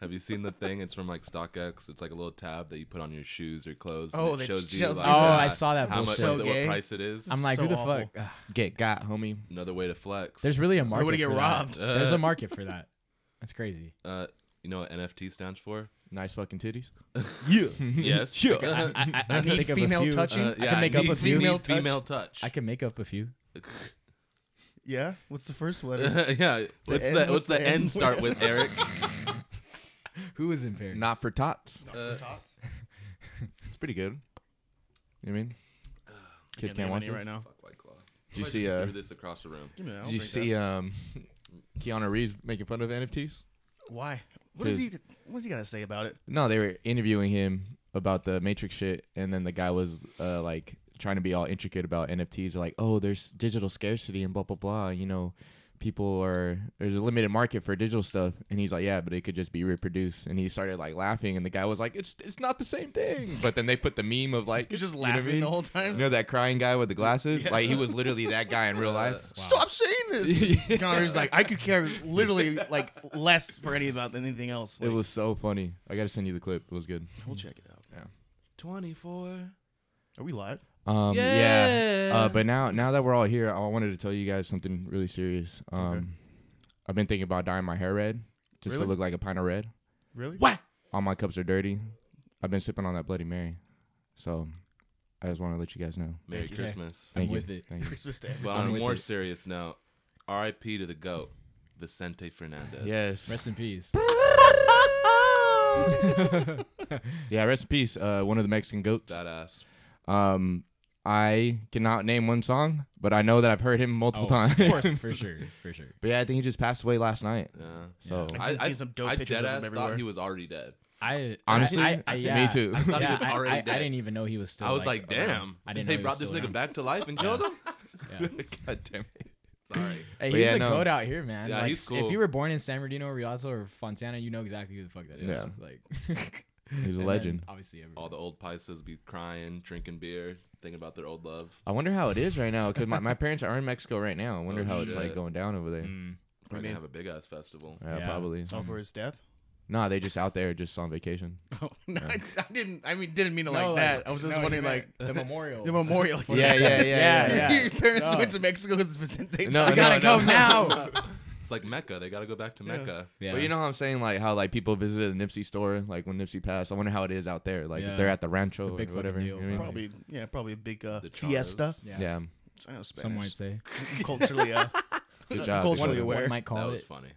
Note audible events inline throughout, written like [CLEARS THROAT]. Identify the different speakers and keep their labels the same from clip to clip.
Speaker 1: Have you seen the thing? It's from like StockX. It's like a little tab that you put on your shoes or clothes.
Speaker 2: Oh,
Speaker 1: and
Speaker 2: that
Speaker 1: it shows you
Speaker 2: shows
Speaker 1: like
Speaker 2: you
Speaker 3: Oh,
Speaker 2: that.
Speaker 1: uh,
Speaker 3: I saw that.
Speaker 1: how
Speaker 2: I'm
Speaker 1: much
Speaker 3: bullshit.
Speaker 2: so
Speaker 1: what,
Speaker 2: gay.
Speaker 1: what price it is.
Speaker 3: I'm like,
Speaker 2: so
Speaker 3: who the
Speaker 2: awful.
Speaker 3: fuck? Ugh,
Speaker 4: Get got, homie.
Speaker 1: another way to flex.
Speaker 3: There's really a
Speaker 2: I
Speaker 3: market.
Speaker 2: would
Speaker 3: for
Speaker 2: get
Speaker 3: that.
Speaker 2: robbed.
Speaker 3: There's a market for that. That's crazy.
Speaker 1: Uh, you know what NFT stands for?
Speaker 4: Nice fucking titties.
Speaker 3: [LAUGHS] You.
Speaker 1: Yes. [LAUGHS]
Speaker 4: Yeah.
Speaker 3: I, I, I,
Speaker 2: I
Speaker 3: can
Speaker 2: need
Speaker 3: think of a
Speaker 2: female
Speaker 3: few.
Speaker 2: touching.
Speaker 1: Uh,
Speaker 3: I can make up
Speaker 1: need
Speaker 3: a few.
Speaker 1: female touch.
Speaker 2: Female
Speaker 3: I can make up a few.
Speaker 2: Yeah. What's the first letter?
Speaker 1: [LAUGHS] yeah. What's
Speaker 2: N-
Speaker 1: the what's the N start with, Eric?
Speaker 3: Who is embarrassed?
Speaker 4: Not for tots.
Speaker 1: Uh,
Speaker 2: Tots?
Speaker 4: It's pretty good. You know what I mean? Kids
Speaker 2: Uh, Can't
Speaker 4: can't
Speaker 2: name
Speaker 4: watch
Speaker 2: any
Speaker 4: this?
Speaker 2: right now.
Speaker 1: Fuck White Claw.
Speaker 4: Did you
Speaker 1: I
Speaker 4: see,
Speaker 1: just
Speaker 4: uh,
Speaker 1: threw this across the room?
Speaker 2: Give me that, I
Speaker 4: Did
Speaker 2: don't
Speaker 4: you
Speaker 2: drink
Speaker 4: see um, Keanu Reeves making fun of NFTs?
Speaker 2: that. why? What is he?
Speaker 4: his-
Speaker 2: What's he gotta say about it?
Speaker 4: No, they were interviewing him about the Matrix shit, and then the guy was uh, like trying to be all intricate about NFTs. Like, oh, there's digital scarcity and blah blah blah. You know, people are there's a limited market for digital stuff, and he's like, yeah, but it could just be reproduced. And he started like laughing, and the guy was like, it's it's not the
Speaker 2: [LAUGHS]
Speaker 4: same thing. But then they put the meme of like
Speaker 2: He's just
Speaker 4: you know what I
Speaker 2: laughing the
Speaker 4: mean?
Speaker 2: whole time.
Speaker 4: You know that crying guy with the glasses?
Speaker 2: [LAUGHS] Yeah.
Speaker 4: Like he was literally that guy in
Speaker 2: [LAUGHS]
Speaker 4: real life.
Speaker 2: Stop saying this. Connor's like, I could care literally like less for any about than anything else.
Speaker 4: It
Speaker 2: Like,
Speaker 4: was so funny. I gotta send you the clip. It was good.
Speaker 2: We'll check it out.
Speaker 1: Twenty four.
Speaker 2: Are we live?
Speaker 4: Um, yeah. Uh, but now, now that we're all here, I wanted to tell you guys something really serious. Um, I've been thinking about dyeing my hair red, just to
Speaker 2: Really?
Speaker 4: look like a pint of red.
Speaker 2: Really?
Speaker 4: All my cups are dirty. I've been sipping on that Bloody Mary, so I just want to let you guys know.
Speaker 1: Merry
Speaker 3: you.
Speaker 1: Christmas.
Speaker 4: Thank you.
Speaker 3: with it. [LAUGHS]
Speaker 4: Thank
Speaker 2: [LAUGHS]
Speaker 4: you.
Speaker 2: Christmas Day.
Speaker 1: But on a
Speaker 4: with
Speaker 1: more
Speaker 4: it.
Speaker 1: serious note, R.I.P. to the goat, Vicente Fernandez.
Speaker 4: Yes.
Speaker 3: Rest in peace.
Speaker 4: [LAUGHS] Yeah. Rest in peace. Uh, one of the Mexican goats.
Speaker 1: Badass.
Speaker 4: Um, I cannot name one song, but I know that I've heard him multiple
Speaker 3: Oh,
Speaker 4: times.
Speaker 3: Of
Speaker 4: [LAUGHS]
Speaker 3: course, for sure, for sure.
Speaker 4: but yeah, I think he just passed away last night.
Speaker 1: Yeah.
Speaker 4: So
Speaker 2: I seen- seen some dope
Speaker 1: I
Speaker 2: pictures of
Speaker 1: deadass thought
Speaker 2: him everywhere.
Speaker 1: he was already dead.
Speaker 3: I
Speaker 4: Honestly,
Speaker 3: I, I, I,
Speaker 4: me
Speaker 3: yeah,
Speaker 4: too. [LAUGHS] I
Speaker 3: I,
Speaker 4: thought
Speaker 1: he
Speaker 3: yeah,
Speaker 1: was already
Speaker 3: I, I, I
Speaker 1: dead.
Speaker 3: didn't even know he was still.
Speaker 1: I was like,
Speaker 3: around.
Speaker 1: damn.
Speaker 3: I didn't.
Speaker 1: They
Speaker 3: know he
Speaker 1: brought
Speaker 3: was
Speaker 1: this
Speaker 3: still
Speaker 1: nigga
Speaker 3: around.
Speaker 1: back to life and killed him.
Speaker 3: Yeah.
Speaker 1: [LAUGHS]
Speaker 4: God damn it.
Speaker 1: Sorry.
Speaker 3: Hey,
Speaker 4: But
Speaker 3: he's
Speaker 4: yeah,
Speaker 3: a
Speaker 4: no.
Speaker 3: goat out here, man.
Speaker 1: Yeah,
Speaker 3: like,
Speaker 1: he's
Speaker 3: If
Speaker 1: cool.
Speaker 3: you were born in San Bernardino, Rialto, or Fontana, you know exactly who the fuck that is.
Speaker 4: Yeah.
Speaker 3: Like,
Speaker 4: He's
Speaker 3: and
Speaker 4: a
Speaker 3: then,
Speaker 4: legend.
Speaker 3: Obviously, everyone.
Speaker 1: All the old Pisces be crying, drinking beer, thinking about their old love.
Speaker 4: I wonder how it is right now because my, my parents are in Mexico right now. I wonder
Speaker 1: Oh,
Speaker 4: how it's like
Speaker 1: shit.
Speaker 4: going down over there.
Speaker 3: Mm.
Speaker 1: We're
Speaker 4: mean-
Speaker 1: gonna have a big ass festival.
Speaker 4: Yeah,
Speaker 3: Yeah.
Speaker 4: probably.
Speaker 2: Oh, for his death?
Speaker 4: Nah, they just out there just on vacation.
Speaker 2: Oh, [LAUGHS] no, I, I didn't. I mean, didn't mean it
Speaker 3: No,
Speaker 2: like that. I was just
Speaker 3: no, he
Speaker 2: wondering, like,
Speaker 3: meant the memorial.
Speaker 2: the memorial.
Speaker 4: Yeah, [LAUGHS] yeah, yeah, yeah.
Speaker 3: Yeah, yeah.
Speaker 2: Your parents
Speaker 3: No.
Speaker 2: went to Mexico because Vicente.
Speaker 4: No,
Speaker 2: died.
Speaker 3: I gotta
Speaker 4: no,
Speaker 3: go
Speaker 4: no. [LAUGHS]
Speaker 3: now.
Speaker 1: [LAUGHS] It's like Mecca. They gotta go back to
Speaker 2: Yeah.
Speaker 1: Mecca.
Speaker 3: yeah.
Speaker 4: But you know how I'm saying like how like people visited the Nipsey store like when Nipsey passed. I wonder how it is out there. Like
Speaker 3: Yeah.
Speaker 4: if they're at the Rancho
Speaker 3: It's a big
Speaker 4: or
Speaker 3: fucking
Speaker 4: whatever.
Speaker 3: deal,
Speaker 4: you know what I mean?
Speaker 2: Probably, yeah, probably a big uh,
Speaker 1: The Charles.
Speaker 2: fiesta.
Speaker 3: Yeah.
Speaker 4: Yeah.
Speaker 2: I know Spanish. [LAUGHS]
Speaker 3: Some might say.
Speaker 2: culturally, uh,
Speaker 4: [LAUGHS] Good job.
Speaker 2: culturally
Speaker 4: Good job.
Speaker 2: aware.
Speaker 3: One might
Speaker 1: That
Speaker 3: call
Speaker 1: was
Speaker 3: it.
Speaker 1: funny.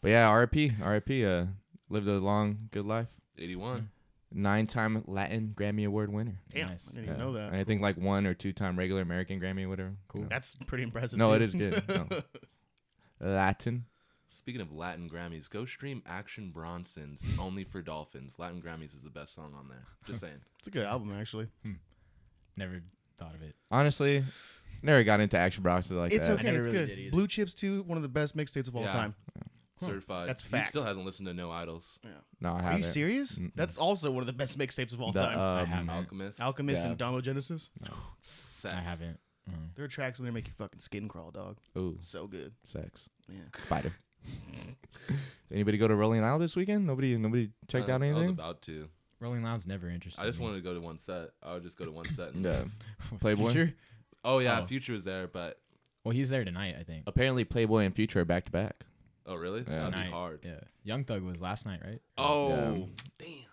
Speaker 4: But yeah, RIP, RIP. Uh, lived a long, good life.
Speaker 1: Eighty one.
Speaker 4: Nine-time Latin Grammy Award winner.
Speaker 2: Damn,
Speaker 3: Nice.
Speaker 2: I didn't even
Speaker 4: Yeah.
Speaker 2: know
Speaker 4: And
Speaker 2: that.
Speaker 4: I think like one or two-time regular American Grammy, whatever. Cool.
Speaker 2: That's pretty impressive.
Speaker 4: No,
Speaker 2: too.
Speaker 4: it is good.
Speaker 3: [LAUGHS]
Speaker 4: No. Latin.
Speaker 1: Speaking of Latin Grammys, go stream Action Bronson's Only for Dolphins. Latin Grammys is the best song on there. Just saying.
Speaker 2: It's a good album, actually.
Speaker 3: Never thought of it.
Speaker 4: Honestly, never got into action boxes like
Speaker 2: It's
Speaker 4: that.
Speaker 2: okay.
Speaker 3: never
Speaker 2: It's
Speaker 3: really
Speaker 2: good.
Speaker 3: did either.
Speaker 2: Blue Chips too. One of the best mixtapes of all
Speaker 1: Yeah.
Speaker 2: time.
Speaker 1: Certified.
Speaker 2: That's
Speaker 1: He
Speaker 2: fact.
Speaker 1: still hasn't listened to No Idols.
Speaker 4: No, I haven't.
Speaker 2: Are you serious? That's also one of the best mixtapes of all
Speaker 4: The,
Speaker 2: time.
Speaker 3: I
Speaker 4: um,
Speaker 3: haven't.
Speaker 1: Alchemist.
Speaker 2: Alchemist
Speaker 4: yeah.
Speaker 2: and Domo Genesis.
Speaker 1: Sex.
Speaker 3: I haven't. Mm.
Speaker 2: There are tracks in there make your fucking skin crawl, dog.
Speaker 4: Ooh,
Speaker 2: So good.
Speaker 4: sex.
Speaker 2: Yeah.
Speaker 4: Spider. [LAUGHS] Anybody go to Rolling Isle this weekend? Nobody, nobody checked
Speaker 1: Uh,
Speaker 4: out
Speaker 1: I was
Speaker 4: anything.
Speaker 1: about to.
Speaker 3: Rolling Loud's never interested.
Speaker 1: I just
Speaker 3: me.
Speaker 1: wanted to go to one set. I would just go to one set. And
Speaker 4: Yeah. Playboy.
Speaker 3: Future?
Speaker 1: Oh yeah,
Speaker 3: Oh.
Speaker 1: Future was there, but
Speaker 3: Well, he's there tonight, I think.
Speaker 4: Apparently, Playboy and Future are back to back.
Speaker 1: oh really? That'd
Speaker 3: Tonight.
Speaker 1: be hard.
Speaker 3: Yeah. Young Thug was last night, right?
Speaker 1: Oh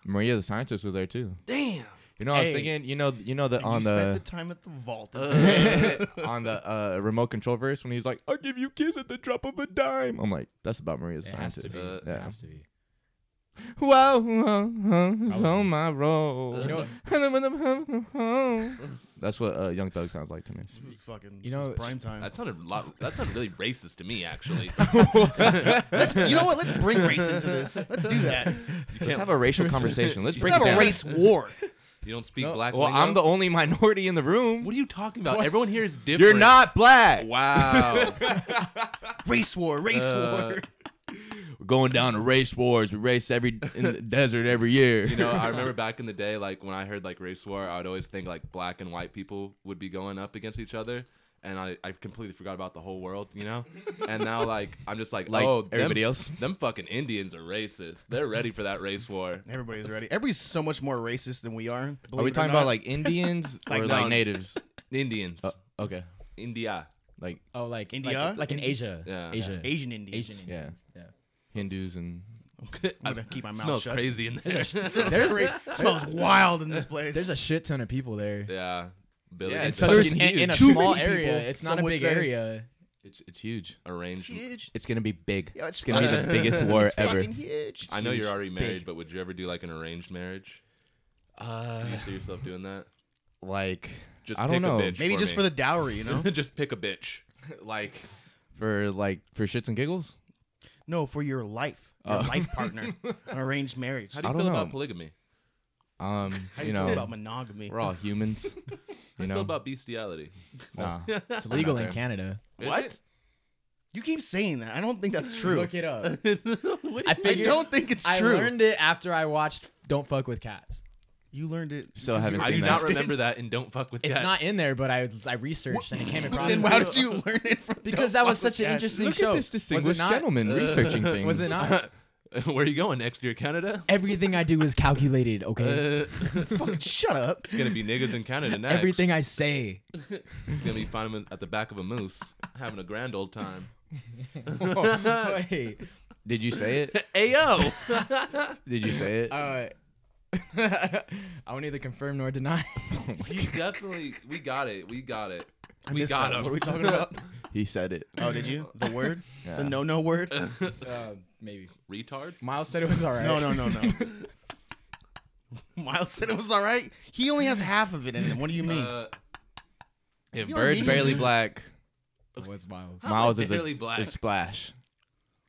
Speaker 4: Maria the Scientist was there too.
Speaker 1: damn.
Speaker 4: You know, I was
Speaker 3: Hey.
Speaker 4: thinking. You know, you know the
Speaker 2: And
Speaker 4: on
Speaker 2: you spent
Speaker 4: the.
Speaker 2: the time at the
Speaker 4: [LAUGHS]
Speaker 2: vault. [LAUGHS]
Speaker 4: on the uh, remote control verse when he's like, "I'll give you kiss at the drop of a dime." I'm like, "That's about Maria the
Speaker 3: It has to
Speaker 4: Scientist."
Speaker 3: be.
Speaker 1: Uh,
Speaker 3: It
Speaker 4: yeah.
Speaker 3: has to be.
Speaker 4: Whoa, whoa, whoa, it's
Speaker 3: Probably.
Speaker 4: on my roll.
Speaker 3: You know,
Speaker 4: [LAUGHS] That's what uh, Young Thug sounds like to me.
Speaker 2: this is fucking.
Speaker 3: You
Speaker 2: this is
Speaker 3: know,
Speaker 2: prime time. [LAUGHS]
Speaker 1: That sounded a lot. That sounded really racist to me, actually.
Speaker 2: you know what? Let's bring race
Speaker 4: [LAUGHS]
Speaker 2: into this. Let's do that.
Speaker 4: Let's have
Speaker 1: [LAUGHS]
Speaker 4: a racial conversation. Let's break
Speaker 2: Let's have a
Speaker 4: it down.
Speaker 2: race
Speaker 4: [LAUGHS]
Speaker 2: war.
Speaker 1: You don't speak black.
Speaker 4: Well,
Speaker 1: lingo?
Speaker 4: I'm the only minority in the room.
Speaker 1: What are you talking about? Everyone here is different.
Speaker 4: You're not black.
Speaker 1: Wow.
Speaker 2: Race war. Race
Speaker 1: Uh,
Speaker 2: war. [LAUGHS]
Speaker 4: We're going down to race wars. We race every
Speaker 1: [LAUGHS]
Speaker 4: in the desert every year.
Speaker 1: you know, I remember back in the day, like when I heard like race war, I would always think like black and white people would be going up against each other. and I, I completely forgot about the whole world, you know. and now like I'm just like,
Speaker 4: [LAUGHS] Like
Speaker 1: oh, them-
Speaker 4: everybody else.
Speaker 1: them fucking Indians are racist. They're ready for that race war.
Speaker 2: Everybody's ready. Everybody's so much more racist than we are.
Speaker 4: Are
Speaker 2: believe
Speaker 4: we
Speaker 2: it or
Speaker 4: talking about
Speaker 2: not.
Speaker 4: like
Speaker 1: [LAUGHS]
Speaker 4: Indians
Speaker 2: Like,
Speaker 4: or
Speaker 1: no.
Speaker 4: like natives?
Speaker 1: Indians,
Speaker 4: Uh, okay.
Speaker 1: India,
Speaker 4: Like
Speaker 3: Oh, like like-
Speaker 2: India?
Speaker 3: like, in Asia,
Speaker 1: Yeah.
Speaker 3: Asia,
Speaker 2: Asian Indians?
Speaker 3: Asian, Indians.
Speaker 4: Yeah.
Speaker 3: yeah.
Speaker 4: Hindus and
Speaker 2: I'm gonna keep my mouth
Speaker 1: smells
Speaker 2: shut.
Speaker 1: crazy in there.
Speaker 2: [LAUGHS] Smells,
Speaker 4: [LAUGHS]
Speaker 2: cra- smells wild in this place.
Speaker 3: There's a shit ton of people there.
Speaker 1: yeah, Billy.
Speaker 4: Yeah,
Speaker 1: it's,
Speaker 4: it's
Speaker 3: So
Speaker 4: fucking
Speaker 3: there's in, in a
Speaker 2: huge. Too
Speaker 3: small
Speaker 2: many
Speaker 3: area.
Speaker 2: people,
Speaker 3: It's not
Speaker 2: some
Speaker 3: a
Speaker 2: would
Speaker 3: big
Speaker 2: say.
Speaker 3: area.
Speaker 1: it's huge. Arranged.
Speaker 2: huge.
Speaker 4: it's gonna be big.
Speaker 2: Yeah,
Speaker 4: it's gonna be the
Speaker 2: fucking-
Speaker 1: [LAUGHS]
Speaker 2: [LAUGHS]
Speaker 4: biggest war
Speaker 2: it's
Speaker 4: ever.
Speaker 2: Fucking huge.
Speaker 1: I know you're already
Speaker 4: Huge,
Speaker 1: married,
Speaker 4: big.
Speaker 1: but would you ever do like an arranged marriage?
Speaker 4: Uh,
Speaker 1: Do you see yourself doing that?
Speaker 4: like
Speaker 1: Just
Speaker 4: I
Speaker 1: pick
Speaker 4: don't know.
Speaker 1: A bitch
Speaker 2: Maybe
Speaker 1: for
Speaker 2: just
Speaker 1: me.
Speaker 2: for the dowry, you
Speaker 4: [LAUGHS]
Speaker 1: [LAUGHS]
Speaker 2: know?
Speaker 1: just pick a bitch.
Speaker 4: like for like for shits and giggles.
Speaker 2: no, for your life, your
Speaker 4: Oh.
Speaker 2: life
Speaker 4: [LAUGHS]
Speaker 2: partner, An arranged marriage.
Speaker 1: How do
Speaker 2: How
Speaker 4: I
Speaker 1: you
Speaker 4: don't
Speaker 1: feel about
Speaker 4: know.
Speaker 1: polygamy?
Speaker 4: [LAUGHS] Um,
Speaker 2: do you
Speaker 4: you
Speaker 2: feel about
Speaker 4: know,
Speaker 2: monogamy?
Speaker 4: we're all [LAUGHS]
Speaker 1: How
Speaker 4: humans.
Speaker 1: do
Speaker 4: You
Speaker 1: you feel
Speaker 4: know,
Speaker 1: about bestiality?
Speaker 4: nah.
Speaker 3: It's legal in
Speaker 4: there.
Speaker 3: Canada.
Speaker 1: What?
Speaker 2: You keep saying that. I don't think
Speaker 4: [LAUGHS]
Speaker 2: that's true.
Speaker 3: Look it up.
Speaker 1: [LAUGHS] I
Speaker 3: I
Speaker 2: I
Speaker 3: figured.
Speaker 2: don't think [LAUGHS] it's
Speaker 3: I
Speaker 2: true.
Speaker 3: learned it after I watched "Don't Fuck with Cats."
Speaker 2: you learned it.
Speaker 4: Still
Speaker 2: because
Speaker 4: haven't
Speaker 2: you
Speaker 1: I do
Speaker 4: seen
Speaker 1: not
Speaker 4: that.
Speaker 2: existed.
Speaker 1: remember that and don't fuck with
Speaker 3: It's
Speaker 1: cats. [LAUGHS]
Speaker 3: not in there, but I I researched and it came across.
Speaker 2: Then
Speaker 3: me.
Speaker 2: why did you learn it from?
Speaker 3: [LAUGHS] Because
Speaker 2: Don't
Speaker 3: that was
Speaker 2: Fuck With
Speaker 3: such an
Speaker 2: Cats?
Speaker 3: interesting
Speaker 4: Look
Speaker 3: show.
Speaker 4: at this distinguished
Speaker 3: was it not?
Speaker 4: gentleman researching [LAUGHS] things.
Speaker 3: Was it not?
Speaker 1: Where are you going next year, Canada?
Speaker 3: Everything I do is calculated.
Speaker 2: Hmm.
Speaker 3: Okay.
Speaker 1: Uh,
Speaker 2: Fucking
Speaker 3: [LAUGHS]
Speaker 2: shut up.
Speaker 1: it's gonna be niggas in
Speaker 2: [LAUGHS]
Speaker 1: Canada next.
Speaker 3: Everything I say. [LAUGHS]
Speaker 1: It's gonna be finding them at the back of a moose, having a grand old
Speaker 2: [LAUGHS]
Speaker 1: time.
Speaker 3: Wait.
Speaker 4: Did you say it?
Speaker 1: Ayo.
Speaker 4: Did you say [LAUGHS] it?
Speaker 3: Uh, [LAUGHS] I won't either confirm nor deny.
Speaker 1: you definitely. We got it. We got it.
Speaker 2: I
Speaker 1: we
Speaker 2: missed
Speaker 1: got
Speaker 2: that.
Speaker 1: him.
Speaker 2: What are we talking about?
Speaker 4: [LAUGHS] he said it.
Speaker 2: oh, did you? The word?
Speaker 4: Yeah.
Speaker 2: The no no word?
Speaker 3: uh, maybe.
Speaker 1: [LAUGHS] Retard.
Speaker 3: Miles said it was all right.
Speaker 2: No, no,
Speaker 3: [LAUGHS]
Speaker 2: no, no. [LAUGHS] Miles said it was all right. He only has half of it in him. What do you mean?
Speaker 1: Uh,
Speaker 4: If
Speaker 2: You don't
Speaker 4: birds
Speaker 2: need
Speaker 4: barely
Speaker 2: to.
Speaker 4: black,
Speaker 3: What's Miles?
Speaker 1: How am I
Speaker 4: Miles is
Speaker 1: barely
Speaker 4: a,
Speaker 1: black?
Speaker 4: a splash.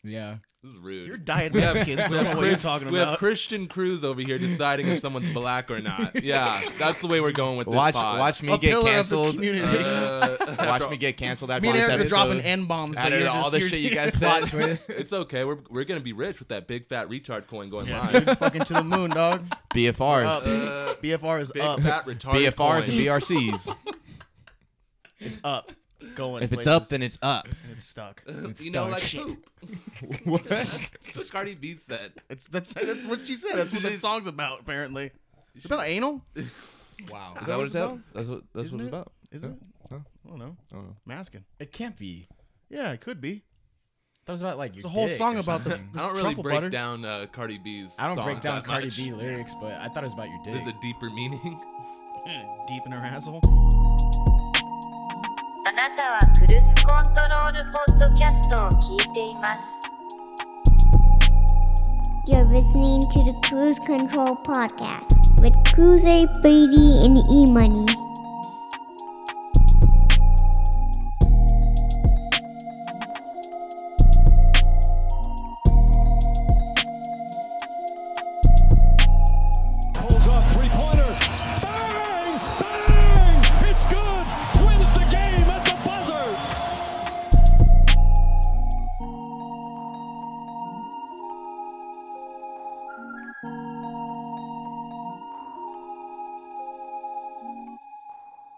Speaker 3: Yeah.
Speaker 1: this is rude.
Speaker 2: You're diet
Speaker 1: We have-
Speaker 2: Mexican, so I don't know what you're talking
Speaker 1: we have
Speaker 2: about.
Speaker 1: Christian Cruz over here deciding if someone's black or not. Yeah, that's the way we're going with this.
Speaker 4: Watch,
Speaker 1: pod.
Speaker 4: watch me
Speaker 2: A
Speaker 4: get
Speaker 2: pillar of the
Speaker 4: canceled. [LAUGHS]
Speaker 2: community.
Speaker 1: Uh,
Speaker 4: Watch me get canceled after
Speaker 2: Me and
Speaker 4: this
Speaker 2: Eric are
Speaker 4: episode.
Speaker 2: dropping N bombs.
Speaker 4: After all the [LAUGHS] shit
Speaker 2: [LAUGHS]
Speaker 4: you guys said.
Speaker 3: [LAUGHS]
Speaker 1: It's okay. We're we're gonna be rich with that big fat retard coin going
Speaker 2: Yeah, [LAUGHS]
Speaker 1: live.
Speaker 2: dude, fucking to the moon, dog.
Speaker 4: BFRs,
Speaker 2: Up.
Speaker 1: Uh,
Speaker 2: BFR is
Speaker 1: big
Speaker 2: up.
Speaker 1: fat retard.
Speaker 4: BFRs,
Speaker 1: coin.
Speaker 4: and [LAUGHS] BRCs.
Speaker 2: It's up. It's going.
Speaker 4: If it's
Speaker 2: places.
Speaker 4: up, then it's up.
Speaker 2: And it's stuck.
Speaker 1: you know, like
Speaker 3: Shit.
Speaker 1: poop.
Speaker 4: What?
Speaker 1: That's what Cardi B
Speaker 3: [LAUGHS]
Speaker 1: said.
Speaker 2: It's that's that's what she said. That's what
Speaker 4: [LAUGHS]
Speaker 2: that song's about. Apparently, it's about anal,
Speaker 3: Wow.
Speaker 4: Is that what it's about? That's what that's
Speaker 2: Isn't
Speaker 4: what
Speaker 2: it?
Speaker 4: it's about.
Speaker 2: isn't
Speaker 4: Yeah.
Speaker 2: it? I don't know.
Speaker 4: I don't know.
Speaker 2: Masking.
Speaker 3: It can't be.
Speaker 2: Yeah, it could be.
Speaker 3: That was about like your
Speaker 2: It's a whole
Speaker 3: dick
Speaker 2: song
Speaker 3: or
Speaker 2: about the.
Speaker 3: something.
Speaker 1: I don't really
Speaker 2: truffle
Speaker 1: break
Speaker 2: butter.
Speaker 1: down uh, Cardi B's.
Speaker 3: I don't break
Speaker 1: songs
Speaker 3: down
Speaker 1: that
Speaker 3: Cardi
Speaker 1: much.
Speaker 3: B lyrics, but I thought it was about your
Speaker 1: [LAUGHS]
Speaker 3: dick.
Speaker 1: There's a deeper meaning.
Speaker 2: [LAUGHS]
Speaker 1: [LAUGHS]
Speaker 2: deep in her asshole.
Speaker 5: あなたはフルスコントロールポッドキャストを聞いています。
Speaker 6: You're listening to the Cruise Control Podcast with Cruise Brady and E Money.
Speaker 7: Pulls up three pointer. Bang! Bang! It's good. Wins the game at the buzzer.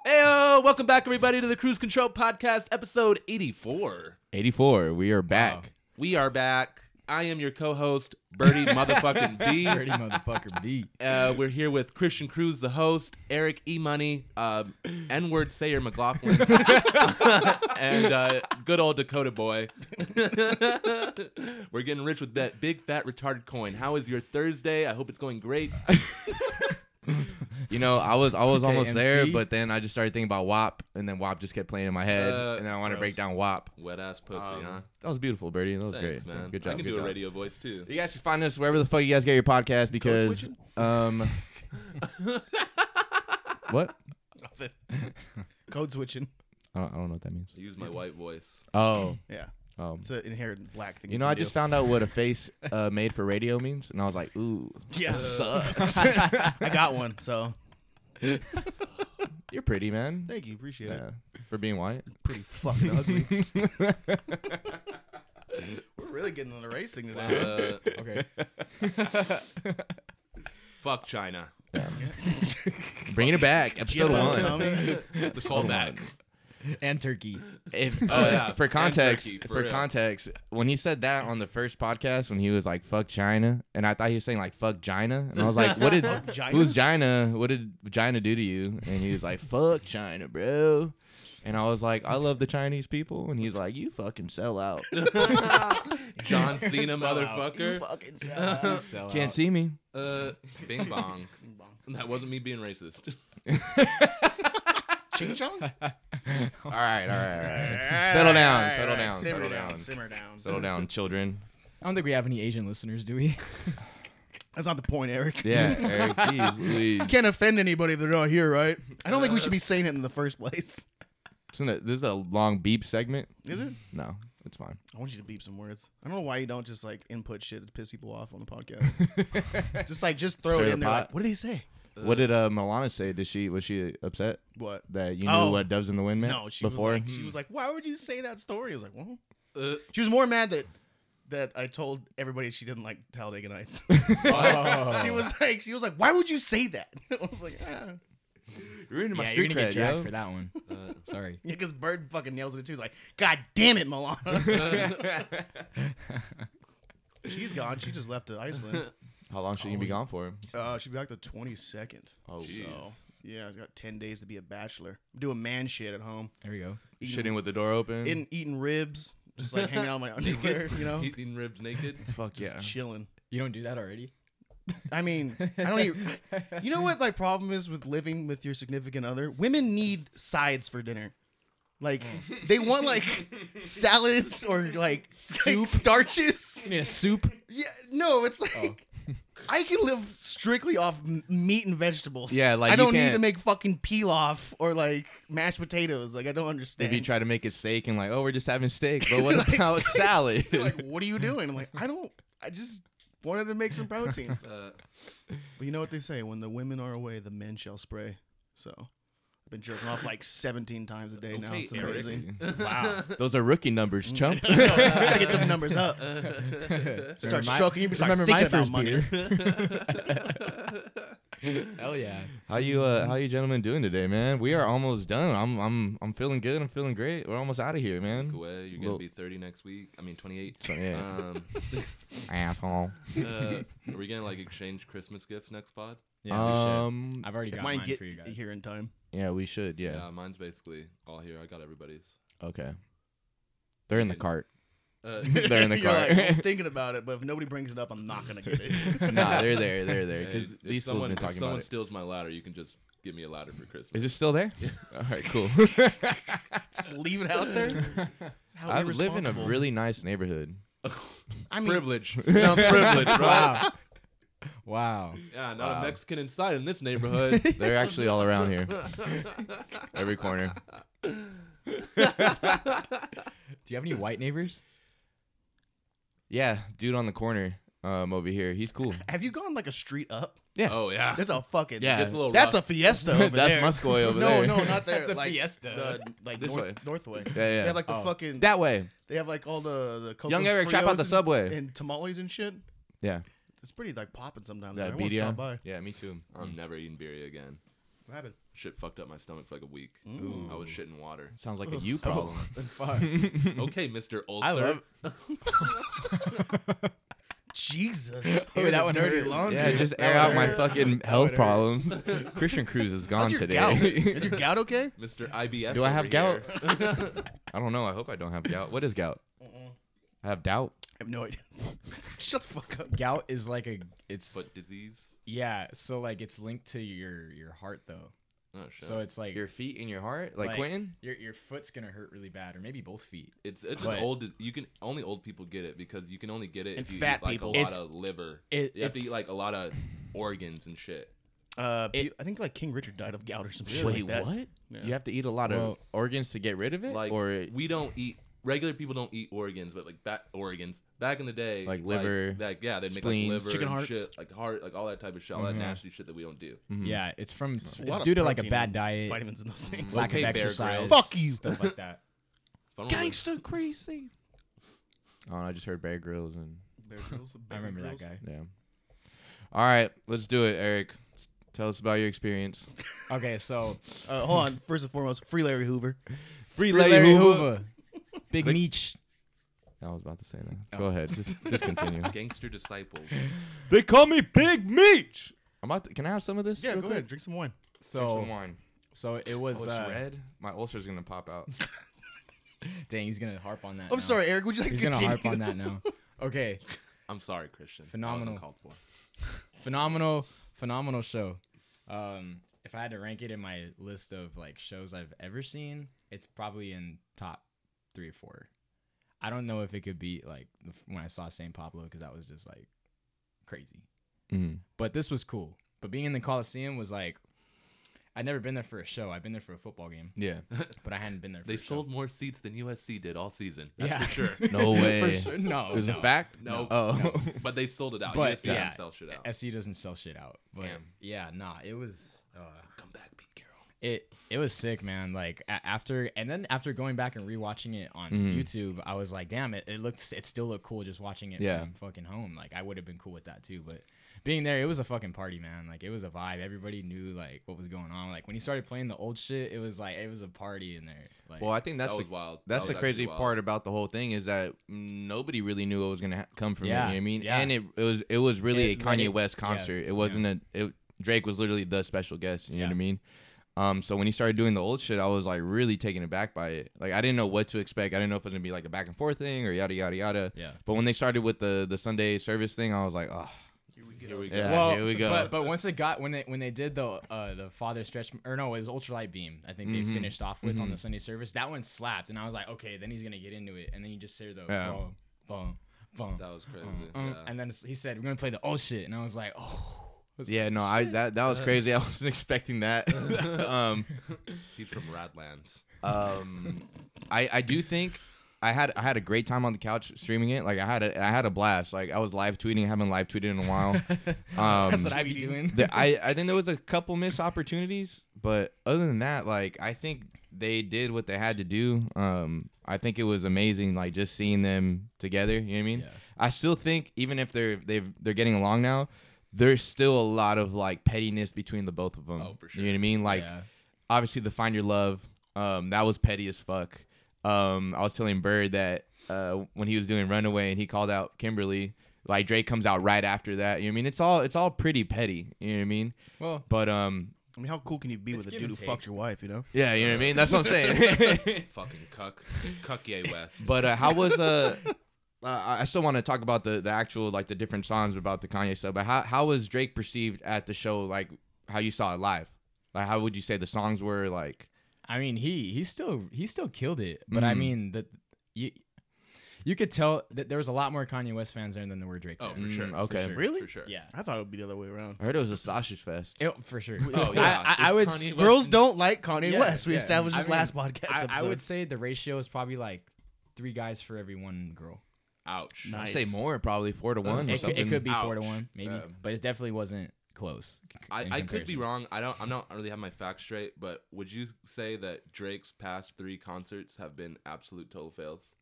Speaker 1: Heyo! Welcome back, everybody, to the Cruise Control Podcast, episode 84.
Speaker 4: 84. We are back.
Speaker 1: We are back. I am your co-host,
Speaker 3: [LAUGHS]
Speaker 1: Birdie Motherfucking B.
Speaker 3: Dirty motherfucker
Speaker 2: [LAUGHS]
Speaker 3: beat.
Speaker 1: Uh, we're here with Christian Cruz, the host, Eric E. Money,
Speaker 4: [LAUGHS]
Speaker 1: um, N-word Sayer McLaughlin, and uh, good old Dakota boy. [LAUGHS] we're getting rich with that big fat retarded coin. How is your Thursday? I hope it's going great.
Speaker 4: You know, I was I was
Speaker 3: Okay,
Speaker 4: almost there,
Speaker 3: MC.
Speaker 4: but then I just started thinking about WAP, and then WAP just kept playing in my head,
Speaker 1: Uh,
Speaker 4: and then I want to
Speaker 2: gross.
Speaker 4: break down WAP.
Speaker 1: Wet ass pussy, huh?
Speaker 4: That was beautiful, Birdie. That was
Speaker 1: Thanks,
Speaker 4: Um, great.
Speaker 1: man.
Speaker 4: Good
Speaker 1: I can
Speaker 4: job. good
Speaker 1: do a
Speaker 4: job.
Speaker 1: radio voice too.
Speaker 4: You guys should find us wherever the fuck you guys get your podcast because
Speaker 1: [LAUGHS]
Speaker 4: um, what?
Speaker 2: Nothing.
Speaker 4: [LAUGHS]
Speaker 2: Code switching.
Speaker 4: I don't, I don't know what that means.
Speaker 1: I use my white
Speaker 4: [LAUGHS]
Speaker 1: voice.
Speaker 4: Oh,
Speaker 2: Yeah,
Speaker 4: um,
Speaker 2: it's an inherent black thing.
Speaker 4: you know, I just found out what a face uh, made for radio means, and I was like, ooh,
Speaker 2: Yeah, sucks. [LAUGHS] I got one. So
Speaker 4: you're pretty, man.
Speaker 2: thank you, appreciate
Speaker 4: Yeah,
Speaker 2: it.
Speaker 4: for being white.
Speaker 2: Pretty fucking ugly. We're really getting into racing today.
Speaker 1: Uh,
Speaker 3: Okay.
Speaker 1: fuck Uh, China.
Speaker 4: Bringing it back, episode
Speaker 1: [LAUGHS]
Speaker 2: Jimbo,
Speaker 4: one.
Speaker 2: Tommy.
Speaker 1: The callback.
Speaker 2: [LAUGHS]
Speaker 3: and turkey.
Speaker 4: If, uh,
Speaker 1: yeah,
Speaker 4: for
Speaker 1: and
Speaker 4: context,
Speaker 1: turkey, for
Speaker 4: for,
Speaker 1: real.
Speaker 4: context, when he said that on the first podcast, when he was like "fuck China," and I thought he was saying like "fuck China," and I was like, "What did
Speaker 2: China?
Speaker 4: who's China? What did China do to you?" And he was like, "Fuck China, bro." And I was like, "I love the Chinese people," and he's like, "You fucking sell out.
Speaker 1: John
Speaker 4: [LAUGHS]
Speaker 1: Cena,
Speaker 2: Sell out.
Speaker 1: motherfucker.
Speaker 3: [LAUGHS]
Speaker 2: fucking sell.
Speaker 4: Can't see me."
Speaker 1: Uh, Bing Bong. That wasn't me being [LAUGHS] racist.
Speaker 2: Ching chong.
Speaker 4: All right, all right, all right. Settle down,
Speaker 2: Alright,
Speaker 4: settle
Speaker 2: alright,
Speaker 4: down,
Speaker 2: Simmer
Speaker 4: settle
Speaker 2: down,
Speaker 4: down.
Speaker 2: Simmer down.
Speaker 4: Settle down, children.
Speaker 3: I don't think we have any Asian listeners, do [LAUGHS] we?
Speaker 2: That's not the point, Eric.
Speaker 4: Yeah, Eric, geez, Louise.
Speaker 2: You can't offend anybody if they're not here, right? I don't think we should be saying it in the first place.
Speaker 4: Isn't it- This is a long beep segment.
Speaker 2: Is it?
Speaker 4: No, it's fine.
Speaker 2: I want you to beep some words. I don't know why you don't just like input shit to piss people off on the podcast. [LAUGHS] just like just throw
Speaker 4: Stir
Speaker 2: it
Speaker 4: the
Speaker 2: in there.
Speaker 4: pot.
Speaker 2: Like, what do they say?
Speaker 4: What did uh, Milana say? Did she was she upset
Speaker 2: What? Hmm.
Speaker 4: that you knew
Speaker 2: Oh.
Speaker 4: what doves in the wind meant?
Speaker 2: No, she
Speaker 4: before?
Speaker 2: was like, she was like, why would you say that story? I was like, well,
Speaker 1: Uh,
Speaker 2: she was more mad that that I told everybody she didn't like Talladega [LAUGHS] Nights. she was like, she was like, why would you say that? [LAUGHS] I was like, ah. yeah,
Speaker 4: ruining my
Speaker 3: yeah, you're
Speaker 4: street
Speaker 3: gonna get
Speaker 4: cred,
Speaker 3: dragged
Speaker 4: yo.
Speaker 3: for that [LAUGHS] one. Uh, Sorry.
Speaker 2: because Bird fucking nails it too. He's like, God damn it, Milana. [LAUGHS] She's gone. She just left to Iceland.
Speaker 4: How long should you be gone for?
Speaker 2: Uh, she'll be back the twenty second.
Speaker 4: Oh,
Speaker 2: so yeah, I've got ten days to be a bachelor. I'm doing man shit at home,
Speaker 3: There we go.
Speaker 4: Shitting with the door open.
Speaker 2: eating, eating ribs, just like hanging out in my underwear, you know,
Speaker 1: eating ribs naked. [LAUGHS]
Speaker 4: Fuck yeah.
Speaker 2: chilling.
Speaker 3: You don't do that already?
Speaker 2: I mean, I don't. Eat, you know what? Like problem is with living with your significant other. Women need sides for dinner. Like they want like salads or like, like starches.
Speaker 3: You need a soup?
Speaker 2: Yeah, no,
Speaker 3: Oh.
Speaker 2: it's like. I can live strictly off m- meat and vegetables.
Speaker 4: Yeah, like,
Speaker 2: I
Speaker 4: you
Speaker 2: don't need
Speaker 4: can't-
Speaker 2: to make fucking pilaf or like mashed potatoes. Like I don't understand.
Speaker 4: If you try to make it steak and like, oh, we're just having steak,
Speaker 2: [LAUGHS]
Speaker 4: but what about salad?
Speaker 2: They're [LAUGHS]
Speaker 3: [LAUGHS]
Speaker 2: like, what are you doing? I'm like, I don't. I just wanted to make some proteins.
Speaker 1: [LAUGHS] Uh,
Speaker 2: But you know what they say: when the women are away, the men shall spray. So I've been jerking off like 17 times a day now.
Speaker 1: Okay,
Speaker 2: It's
Speaker 1: Eric.
Speaker 2: [LAUGHS]
Speaker 1: [LAUGHS]
Speaker 2: amazing.
Speaker 4: wow, those are rookie
Speaker 2: Mm.
Speaker 4: numbers,
Speaker 2: [LAUGHS]
Speaker 4: chump.
Speaker 2: Gotta get them
Speaker 1: [LAUGHS]
Speaker 2: numbers up. Start
Speaker 3: my-
Speaker 2: stroking. You start
Speaker 3: remember
Speaker 2: thinking
Speaker 3: my
Speaker 2: about
Speaker 3: first
Speaker 2: money.
Speaker 3: [LAUGHS] Hell yeah.
Speaker 4: how you uh, how you gentlemen doing today, man? We are almost done. I'm I'm I'm feeling good. I'm feeling great. We're almost out of here, man.
Speaker 1: Gouet, you're gonna
Speaker 4: Little-
Speaker 1: be 30 next week. I mean 28.
Speaker 4: So, yeah, [LAUGHS]
Speaker 1: Um,
Speaker 4: asshole.
Speaker 1: uh, are we gonna like exchange Christmas gifts next pod?
Speaker 3: Yeah, we should.
Speaker 4: um,
Speaker 3: I've already
Speaker 2: If
Speaker 3: got
Speaker 2: mine
Speaker 3: mine,
Speaker 2: get
Speaker 3: for you guys.
Speaker 2: here in time.
Speaker 4: yeah, we should.
Speaker 1: Yeah.
Speaker 4: Yeah.
Speaker 1: mine's basically all here. I got everybody's.
Speaker 4: Okay. They're in the [LAUGHS] cart.
Speaker 1: Uh,
Speaker 2: [LAUGHS]
Speaker 4: They're in the
Speaker 2: You're
Speaker 4: car.
Speaker 2: like,
Speaker 4: [LAUGHS]
Speaker 2: I'm thinking about it, but if nobody brings it up, I'm not gonna get it. [LAUGHS]
Speaker 4: nah, they're there. They're [LAUGHS] there.
Speaker 1: hey,
Speaker 4: Because
Speaker 1: if
Speaker 4: these fools
Speaker 1: someone,
Speaker 4: been
Speaker 1: if
Speaker 4: talking
Speaker 1: someone
Speaker 4: about it.
Speaker 1: steals my ladder, you can just give me a ladder for Christmas.
Speaker 4: Is it still there? [LAUGHS] All right, cool.
Speaker 2: Just leave it out there. It's how
Speaker 4: [LAUGHS] I live in a
Speaker 2: irresponsible.
Speaker 4: really nice neighborhood. [LAUGHS]
Speaker 2: I
Speaker 1: [LAUGHS]
Speaker 2: mean,
Speaker 1: privilege? Not privilege, right?
Speaker 2: [LAUGHS]
Speaker 3: Wow. Wow.
Speaker 1: Yeah, not a Mexican inside in this neighborhood.
Speaker 4: [LAUGHS] They're actually all
Speaker 2: [LAUGHS]
Speaker 4: around here, every corner.
Speaker 3: Do you have any white neighbors?
Speaker 4: Yeah, dude on the corner um, over here.
Speaker 2: [LAUGHS]
Speaker 4: He's cool. [LAUGHS]
Speaker 2: Have you gone like a street up?
Speaker 1: oh yeah.
Speaker 2: That's a fucking
Speaker 4: Yeah.
Speaker 1: Gets a little
Speaker 2: That's
Speaker 1: rough.
Speaker 2: a
Speaker 4: [LAUGHS]
Speaker 2: fiesta. Over
Speaker 4: That's
Speaker 2: there. [LAUGHS]
Speaker 4: Muscoy over
Speaker 2: no,
Speaker 4: there.
Speaker 2: No, not there.
Speaker 3: That's a
Speaker 2: like,
Speaker 3: fiesta.
Speaker 2: The, like
Speaker 4: This
Speaker 2: north,
Speaker 4: way.
Speaker 2: north way.
Speaker 4: Yeah, yeah.
Speaker 2: They have like the
Speaker 3: Oh.
Speaker 2: fucking.
Speaker 4: [LAUGHS] That way.
Speaker 2: they have like all the the Cocos
Speaker 4: Young Eric, trap
Speaker 2: Frios
Speaker 4: out the
Speaker 2: and-
Speaker 4: subway.
Speaker 2: and tamales and shit.
Speaker 4: Yeah.
Speaker 2: It's pretty like popping sometimes.
Speaker 4: Yeah,
Speaker 2: I want to
Speaker 4: Bedia.
Speaker 2: stop by. Um,
Speaker 4: Yeah, me too.
Speaker 1: I'm never eating birria again.
Speaker 2: What happened?
Speaker 1: Shit fucked up my stomach for like a week. I was shitting water.
Speaker 2: [LAUGHS]
Speaker 4: Sounds like a
Speaker 2: Oh,
Speaker 4: you problem. Mm-hmm.
Speaker 1: Okay, Mr. Ulcer.
Speaker 3: love-
Speaker 2: Jesus.
Speaker 3: Oh,
Speaker 2: Air
Speaker 3: [LAUGHS] that
Speaker 2: the
Speaker 3: one
Speaker 2: dirty
Speaker 3: hurt.
Speaker 2: laundry.
Speaker 4: yeah, just
Speaker 3: That
Speaker 4: air
Speaker 3: would
Speaker 4: out my
Speaker 3: hurt.
Speaker 4: fucking health problems.
Speaker 2: [LAUGHS]
Speaker 4: Christian Cruz is gone
Speaker 2: How's your
Speaker 4: [LAUGHS]
Speaker 2: gout?
Speaker 4: today.
Speaker 2: Is your gout okay?
Speaker 1: Mr. IBS.
Speaker 4: Do I have
Speaker 1: over
Speaker 4: gout?
Speaker 1: here.
Speaker 4: [LAUGHS] I don't know. I hope I don't have gout. What is gout?
Speaker 2: Uh-uh.
Speaker 4: I have doubt.
Speaker 2: I have no idea. Shut the fuck up.
Speaker 3: Gout is like a it's
Speaker 1: Foot disease.
Speaker 3: yeah, so like it's linked to your your heart though.
Speaker 1: Oh shit.
Speaker 3: So it's like
Speaker 4: Your feet and your heart, like, Quentin.
Speaker 3: Your your foot's gonna hurt really bad, or maybe both feet.
Speaker 1: It's it's
Speaker 3: But-
Speaker 1: an old. dis- You can only old people get it because you can only get it
Speaker 2: And
Speaker 1: if you
Speaker 2: fat
Speaker 1: eat like
Speaker 2: people.
Speaker 1: a lot
Speaker 3: It's-
Speaker 1: of liver.
Speaker 3: it-
Speaker 1: you have to eat
Speaker 3: it's-
Speaker 1: like a lot of organs and shit.
Speaker 2: Uh, I think like King Richard died of gout or some shit
Speaker 4: Wait,
Speaker 2: like that.
Speaker 4: what?
Speaker 2: Yeah.
Speaker 4: You have to eat a lot of
Speaker 3: Well-
Speaker 4: organs to get rid of it,
Speaker 1: Like
Speaker 4: or it-
Speaker 1: we don't eat. Regular people don't eat organs, but like back organs back in the day,
Speaker 4: Like liver,
Speaker 1: that yeah, they'd make like
Speaker 4: spleens, Mm-hmm.
Speaker 1: liver,
Speaker 2: chicken
Speaker 1: and
Speaker 2: hearts.
Speaker 1: shit, like heart, like all that type of shit, all that nasty shit that we don't do.
Speaker 3: Yeah, it's from it's,
Speaker 2: A lot of
Speaker 3: due to like a
Speaker 2: protein
Speaker 3: bad
Speaker 2: and
Speaker 3: diet,
Speaker 2: Vitamins and those things.
Speaker 3: lack
Speaker 1: Okay,
Speaker 3: of
Speaker 1: Bear Grylls.
Speaker 3: exercise,
Speaker 2: Fuck you.
Speaker 3: stuff like [LAUGHS]
Speaker 1: If
Speaker 3: that.
Speaker 1: I
Speaker 4: [LAUGHS]
Speaker 1: don't remember-
Speaker 4: gangster crazy. Oh, I just heard Bear Grylls and
Speaker 3: I remember that guy.
Speaker 4: yeah. All right, let's do it, Eric. S- [LAUGHS] Tell us about your experience.
Speaker 3: Okay, so [LAUGHS]
Speaker 2: Uh, hold on. First and foremost, free Larry Hoover.
Speaker 4: Free
Speaker 3: Larry,
Speaker 4: Larry
Speaker 3: Hoover.
Speaker 4: Hoover.
Speaker 3: Big Meech.
Speaker 4: I was about to say that. Go ahead. Just just continue.
Speaker 1: Gangster
Speaker 2: [LAUGHS]
Speaker 1: disciples.
Speaker 4: They call me Big Meech. I'm about to, can I have some of this?
Speaker 2: Yeah,
Speaker 4: real
Speaker 2: go
Speaker 4: quick?
Speaker 2: ahead. Drink some wine.
Speaker 4: Some
Speaker 3: So
Speaker 4: wine.
Speaker 3: so it
Speaker 4: Oh,
Speaker 3: was.
Speaker 4: it's
Speaker 3: uh,
Speaker 4: red. My ulcer's gonna pop out.
Speaker 3: Dang, he's gonna harp on that.
Speaker 2: I'm
Speaker 3: now.
Speaker 2: Oh, sorry, Eric. Would you like
Speaker 3: He's
Speaker 2: to
Speaker 3: gonna
Speaker 2: continue?
Speaker 3: harp on that now. Okay,
Speaker 1: I'm sorry, Christian. That was
Speaker 3: Phenomenal.
Speaker 1: uncalled for.
Speaker 3: phenomenal, phenomenal show. Um, if I had to rank it in my list of like shows I've ever seen, it's probably in top three or four. I don't know if it could be like the f- when I saw San Pablo because that was just like crazy.
Speaker 4: Mm.
Speaker 3: But this was cool. But being in the Coliseum was like, I'd never been there for a show. I've been there for a football game,
Speaker 4: Yeah.
Speaker 3: but I hadn't been there. For
Speaker 1: They
Speaker 3: a show.
Speaker 1: sold more seats than USC did all season. That's
Speaker 3: Yeah.
Speaker 1: for
Speaker 4: [LAUGHS]
Speaker 1: sure. [LAUGHS]
Speaker 4: No
Speaker 3: [LAUGHS]
Speaker 4: way.
Speaker 3: For sure. No,
Speaker 4: It was
Speaker 3: no.
Speaker 4: a fact.
Speaker 1: No.
Speaker 4: Oh.
Speaker 1: But they sold it out.
Speaker 3: But
Speaker 1: USC
Speaker 3: yeah,
Speaker 1: didn't sell shit out.
Speaker 3: SC doesn't sell shit out. But
Speaker 1: Damn.
Speaker 3: yeah, nah, it was. Uh,
Speaker 1: Come back, Pete Carroll.
Speaker 3: it it was sick, man. Like a- after and then after going back and rewatching it on
Speaker 4: Mhm.
Speaker 3: YouTube, I was like, damn it, it looks it still looked cool just watching it
Speaker 4: Yeah.
Speaker 3: from fucking home. Like I would have been cool with that too, but being there, it was a fucking party, man. Like it was a vibe. Everybody knew like what was going on. Like when he started playing the old shit, it was like it was a party in there. Like
Speaker 4: [LAUGHS] Well, I think that's
Speaker 1: that was
Speaker 4: the,
Speaker 1: wild.
Speaker 4: That's
Speaker 1: That
Speaker 4: the
Speaker 1: was
Speaker 4: crazy
Speaker 1: actually Oh, wild.
Speaker 4: part about the whole thing is that nobody really knew what was gonna ha- come from
Speaker 3: Yeah,
Speaker 4: it. You know what I mean,
Speaker 3: yeah.
Speaker 4: and it, it was it was really
Speaker 3: It-
Speaker 4: a
Speaker 3: like
Speaker 4: Kanye
Speaker 3: it-
Speaker 4: West
Speaker 3: yeah,
Speaker 4: concert. it wasn't a it, Drake was literally the special guest. You know what I
Speaker 3: Yeah.
Speaker 4: mean? Um, so when he started doing the old shit, I was like really taken aback by it. Like I didn't know what to expect. I didn't know if it was gonna be like a back and forth thing or yada yada yada.
Speaker 3: Yeah.
Speaker 4: But when they started with the the Sunday service thing, I was like, oh,
Speaker 1: Here we go.
Speaker 4: yeah,
Speaker 3: well,
Speaker 4: here we go.
Speaker 3: But, but once it got when they when they did the uh, the father stretch or no, it was ultralight beam. I think
Speaker 4: Mm-hmm.
Speaker 3: they finished off with on the Sunday service. That one slapped, and I was like, okay, then he's gonna get into it. And then you just hear the
Speaker 4: Yeah.
Speaker 3: boom, boom, boom,
Speaker 1: That was crazy.
Speaker 3: boom, um,
Speaker 1: yeah.
Speaker 3: and then he said, we're gonna play the old shit, and I was like, oh, [LAUGHS]
Speaker 4: yeah, no, I that [LAUGHS] that was crazy. I wasn't expecting that. [LAUGHS] um,
Speaker 1: He's from Radlands.
Speaker 4: Um, I I do think I had I had a great time on the couch streaming it. Like I had a I had a blast. Like I was live tweeting. I haven't live tweeted in
Speaker 3: [LAUGHS]
Speaker 4: a while. Um,
Speaker 3: that's what I be doing.
Speaker 4: the- I I think there was a couple missed opportunities, but other than that, like I think they did what they had to do. Um, I think it was amazing. Like just seeing them together. You know what I mean?
Speaker 3: Yeah.
Speaker 4: I still think even if they're they've they're getting along now. There's still a lot of like pettiness between the both of them.
Speaker 1: Oh, for
Speaker 4: You
Speaker 1: sure.
Speaker 4: know what I mean? Like,
Speaker 3: Yeah.
Speaker 4: obviously the find your love um that was petty as fuck um i was telling bird that uh when he was doing runaway and he called out kimberly like drake comes out right after that you know what i mean it's all it's all pretty petty you know what i mean
Speaker 3: Well,
Speaker 4: but um
Speaker 2: I mean, how cool can you be with a
Speaker 3: give
Speaker 2: dude who
Speaker 3: and
Speaker 2: fucked your wife? You know.
Speaker 4: yeah you know what i mean that's what i'm saying
Speaker 1: [LAUGHS] Fucking [LAUGHS] cuck. Cuck yay West.
Speaker 4: [LAUGHS] but uh how was [LAUGHS] uh uh, I still want to talk about the, the actual like the different songs about the Kanye stuff, but how how was Drake perceived at the show? Like how you saw it live? Like how would you say the songs were? Like
Speaker 3: I mean, he he still he still killed it, but I
Speaker 4: Mhm.
Speaker 3: mean that you. You could tell that there was a lot more Kanye West fans there than there were Drake
Speaker 1: Oh,
Speaker 3: fans.
Speaker 1: for sure.
Speaker 4: Mm,
Speaker 1: for
Speaker 4: okay.
Speaker 1: sure,
Speaker 2: Really?
Speaker 1: For sure.
Speaker 3: Yeah,
Speaker 2: I thought it would be the other way around.
Speaker 4: I heard it was a sausage fest.
Speaker 3: it, for sure.
Speaker 1: Oh,
Speaker 3: I-
Speaker 1: yeah.
Speaker 3: I, I
Speaker 1: It's
Speaker 3: would
Speaker 1: Kanye West.
Speaker 2: Girls don't like Kanye
Speaker 3: Yeah,
Speaker 2: West. We
Speaker 3: yeah.
Speaker 2: established
Speaker 3: I
Speaker 2: this
Speaker 3: mean,
Speaker 2: last podcast
Speaker 3: I,
Speaker 2: episode.
Speaker 3: I would say the ratio is probably like three guys for every one girl.
Speaker 1: Ouch.
Speaker 4: I
Speaker 2: Nice.
Speaker 4: say more, probably four to one.
Speaker 3: It
Speaker 4: or
Speaker 3: could,
Speaker 4: something. Um,
Speaker 3: it could be four to
Speaker 1: Ouch.
Speaker 3: one, maybe,
Speaker 4: Yeah.
Speaker 3: but it definitely wasn't close. c-
Speaker 1: I,
Speaker 3: in
Speaker 1: I could be
Speaker 3: comparison.
Speaker 1: wrong. I don't. I'm not I really have my facts straight. But would you say that Drake's past three concerts have been absolute total fails?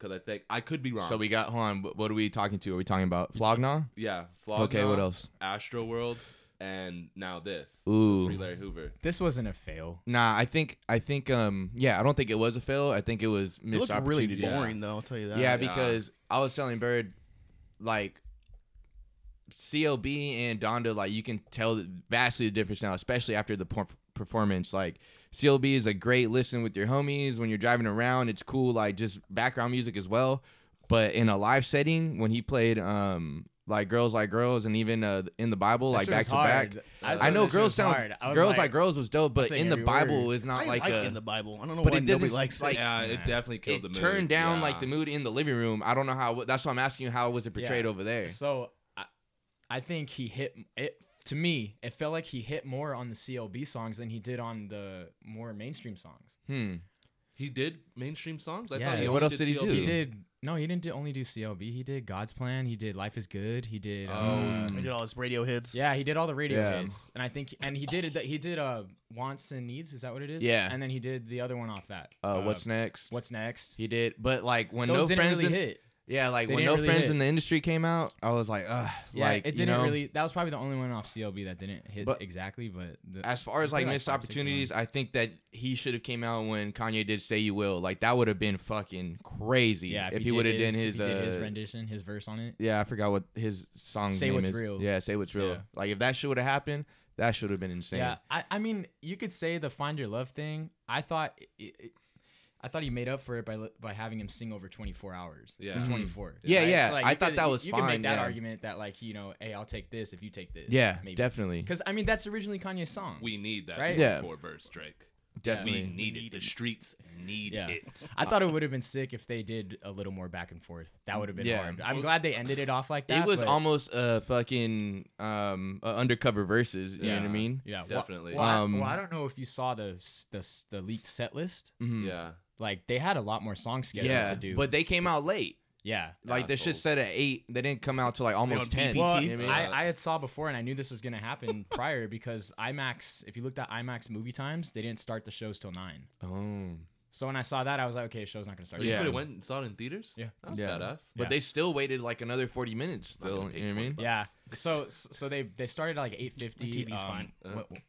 Speaker 1: Because I think I could be wrong.
Speaker 4: So we got hold on. wh- What are we talking to? Are we talking about Flogna?
Speaker 1: yeah. Flogna,
Speaker 4: Okay, what else?
Speaker 1: Astro World, and now this.
Speaker 4: Ooh.
Speaker 1: Free Larry Hoover.
Speaker 3: This wasn't a fail.
Speaker 4: Nah, I think I think um yeah, I don't think it was a fail. I think it was
Speaker 2: It
Speaker 4: missed
Speaker 2: looked really
Speaker 4: opportunity.
Speaker 1: Yeah.
Speaker 2: boring, though. I'll tell you that.
Speaker 4: Yeah, because I was telling Bird, like, CLB and Donda, like, you can tell vastly the difference now, especially after the por- performance. Like, CLB is a great listen with your homies when you're driving around. It's cool, like, just background music as well. But in a live setting, when he played, um, like girls like girls, and even uh, in the Bible,
Speaker 3: That
Speaker 4: like
Speaker 3: shit
Speaker 4: back
Speaker 3: was
Speaker 4: to back.
Speaker 3: hard. I
Speaker 4: I,
Speaker 3: thought
Speaker 4: know
Speaker 3: that shit
Speaker 4: girls
Speaker 3: was
Speaker 4: sound
Speaker 3: hard. I was
Speaker 4: girls like,
Speaker 3: like-
Speaker 4: girls was dope, but
Speaker 3: sang
Speaker 4: in the
Speaker 3: every
Speaker 4: Bible
Speaker 3: word.
Speaker 4: is
Speaker 2: I
Speaker 4: not
Speaker 2: like,
Speaker 4: like a
Speaker 2: in the Bible. I don't know
Speaker 4: but
Speaker 2: why
Speaker 4: it
Speaker 2: nobody
Speaker 4: doesn't
Speaker 2: likes
Speaker 4: like-
Speaker 2: it.
Speaker 1: yeah, it
Speaker 3: nah.
Speaker 1: definitely killed
Speaker 4: it
Speaker 1: the mood.
Speaker 4: turned down
Speaker 1: Yeah.
Speaker 4: like the mood in the living room. I don't know how. That's why I'm asking you how was it portrayed
Speaker 3: Yeah.
Speaker 4: over there?
Speaker 3: So I, I think he hit it. To me, it felt like he hit more on the CLB songs than he did on the more mainstream songs.
Speaker 4: Hmm.
Speaker 1: He did mainstream songs. I
Speaker 3: Yeah,
Speaker 1: thought he
Speaker 3: yeah,
Speaker 4: what
Speaker 1: only
Speaker 4: else did he
Speaker 1: CLB.
Speaker 4: do?
Speaker 3: He did no, he didn't do, only do CLB. He did God's Plan. He did Life Is Good. He did.
Speaker 4: Oh,
Speaker 3: um,
Speaker 2: I did all his radio hits.
Speaker 3: Yeah, he did all the radio
Speaker 4: Yeah.
Speaker 3: hits, and I think, and he did it. He did uh, wants and needs. Is that what it is?
Speaker 4: Yeah.
Speaker 3: And then he did the other one off that. Um,
Speaker 4: Uh, what's next?
Speaker 3: What's next?
Speaker 4: he did? But like when
Speaker 3: Those
Speaker 4: no
Speaker 3: didn't
Speaker 4: friends
Speaker 3: really
Speaker 4: in-
Speaker 3: hit.
Speaker 4: Yeah, like
Speaker 3: They
Speaker 4: when
Speaker 3: didn't
Speaker 4: No
Speaker 3: really
Speaker 4: Friends
Speaker 3: hit.
Speaker 4: in the Industry came out, I was like, ugh.
Speaker 3: Yeah,
Speaker 4: like,
Speaker 3: it
Speaker 4: you
Speaker 3: didn't
Speaker 4: know,
Speaker 3: really. That was probably the only one off CLB that didn't hit
Speaker 4: But-
Speaker 3: exactly. But the,
Speaker 4: As far as
Speaker 3: There's
Speaker 4: like
Speaker 3: like
Speaker 4: missed
Speaker 3: five, six
Speaker 4: opportunities, I think that he should have came out when Kanye did "Say You Will." Like that would have been fucking crazy.
Speaker 3: yeah,
Speaker 4: if, he would have done
Speaker 3: if
Speaker 4: his,
Speaker 3: he did his
Speaker 4: uh,
Speaker 3: rendition, his verse on it.
Speaker 4: yeah, I forgot what his song.
Speaker 3: Say
Speaker 4: name
Speaker 3: What's
Speaker 4: is.
Speaker 3: Real.
Speaker 4: Yeah, say what's real.
Speaker 3: Yeah.
Speaker 4: Like if that shit would have happened, that should have been insane.
Speaker 3: Yeah, I, I mean, you could say the find your love thing. I thought, it, it, I thought he made up for it by li- by having him sing over 24 hours. or
Speaker 1: Yeah.
Speaker 3: 24.
Speaker 4: Yeah,
Speaker 3: Right?
Speaker 4: yeah,
Speaker 3: So, like,
Speaker 4: I
Speaker 3: you
Speaker 4: thought
Speaker 3: could-
Speaker 4: that
Speaker 3: you-
Speaker 4: was
Speaker 3: You can
Speaker 4: fine,
Speaker 3: make that
Speaker 4: yeah.
Speaker 3: argument that like you know, hey, I'll take this if you take this.
Speaker 4: Yeah, definitely,
Speaker 3: Because I mean, that's originally Kanye's song.
Speaker 1: We need that
Speaker 3: Right?
Speaker 4: Yeah.
Speaker 1: 24 verse Drake.
Speaker 4: definitely.
Speaker 1: We need it. The streets need
Speaker 3: Yeah.
Speaker 1: it.
Speaker 3: [LAUGHS] I thought it would have been sick if they did a little more back and forth. That would have been
Speaker 4: Yeah.
Speaker 3: hard. I'm glad they ended it off like that.
Speaker 4: it was
Speaker 3: but-
Speaker 4: almost a fucking um a undercover versus. You know what I
Speaker 3: Yeah.
Speaker 4: mean?
Speaker 3: Yeah, well-
Speaker 1: Definitely.
Speaker 3: Well, I-
Speaker 4: Um,
Speaker 3: well, I, don't know if you saw the s- the s- the leaked set list.
Speaker 4: Mhm.
Speaker 1: Yeah.
Speaker 3: Like they had a lot more songs scheduled
Speaker 4: yeah.
Speaker 3: to do.
Speaker 4: But they came out late.
Speaker 3: yeah,
Speaker 4: Like the shit
Speaker 1: Assholes.
Speaker 4: said at eight, they didn't come out till like almost
Speaker 1: on
Speaker 4: ten.
Speaker 1: BET?
Speaker 3: Well,
Speaker 4: you know what I
Speaker 1: I-
Speaker 4: mean?
Speaker 3: I, I had saw before, and I knew this was gonna happen [LAUGHS] prior because IMAX. If you looked at IMAX movie times, they didn't start the shows till nine.
Speaker 4: Oh.
Speaker 3: So when I saw that, I was like, okay, show's not gonna start.
Speaker 1: You
Speaker 4: Yeah.
Speaker 1: could have went and saw it in theaters.
Speaker 3: Yeah.
Speaker 1: That was
Speaker 4: Yeah.
Speaker 1: badass.
Speaker 4: But
Speaker 3: Yeah.
Speaker 4: they still waited like another 40 minutes still.
Speaker 1: gonna
Speaker 4: You know what I
Speaker 1: take
Speaker 4: mean?
Speaker 1: twenty
Speaker 3: Yeah. So so they they started at like eight fifty. um,
Speaker 2: My TV's fine.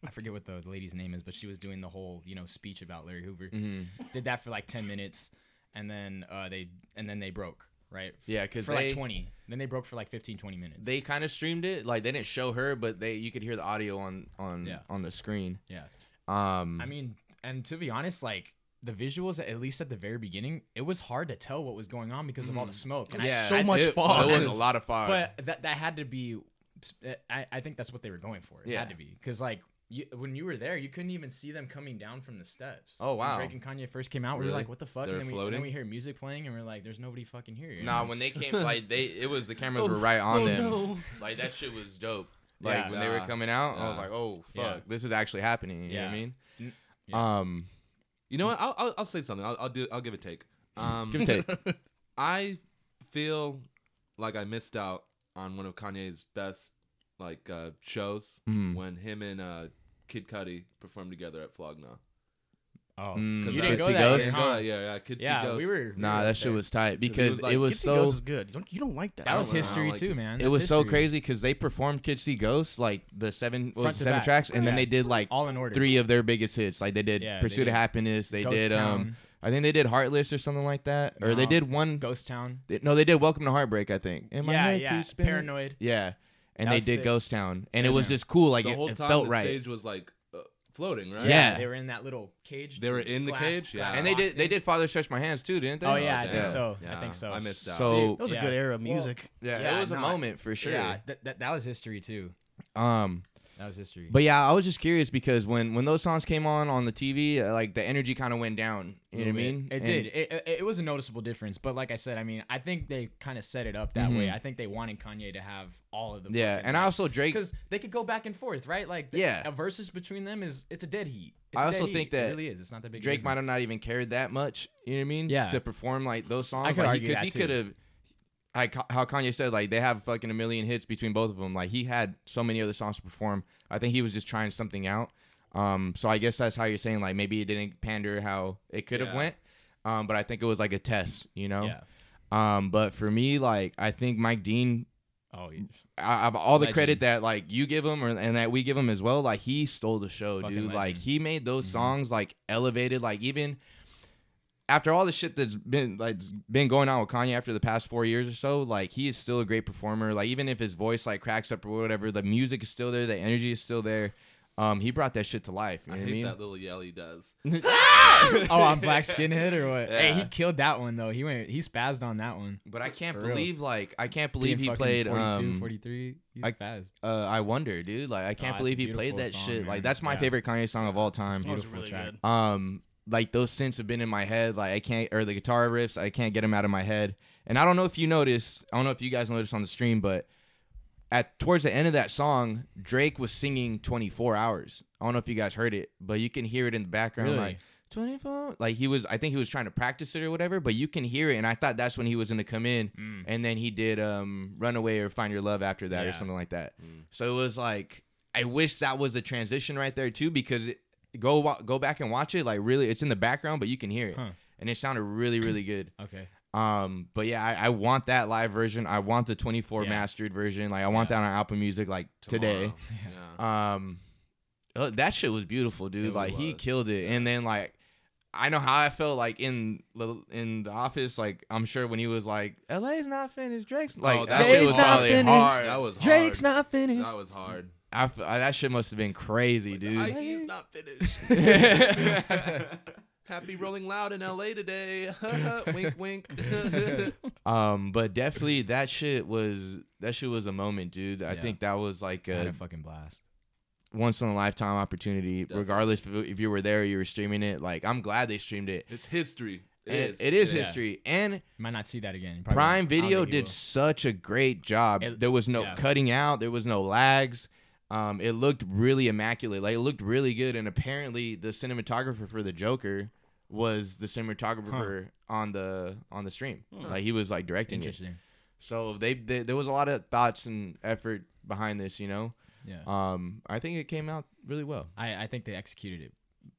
Speaker 3: I forget what the lady's name is, but she was doing the whole you know speech about Larry Hoover.
Speaker 4: Mhm.
Speaker 3: Did that for like ten minutes, and then uh, they and then they broke right.
Speaker 4: Yeah, because
Speaker 3: for
Speaker 4: they,
Speaker 3: like twenty. Then they broke for like 15, 20 minutes.
Speaker 4: they kind of streamed it. Like they didn't show her, but they you could hear the audio on on
Speaker 3: Yeah.
Speaker 4: on the screen.
Speaker 3: yeah.
Speaker 4: Um,
Speaker 3: I mean, and to be honest, like the visuals, at least at the very beginning, it was hard to tell what was going on because of all the smoke. And I-
Speaker 4: Mm. yeah,
Speaker 2: so much
Speaker 4: it,
Speaker 2: fog.
Speaker 4: It
Speaker 3: [LAUGHS]
Speaker 4: was a lot of fog.
Speaker 3: but that that had to be. I, I think that's what they were going for. It
Speaker 4: Yeah.
Speaker 3: had to be because like you, when you were there, you couldn't even see them coming down from the steps.
Speaker 4: Oh,
Speaker 3: When
Speaker 4: wow.
Speaker 3: Drake and Kanye first came out. We were
Speaker 4: Really?
Speaker 3: like, what the fuck?
Speaker 1: They were
Speaker 3: and, then we, and
Speaker 1: floating?
Speaker 3: then we hear music playing, and we're like, there's nobody fucking here.
Speaker 4: nah, when they came, like they it was
Speaker 3: [LAUGHS]
Speaker 4: the cameras
Speaker 3: Oh,
Speaker 4: were right
Speaker 1: Oh,
Speaker 4: on them. Like that shit was dope. Like
Speaker 3: Yeah.
Speaker 4: when they were
Speaker 1: Nah.
Speaker 4: coming out, I was
Speaker 1: Nah.
Speaker 4: like, oh fuck,
Speaker 3: Yeah.
Speaker 4: this is actually happening. You know what I
Speaker 3: Yeah.
Speaker 4: mean?
Speaker 3: N-
Speaker 4: Um,
Speaker 1: You know what? I'll, I'll, I'll say something. I'll, I'll do. I'll give a take. Um,
Speaker 4: give
Speaker 3: [LAUGHS]
Speaker 4: it take.
Speaker 1: I feel like I missed out on one of Kanye's best like uh, shows
Speaker 4: Mm.
Speaker 1: when him and uh, Kid Cudi performed together at Flogna.
Speaker 3: oh,
Speaker 4: Mm,
Speaker 3: you
Speaker 1: Cause
Speaker 3: didn't
Speaker 1: I-
Speaker 3: go
Speaker 4: Kid See
Speaker 3: that
Speaker 4: Ghost?
Speaker 3: year,
Speaker 1: Didn't
Speaker 3: huh?
Speaker 1: go Mm-hmm. that- Yeah, yeah. Kid See
Speaker 3: Yeah,
Speaker 1: Ghost.
Speaker 3: we were. we
Speaker 4: nah,
Speaker 3: were
Speaker 4: that
Speaker 3: up
Speaker 4: shit
Speaker 3: there.
Speaker 4: was tight because
Speaker 1: like,
Speaker 4: it
Speaker 2: Gypsy
Speaker 4: was so
Speaker 2: Ghost is good. You don't, you don't like that.
Speaker 3: That
Speaker 1: I
Speaker 3: was
Speaker 1: don't
Speaker 3: history
Speaker 1: like
Speaker 3: too,
Speaker 1: this.
Speaker 3: man.
Speaker 4: it
Speaker 3: That's
Speaker 4: was so
Speaker 3: history.
Speaker 4: crazy because they performed Kid See Ghost like the seven what was
Speaker 3: Front
Speaker 4: it,
Speaker 3: to
Speaker 4: seven
Speaker 3: back.
Speaker 4: tracks, and then
Speaker 3: Yeah.
Speaker 4: they did like
Speaker 3: All in order.
Speaker 4: three of their biggest hits. Like they did
Speaker 3: Yeah, they
Speaker 4: Pursuit
Speaker 3: did.
Speaker 4: of Happiness. They
Speaker 3: Ghost
Speaker 4: did um,
Speaker 3: Town.
Speaker 4: I think they did Heartless or something like that, or they
Speaker 3: No.
Speaker 4: did one.
Speaker 3: Ghost Town.
Speaker 4: they- no, they did Welcome to Heartbreak. I think. In my
Speaker 3: Yeah,
Speaker 4: head,
Speaker 3: yeah.
Speaker 4: keeps spinning.
Speaker 3: Paranoid.
Speaker 4: Yeah, and
Speaker 3: That
Speaker 4: they
Speaker 3: was
Speaker 4: did
Speaker 3: sick.
Speaker 4: Ghost Town, and it
Speaker 3: Yeah.
Speaker 4: was just cool. Like
Speaker 1: the
Speaker 4: it,
Speaker 1: whole
Speaker 4: it
Speaker 1: time
Speaker 4: felt
Speaker 1: the
Speaker 4: right.
Speaker 1: stage was like uh, floating, right?
Speaker 4: Yeah.
Speaker 3: They were in that little cage.
Speaker 1: They were in the
Speaker 3: glass-
Speaker 1: cage,
Speaker 3: glass
Speaker 1: yeah.
Speaker 4: and they
Speaker 3: box
Speaker 4: did they
Speaker 3: thing.
Speaker 4: did Father Stretch My Hands too, didn't they?
Speaker 3: Oh yeah, I
Speaker 1: Yeah.
Speaker 3: think so. I
Speaker 1: Yeah.
Speaker 3: think so.
Speaker 1: I missed out.
Speaker 4: So
Speaker 2: That was
Speaker 3: Yeah.
Speaker 2: a good era of
Speaker 3: Well,
Speaker 2: music.
Speaker 4: yeah,
Speaker 3: Yeah,
Speaker 4: it was a
Speaker 3: no,
Speaker 4: moment for sure.
Speaker 3: Yeah, that, that that was history too.
Speaker 4: Um,
Speaker 3: That was history.
Speaker 4: But yeah, I was just curious because when when those songs came on on the TV, uh, like the energy kind of went down. You know what I mean?
Speaker 3: It
Speaker 4: And-
Speaker 3: did. It, it, it was a noticeable difference. But like I said, I mean, I think they kind of set it up that
Speaker 4: Mm-hmm.
Speaker 3: way. I think they wanted Kanye to have all of them.
Speaker 4: Yeah, and I also Drake.
Speaker 3: because they could go back and forth, right? Like the,
Speaker 4: Yeah.
Speaker 3: a versus between them is it's a dead heat. It's
Speaker 4: I
Speaker 3: a
Speaker 4: also
Speaker 3: dead heat.
Speaker 4: think that
Speaker 3: it really is. It's not that big. a
Speaker 4: Drake might
Speaker 3: difference.
Speaker 4: have not even cared that much. You know what I mean?
Speaker 3: Mm-hmm. Yeah.
Speaker 4: To perform like those songs,
Speaker 3: could
Speaker 4: like,
Speaker 3: argue
Speaker 4: because
Speaker 3: that
Speaker 4: he
Speaker 3: too.
Speaker 4: could have. Like Ka- how Kanye said, like they have fucking a million hits between both of them. Like he had so many other songs to perform. I think he was just trying something out. Um, so I guess that's how you're saying like maybe it didn't pander how it could have
Speaker 1: Yeah.
Speaker 4: went. Um, but I think it was like a test, you know.
Speaker 3: Yeah.
Speaker 4: Um, but for me, like I think Mike Dean
Speaker 3: Oh,
Speaker 4: [LAUGHS]
Speaker 3: yeah.
Speaker 4: I, I, all the
Speaker 3: Legend.
Speaker 4: credit that like you give him or, and that we give him as well. Like he stole the show,
Speaker 3: Fucking
Speaker 4: dude. Like
Speaker 3: legend. Mm-hmm.
Speaker 4: he made those songs like elevated. Like even after all the shit that's been like been going on with Kanye after the past four years or so, like he is still a great performer. Like even if his voice like cracks up or whatever, the music is still there, the energy is still there. Um, he brought that shit to life. You
Speaker 1: I
Speaker 4: know
Speaker 1: hate
Speaker 4: what
Speaker 1: that little yell he does.
Speaker 3: [LAUGHS] [LAUGHS] oh, I'm black skinhead or what? Hey, he
Speaker 4: Yeah.
Speaker 3: killed that one though. He went. He spazzed on that one.
Speaker 4: [LAUGHS] But I can't
Speaker 3: For real.
Speaker 4: believe like I can't believe
Speaker 3: Being
Speaker 4: he
Speaker 3: fucking
Speaker 4: played
Speaker 3: 42,
Speaker 4: um,
Speaker 3: 43. He
Speaker 4: I-
Speaker 3: spazzed.
Speaker 4: uh, I wonder, dude. Like I can't
Speaker 3: it's a
Speaker 4: believe he played
Speaker 3: beautiful
Speaker 4: that
Speaker 3: song,
Speaker 4: shit. Like
Speaker 3: man.
Speaker 4: that's my
Speaker 3: Yeah.
Speaker 4: favorite Kanye song of all time.
Speaker 2: That was
Speaker 3: Beautiful
Speaker 2: really
Speaker 3: track.
Speaker 2: good.
Speaker 4: um like those synths have been in my head like i can't or the guitar riffs i can't get them out of my head and i don't know if you noticed i don't know if you guys noticed on the stream but at towards the end of that song drake was singing 24 hours i don't know if you guys heard it but you can hear it in the background
Speaker 3: Really?
Speaker 4: like 24 like he was i think he was trying to practice it or whatever but you can hear it and i thought that's when he was going to come in and then he did um runaway or find your love after that or
Speaker 3: Mm. Yeah. Mm.
Speaker 4: something like that so it was like i wish that was the transition right there too because it, go wa- go back and watch it like really it's in the background but you can hear it
Speaker 3: Huh. [CLEARS THROAT]
Speaker 4: and it sounded really really good
Speaker 3: Okay.
Speaker 4: Um, but yeah, I, I want that live version. I want the 24
Speaker 3: Yeah.
Speaker 4: mastered version. Like I want that on Apple Music like today.
Speaker 3: [LAUGHS]
Speaker 1: Tomorrow.
Speaker 4: Um, uh, that shit was beautiful, dude.
Speaker 1: It
Speaker 4: like he
Speaker 1: was.
Speaker 4: killed it. And then like, I know how I felt like in the in the office. Like I'm sure when he was like, "LA's not finished," Drake's like,
Speaker 1: Oh,
Speaker 4: that
Speaker 1: that
Speaker 4: shit
Speaker 1: was
Speaker 4: was
Speaker 1: not
Speaker 4: probably
Speaker 1: finished.
Speaker 4: hard.
Speaker 1: That was hard.
Speaker 4: Drake's not finished.
Speaker 1: That was hard.
Speaker 4: I f- I- that shit must have been crazy, dude.
Speaker 1: I, uh, he's not finished. Happy Rolling Loud in LA today. [LAUGHS] wink, wink. [LAUGHS]
Speaker 4: Um, but definitely that shit was that shit was a moment, dude. I
Speaker 3: Yeah.
Speaker 4: think that was like
Speaker 3: I had a
Speaker 4: a
Speaker 3: fucking blast.
Speaker 4: once in a lifetime opportunity.
Speaker 1: Definitely.
Speaker 4: Regardless if, if you were there, or you were streaming it. Like I'm glad they streamed it.
Speaker 1: it's history. It
Speaker 4: And
Speaker 1: is.
Speaker 4: It is
Speaker 3: Yeah.
Speaker 4: history. And
Speaker 3: You might not see that again. You probably won't.
Speaker 4: Prime
Speaker 3: I don't
Speaker 4: Video
Speaker 3: think you
Speaker 4: did such a great job.
Speaker 3: It-
Speaker 4: there was no
Speaker 3: yeah.
Speaker 4: cutting out. There was no lags. Um, it looked really immaculate. Like it looked really good. And apparently, the cinematographer for the Joker was the cinematographer on the on the stream. Like he was like
Speaker 3: will.
Speaker 4: directing it.
Speaker 3: Interesting.
Speaker 4: So they, they there was a lot of thoughts and effort behind this, you know.
Speaker 3: Yeah.
Speaker 4: Um, I think it came out really well.
Speaker 3: I, I think they executed it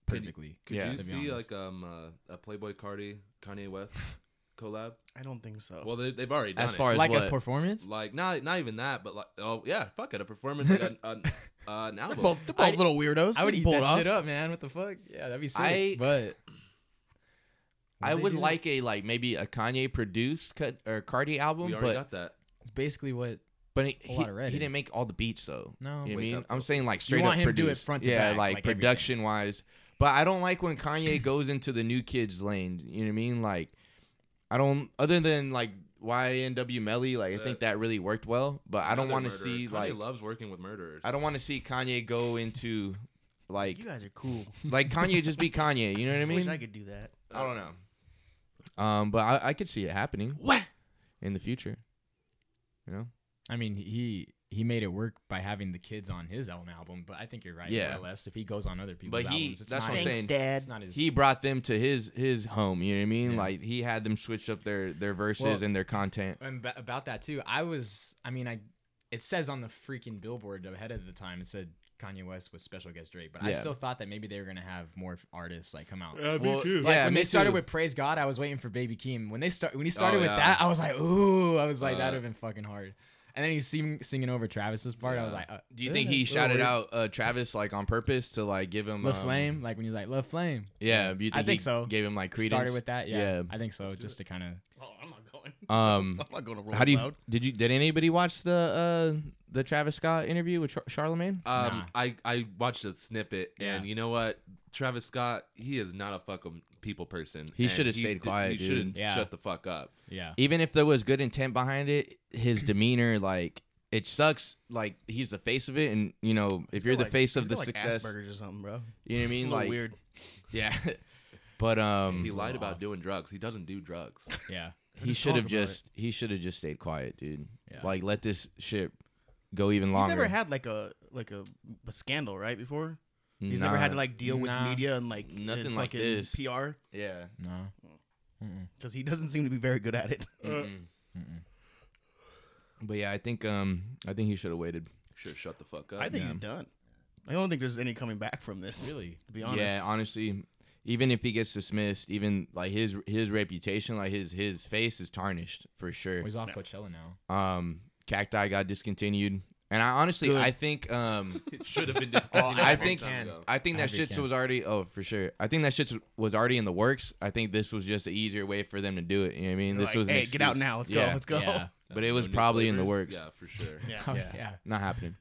Speaker 1: Could-
Speaker 3: perfectly.
Speaker 1: Could
Speaker 4: Yeah.
Speaker 1: you
Speaker 3: To be
Speaker 1: see
Speaker 3: honest.
Speaker 1: like um uh, a Playboy Cardi Kanye West collab?
Speaker 2: I don't think so.
Speaker 1: Well, they, they've already done
Speaker 4: As far as
Speaker 3: like
Speaker 4: what?
Speaker 3: a performance?
Speaker 1: it. like not not even that, but like oh yeah, fuck it, a performance like an,
Speaker 4: [LAUGHS]
Speaker 1: an, uh, an album.
Speaker 2: they're both, they're both
Speaker 3: I-
Speaker 2: little weirdos.
Speaker 3: I would
Speaker 2: They
Speaker 3: eat
Speaker 2: pull
Speaker 3: that
Speaker 2: it off.
Speaker 3: shit up, man. What the fuck? Yeah, that'd be sick.
Speaker 4: I-
Speaker 3: but
Speaker 4: I
Speaker 3: they
Speaker 4: would
Speaker 3: do that?
Speaker 4: like a like maybe a Kanye produced cut or Cardi album,
Speaker 1: we already
Speaker 4: but
Speaker 1: got that.
Speaker 3: it's basically what
Speaker 4: but he,
Speaker 3: a lot of
Speaker 4: he,
Speaker 3: red
Speaker 4: he didn't
Speaker 3: is.
Speaker 4: make all the beats though.
Speaker 3: No.
Speaker 4: you know what I
Speaker 1: Wake
Speaker 4: mean
Speaker 1: up,
Speaker 4: I'm
Speaker 1: though.
Speaker 4: saying like straight
Speaker 3: want
Speaker 4: up
Speaker 3: him to do it
Speaker 4: produced.
Speaker 3: front to back,
Speaker 4: yeah, like,
Speaker 3: like everything.
Speaker 4: production wise. But I don't like when Kanye goes into the new kids lane. You know what I mean? Like I don't other than like YNW Melly. Like I
Speaker 1: Uh,
Speaker 4: think that really worked well. But I don't
Speaker 1: Another
Speaker 4: want to
Speaker 1: murderer.
Speaker 4: see
Speaker 1: Kanye
Speaker 4: like
Speaker 1: loves working with murderers.
Speaker 4: I don't want to see Kanye go into like
Speaker 2: You guys are cool.
Speaker 4: like Kanye just be Kanye. You
Speaker 3: [LAUGHS]
Speaker 4: know what I
Speaker 2: I wish
Speaker 4: mean?
Speaker 2: I could do that.
Speaker 1: Uh,
Speaker 4: I don't know. Um, but I, I could see it happening. What? In the future. You know?
Speaker 3: I mean he he made it work by having the kids on his own album, but I think you're right.
Speaker 4: Yeah.
Speaker 3: More or less, if he goes on other people's
Speaker 4: But he-
Speaker 3: albums, it's
Speaker 4: that's
Speaker 3: not
Speaker 4: what I'm
Speaker 3: his-
Speaker 4: saying.
Speaker 3: It's
Speaker 2: Dad.
Speaker 3: not his.
Speaker 4: He brought them to his his home, you know what I mean?
Speaker 3: Yeah.
Speaker 4: Like he had them switch up their their verses
Speaker 3: Well-
Speaker 4: and their content.
Speaker 3: and ba- about that too. I was. I mean, I. It says on the freaking billboard ahead of the time. It said Kanye West with special guest Drake, but I
Speaker 4: Yeah.
Speaker 3: still thought that maybe they were gonna have more f- artists like come
Speaker 1: Uh,
Speaker 3: out.
Speaker 4: Well,
Speaker 3: Like
Speaker 4: yeah,
Speaker 3: when
Speaker 4: me
Speaker 3: they started
Speaker 4: too.
Speaker 3: with Praise God, I was waiting for Baby Keem. When they start when he started
Speaker 1: Oh,
Speaker 3: with
Speaker 1: yeah.
Speaker 3: that, I was like, ooh, I was like,
Speaker 1: Uh,
Speaker 3: that'd have been fucking hard. And then he's sing, singing over Travis's part. I was
Speaker 1: Yeah.
Speaker 3: like, uh,
Speaker 4: Do you
Speaker 3: eh,
Speaker 4: think he
Speaker 3: that's a little
Speaker 4: shouted
Speaker 3: weird.
Speaker 4: out uh, Travis like on purpose to like give him
Speaker 3: La
Speaker 4: um,
Speaker 3: Flame? Like when he's like, La Flame.
Speaker 4: Yeah, do you think
Speaker 3: I think
Speaker 4: he
Speaker 3: so.
Speaker 4: Gave him like credence.
Speaker 3: Started with that, yeah.
Speaker 4: Yeah.
Speaker 3: I think so, just to kind of.
Speaker 2: [LAUGHS] Oh, I'm not going.
Speaker 4: [LAUGHS] Um,
Speaker 2: [LAUGHS] I'm not going to roll
Speaker 4: How do you
Speaker 2: Loud.
Speaker 4: did you did anybody watch the uh the Travis Scott interview with Char- Charlemagne?
Speaker 2: Uh,
Speaker 1: Um,
Speaker 3: Nah.
Speaker 1: I I watched a snippet, and
Speaker 3: Yeah.
Speaker 1: you know what? Travis Scott, he is not a fucking people person.
Speaker 4: He
Speaker 1: and
Speaker 4: should've stayed
Speaker 1: d-
Speaker 4: quiet,
Speaker 1: He
Speaker 4: dude.
Speaker 1: should've
Speaker 3: Yeah.
Speaker 1: shut the fuck up.
Speaker 3: Yeah.
Speaker 4: even if there was good intent behind it,
Speaker 2: [CLEARS THROAT]
Speaker 4: his demeanor, like, it sucks. Like, he's the face of it, and you know, if you're the
Speaker 2: Like-
Speaker 4: face of
Speaker 2: he's
Speaker 4: the
Speaker 2: got, like
Speaker 4: success,
Speaker 2: Asperger's or something, bro.
Speaker 4: you know what I
Speaker 2: It's a
Speaker 4: mean?
Speaker 2: little
Speaker 4: Like,
Speaker 2: weird.
Speaker 4: [LAUGHS] yeah. but um,
Speaker 1: He lied
Speaker 3: little
Speaker 1: about
Speaker 3: off.
Speaker 1: doing drugs. He doesn't do
Speaker 4: [LAUGHS]
Speaker 1: drugs.
Speaker 3: Yeah.
Speaker 4: he
Speaker 2: just
Speaker 4: should have
Speaker 2: talked about
Speaker 4: just he should have just stayed quiet, dude.
Speaker 3: Yeah.
Speaker 4: Like, let this shit go even
Speaker 2: He's
Speaker 4: longer.
Speaker 2: never had like a like a, a scandal, right? Before he's never
Speaker 4: Nah.
Speaker 2: had to like deal with
Speaker 3: Nah.
Speaker 2: media and like
Speaker 4: Nothing
Speaker 2: and
Speaker 4: like
Speaker 2: fucking
Speaker 4: this.
Speaker 2: PR
Speaker 4: yeah.
Speaker 3: No.
Speaker 2: because he doesn't seem to be very good at it. [LAUGHS]
Speaker 4: Mm-mm. But yeah, I think um, I think he should have waited.
Speaker 1: Should shut the fuck up.
Speaker 2: I think he's done. I don't think there's any coming back from this.
Speaker 3: Really?
Speaker 2: to be honest.
Speaker 4: Yeah, honestly, even if he gets dismissed, even like his his reputation, like his his face is tarnished for sure.
Speaker 3: Well, he's off Coachella now.
Speaker 4: Um, Cacti got discontinued, and I honestly,
Speaker 2: Good.
Speaker 4: I think,
Speaker 2: [LAUGHS]
Speaker 4: um,
Speaker 1: it should have been discontinued.
Speaker 4: I
Speaker 1: a long
Speaker 4: think-
Speaker 1: time ago.
Speaker 4: I think that
Speaker 3: Happy
Speaker 4: shit
Speaker 3: Cam.
Speaker 4: was already. Oh, for sure. I think that shit was already in the works. I think this was just an easier way for them to do it. You know what I mean?
Speaker 2: They're
Speaker 4: This
Speaker 2: like,
Speaker 4: was an
Speaker 2: hey, get out
Speaker 4: excuse."
Speaker 2: now. Let's go.
Speaker 4: Yeah,
Speaker 2: Let's go.
Speaker 3: Yeah.
Speaker 4: But it was
Speaker 1: new
Speaker 4: probably in the
Speaker 1: flavors?
Speaker 4: works.
Speaker 1: Yeah, for sure.
Speaker 2: [LAUGHS] Yeah.
Speaker 3: [LAUGHS] Oh,
Speaker 4: Yeah.
Speaker 3: yeah.
Speaker 4: Not happening.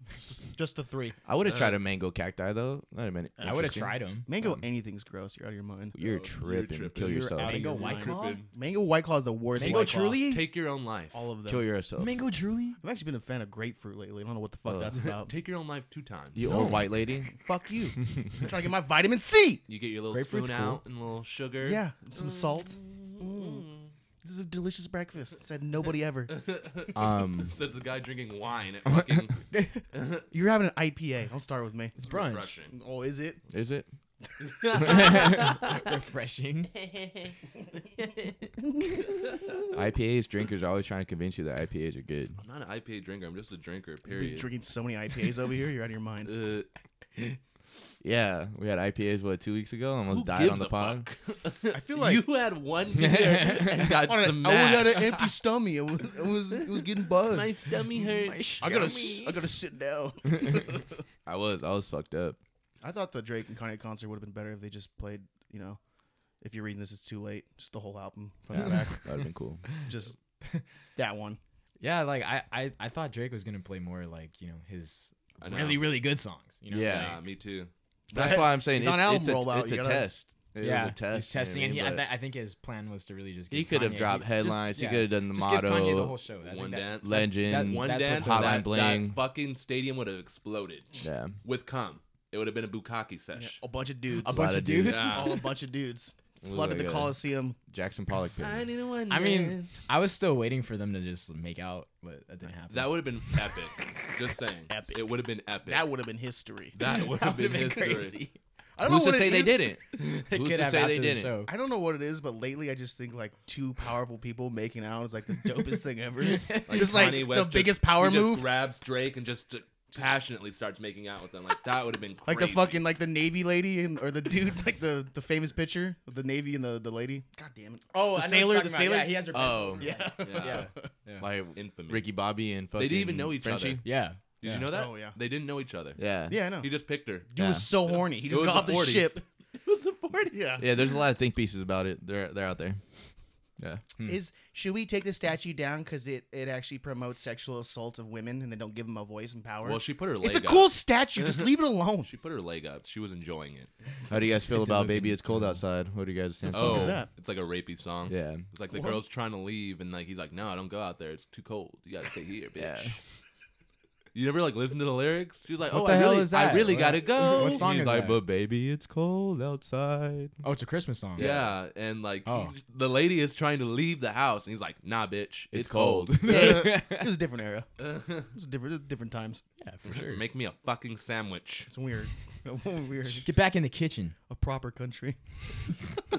Speaker 2: Just the three.
Speaker 4: I would have tried a mango cacti though. That would have been.
Speaker 3: I would have
Speaker 4: interesting.
Speaker 3: tried him.
Speaker 2: Mango, anything's gross. You're out of your mind.
Speaker 4: You're
Speaker 1: Oh, you're
Speaker 4: tripping.
Speaker 1: tripping.
Speaker 4: Kill
Speaker 1: You're
Speaker 4: yourself.
Speaker 2: out of
Speaker 3: Mango
Speaker 2: your
Speaker 3: White
Speaker 2: mind.
Speaker 3: Claw?
Speaker 2: Mango White Claw is the worst.
Speaker 3: Mango
Speaker 2: White Claw.
Speaker 3: Truly?
Speaker 1: Take your own life.
Speaker 2: All of them.
Speaker 4: Kill yourself.
Speaker 3: Mango Truly?
Speaker 2: I've actually been a fan of grapefruit lately. I don't know what the fuck
Speaker 4: Ugh.
Speaker 2: that's about.
Speaker 1: Take your own life two times.
Speaker 4: You old white [LAUGHS] lady.
Speaker 2: fuck you. I'm trying to get my vitamin C.
Speaker 1: You get your little spoon
Speaker 3: Grapefruit's cool.
Speaker 1: out and a little sugar. [LAUGHS]
Speaker 2: Yeah, some salt. Mm. This is a delicious breakfast. Said nobody ever.
Speaker 4: Um,
Speaker 1: Says the guy drinking wine
Speaker 4: [LAUGHS]
Speaker 1: at fucking
Speaker 2: You're having an IPA. Don't start with me.
Speaker 3: It's brunch.
Speaker 1: refreshing.
Speaker 2: Oh, is it?
Speaker 4: is it?
Speaker 3: Refreshing.
Speaker 4: IPAs drinkers are always trying to convince you that IPAs are good.
Speaker 1: I'm not an IPA drinker. I'm just a drinker.
Speaker 2: You've been
Speaker 1: Period.
Speaker 2: drinking so many IPAs over here. You're out of your mind.
Speaker 1: Uh,
Speaker 4: Yeah, we had IPAs what two weeks ago, almost
Speaker 1: Who
Speaker 4: died
Speaker 1: gives
Speaker 4: on the
Speaker 1: a
Speaker 4: pod.
Speaker 1: fuck?
Speaker 2: I
Speaker 1: [LAUGHS]
Speaker 2: feel like-
Speaker 1: you had one
Speaker 4: [LAUGHS]
Speaker 1: beer and
Speaker 4: Oh,
Speaker 1: got
Speaker 2: I would
Speaker 1: smashed.
Speaker 2: had an empty stomach. It was it was, it was getting buzzed.
Speaker 1: My [LAUGHS] stomach hurt.
Speaker 2: I gotta s- I gotta sit down.
Speaker 4: [LAUGHS] I was I was fucked up.
Speaker 2: I thought the Drake and Kanye concert would have been better if they just played. You know, if you're reading this, it's too late. Just the whole album front
Speaker 4: Yeah,
Speaker 2: to [LAUGHS] back.
Speaker 4: that'd have been cool.
Speaker 2: Just that one.
Speaker 3: Yeah, like I, I, I thought Drake was gonna play more like you know his
Speaker 1: I know.
Speaker 3: really really good songs. You know,
Speaker 4: Yeah.
Speaker 1: Yeah, me too.
Speaker 4: That's why I'm saying
Speaker 2: He's
Speaker 4: it's,
Speaker 2: on
Speaker 4: it's a,
Speaker 2: album rollout,
Speaker 4: it's
Speaker 2: you
Speaker 4: a
Speaker 2: gotta-
Speaker 4: test. It
Speaker 3: like,
Speaker 4: was
Speaker 3: yeah,
Speaker 4: a test.
Speaker 3: he's
Speaker 4: you know
Speaker 3: testing,
Speaker 4: what I
Speaker 3: and he,
Speaker 4: mean?
Speaker 3: I,
Speaker 4: But
Speaker 3: th- I think his plan was to really just.
Speaker 4: He
Speaker 3: give
Speaker 4: could have
Speaker 3: Kanye-
Speaker 4: dropped
Speaker 3: just-
Speaker 4: headlines. He
Speaker 3: yeah,
Speaker 4: could have done the
Speaker 3: just give Kanye the
Speaker 4: motto,
Speaker 3: whole show. That's
Speaker 1: one
Speaker 3: that-
Speaker 1: dance.
Speaker 4: legend.
Speaker 1: One
Speaker 3: That's what
Speaker 1: dance.
Speaker 3: Hotline
Speaker 1: that,
Speaker 4: Bling.
Speaker 1: that fucking stadium would have exploded.
Speaker 4: Yeah.
Speaker 1: With cum, it would have been a bukkake sesh.
Speaker 2: A bunch of dudes.
Speaker 3: a
Speaker 4: lot
Speaker 3: bunch
Speaker 4: of
Speaker 3: of
Speaker 4: dudes.
Speaker 3: dudes.
Speaker 1: Yeah.
Speaker 2: All [LAUGHS] a bunch
Speaker 1: [LAUGHS]
Speaker 2: of dudes
Speaker 4: It was
Speaker 2: flooded
Speaker 4: like
Speaker 2: the
Speaker 4: a
Speaker 2: Coliseum.
Speaker 4: Jackson Pollock. Period.
Speaker 1: need a one.
Speaker 3: [LAUGHS] I mean, I was still waiting for them to just make out, but that didn't happen.
Speaker 1: that would have been epic.
Speaker 2: [LAUGHS]
Speaker 1: Just saying,
Speaker 2: Epic.
Speaker 1: It would have been epic.
Speaker 2: That would have been history. [LAUGHS]
Speaker 1: that would have been,
Speaker 3: would've
Speaker 1: history.
Speaker 2: I don't
Speaker 4: Who's to
Speaker 2: it
Speaker 4: say they
Speaker 2: is-
Speaker 4: didn't?
Speaker 3: They
Speaker 4: Who's
Speaker 3: could
Speaker 4: to
Speaker 3: have
Speaker 4: say
Speaker 3: after
Speaker 4: they
Speaker 3: the
Speaker 4: didn't?
Speaker 3: show.
Speaker 2: I don't know what it is, but lately I just think like two powerful people making out is like the dopest thing [LAUGHS] ever. just like
Speaker 1: Kanye
Speaker 2: the
Speaker 1: West just-
Speaker 2: biggest power
Speaker 1: he just
Speaker 2: move.
Speaker 1: grabs Drake and just, uh, passionately starts making out with him. Like that would have been crazy.
Speaker 2: Like the fucking like the navy lady and or the dude [LAUGHS] like the the famous picture of the navy and the the lady. God damn it! Oh, the sailor, the sailor.
Speaker 3: Yeah, he has her.
Speaker 4: Oh,
Speaker 2: [LAUGHS] yeah.
Speaker 1: yeah.
Speaker 4: like
Speaker 1: infamy.
Speaker 4: Ricky Bobby and fucking.
Speaker 1: they didn't even know each
Speaker 4: Frenchie.
Speaker 1: other.
Speaker 3: Yeah.
Speaker 1: Did you know that?
Speaker 2: Oh, yeah.
Speaker 1: They didn't know each other.
Speaker 4: Yeah.
Speaker 2: Yeah, I know.
Speaker 1: He just picked her.
Speaker 2: He was so horny. He just
Speaker 1: was
Speaker 2: got
Speaker 1: the
Speaker 2: off the
Speaker 1: 40s.
Speaker 2: ship. [LAUGHS]
Speaker 1: It was the 40s.
Speaker 2: Yeah.
Speaker 4: Yeah. There's a lot of think pieces about it. They're they're out there. [LAUGHS] Yeah.
Speaker 1: Hmm.
Speaker 2: Is should we take the statue down because it it actually promotes sexual assault of women and they don't give them a voice and power?
Speaker 1: Well, she put her leg
Speaker 2: it's a
Speaker 1: up.
Speaker 2: cool statue.
Speaker 1: [LAUGHS]
Speaker 2: Just leave it alone.
Speaker 1: She put her leg up. She was enjoying it.
Speaker 4: How do you guys feel about "Baby It's Cold Outside"? What do you guys think?
Speaker 1: Oh,
Speaker 2: is that?
Speaker 1: it's like a rapey song.
Speaker 4: Yeah.
Speaker 1: It's like the girl's trying to leave, and like he's like, "No, don't go out there. It's too cold. You gotta stay
Speaker 2: [LAUGHS]
Speaker 1: here, bitch."
Speaker 4: Yeah.
Speaker 1: You never like listen to the lyrics? She was like,
Speaker 3: What
Speaker 1: "Oh,
Speaker 3: the
Speaker 1: I
Speaker 3: hell
Speaker 1: really,
Speaker 3: is
Speaker 1: I
Speaker 3: that?
Speaker 1: really
Speaker 2: [LAUGHS]
Speaker 3: What-
Speaker 1: gotta go."
Speaker 3: what song
Speaker 4: He's
Speaker 3: is
Speaker 4: like,
Speaker 3: that?
Speaker 4: but baby, it's cold outside.
Speaker 3: Oh, it's a Christmas song.
Speaker 1: Yeah, and like
Speaker 3: Oh.
Speaker 1: he- the lady is trying to leave the house, and he's like, "Nah, bitch, it's,
Speaker 4: It's
Speaker 1: cold.
Speaker 4: cold."
Speaker 1: [LAUGHS]
Speaker 4: [LAUGHS]
Speaker 2: Hey, it was a different era. It was different different times.
Speaker 3: Yeah, for sure.
Speaker 1: Make me a fucking sandwich."
Speaker 2: It's weird. [LAUGHS] weird.
Speaker 3: Get back in the kitchen.
Speaker 2: A proper country.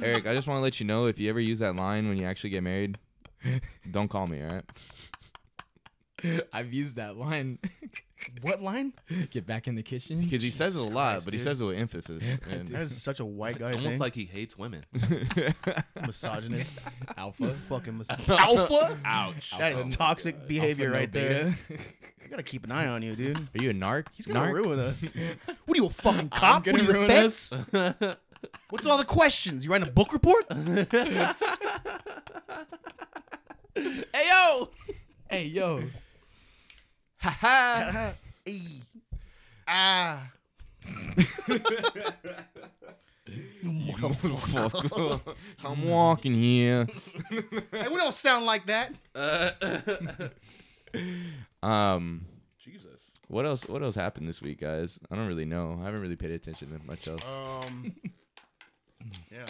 Speaker 4: Eric, I just want to let you know if you ever use that line when you actually get married, don't call me. All right.
Speaker 3: I've used that line.
Speaker 2: What line?
Speaker 3: Get back in the kitchen.
Speaker 4: Because he says it a lot, but he
Speaker 2: dude.
Speaker 4: says it with [LAUGHS] emphasis. And
Speaker 2: That is such a white guy
Speaker 1: It's almost
Speaker 2: thing.
Speaker 1: like he hates women.
Speaker 2: [LAUGHS] misogynist.
Speaker 3: alpha.
Speaker 2: Fucking misogynist. [LAUGHS] Alpha.
Speaker 1: Ouch.
Speaker 2: That is toxic behavior
Speaker 3: Alpha, no
Speaker 2: right there.
Speaker 3: beta.
Speaker 2: You gotta keep an eye on you, dude.
Speaker 4: Are you a narc?
Speaker 2: He's gonna
Speaker 4: narc?
Speaker 2: ruin us. [LAUGHS] What are you, a fucking cop?
Speaker 3: gonna
Speaker 2: what are you,
Speaker 3: ruin
Speaker 2: the feds? [LAUGHS] What's with all the questions? You writing a book [LAUGHS] report?
Speaker 1: Ayo.
Speaker 3: hey, yo.
Speaker 1: Ha ha.
Speaker 2: Ay. ah. [LAUGHS] You motherfucker.
Speaker 4: I'm walking here.
Speaker 2: Hey, we don't sound like that.
Speaker 4: Um,
Speaker 1: Jesus.
Speaker 4: what else? What else happened this week, guys? I don't really know. I haven't really paid attention to much else.
Speaker 2: Um. [LAUGHS] Yeah.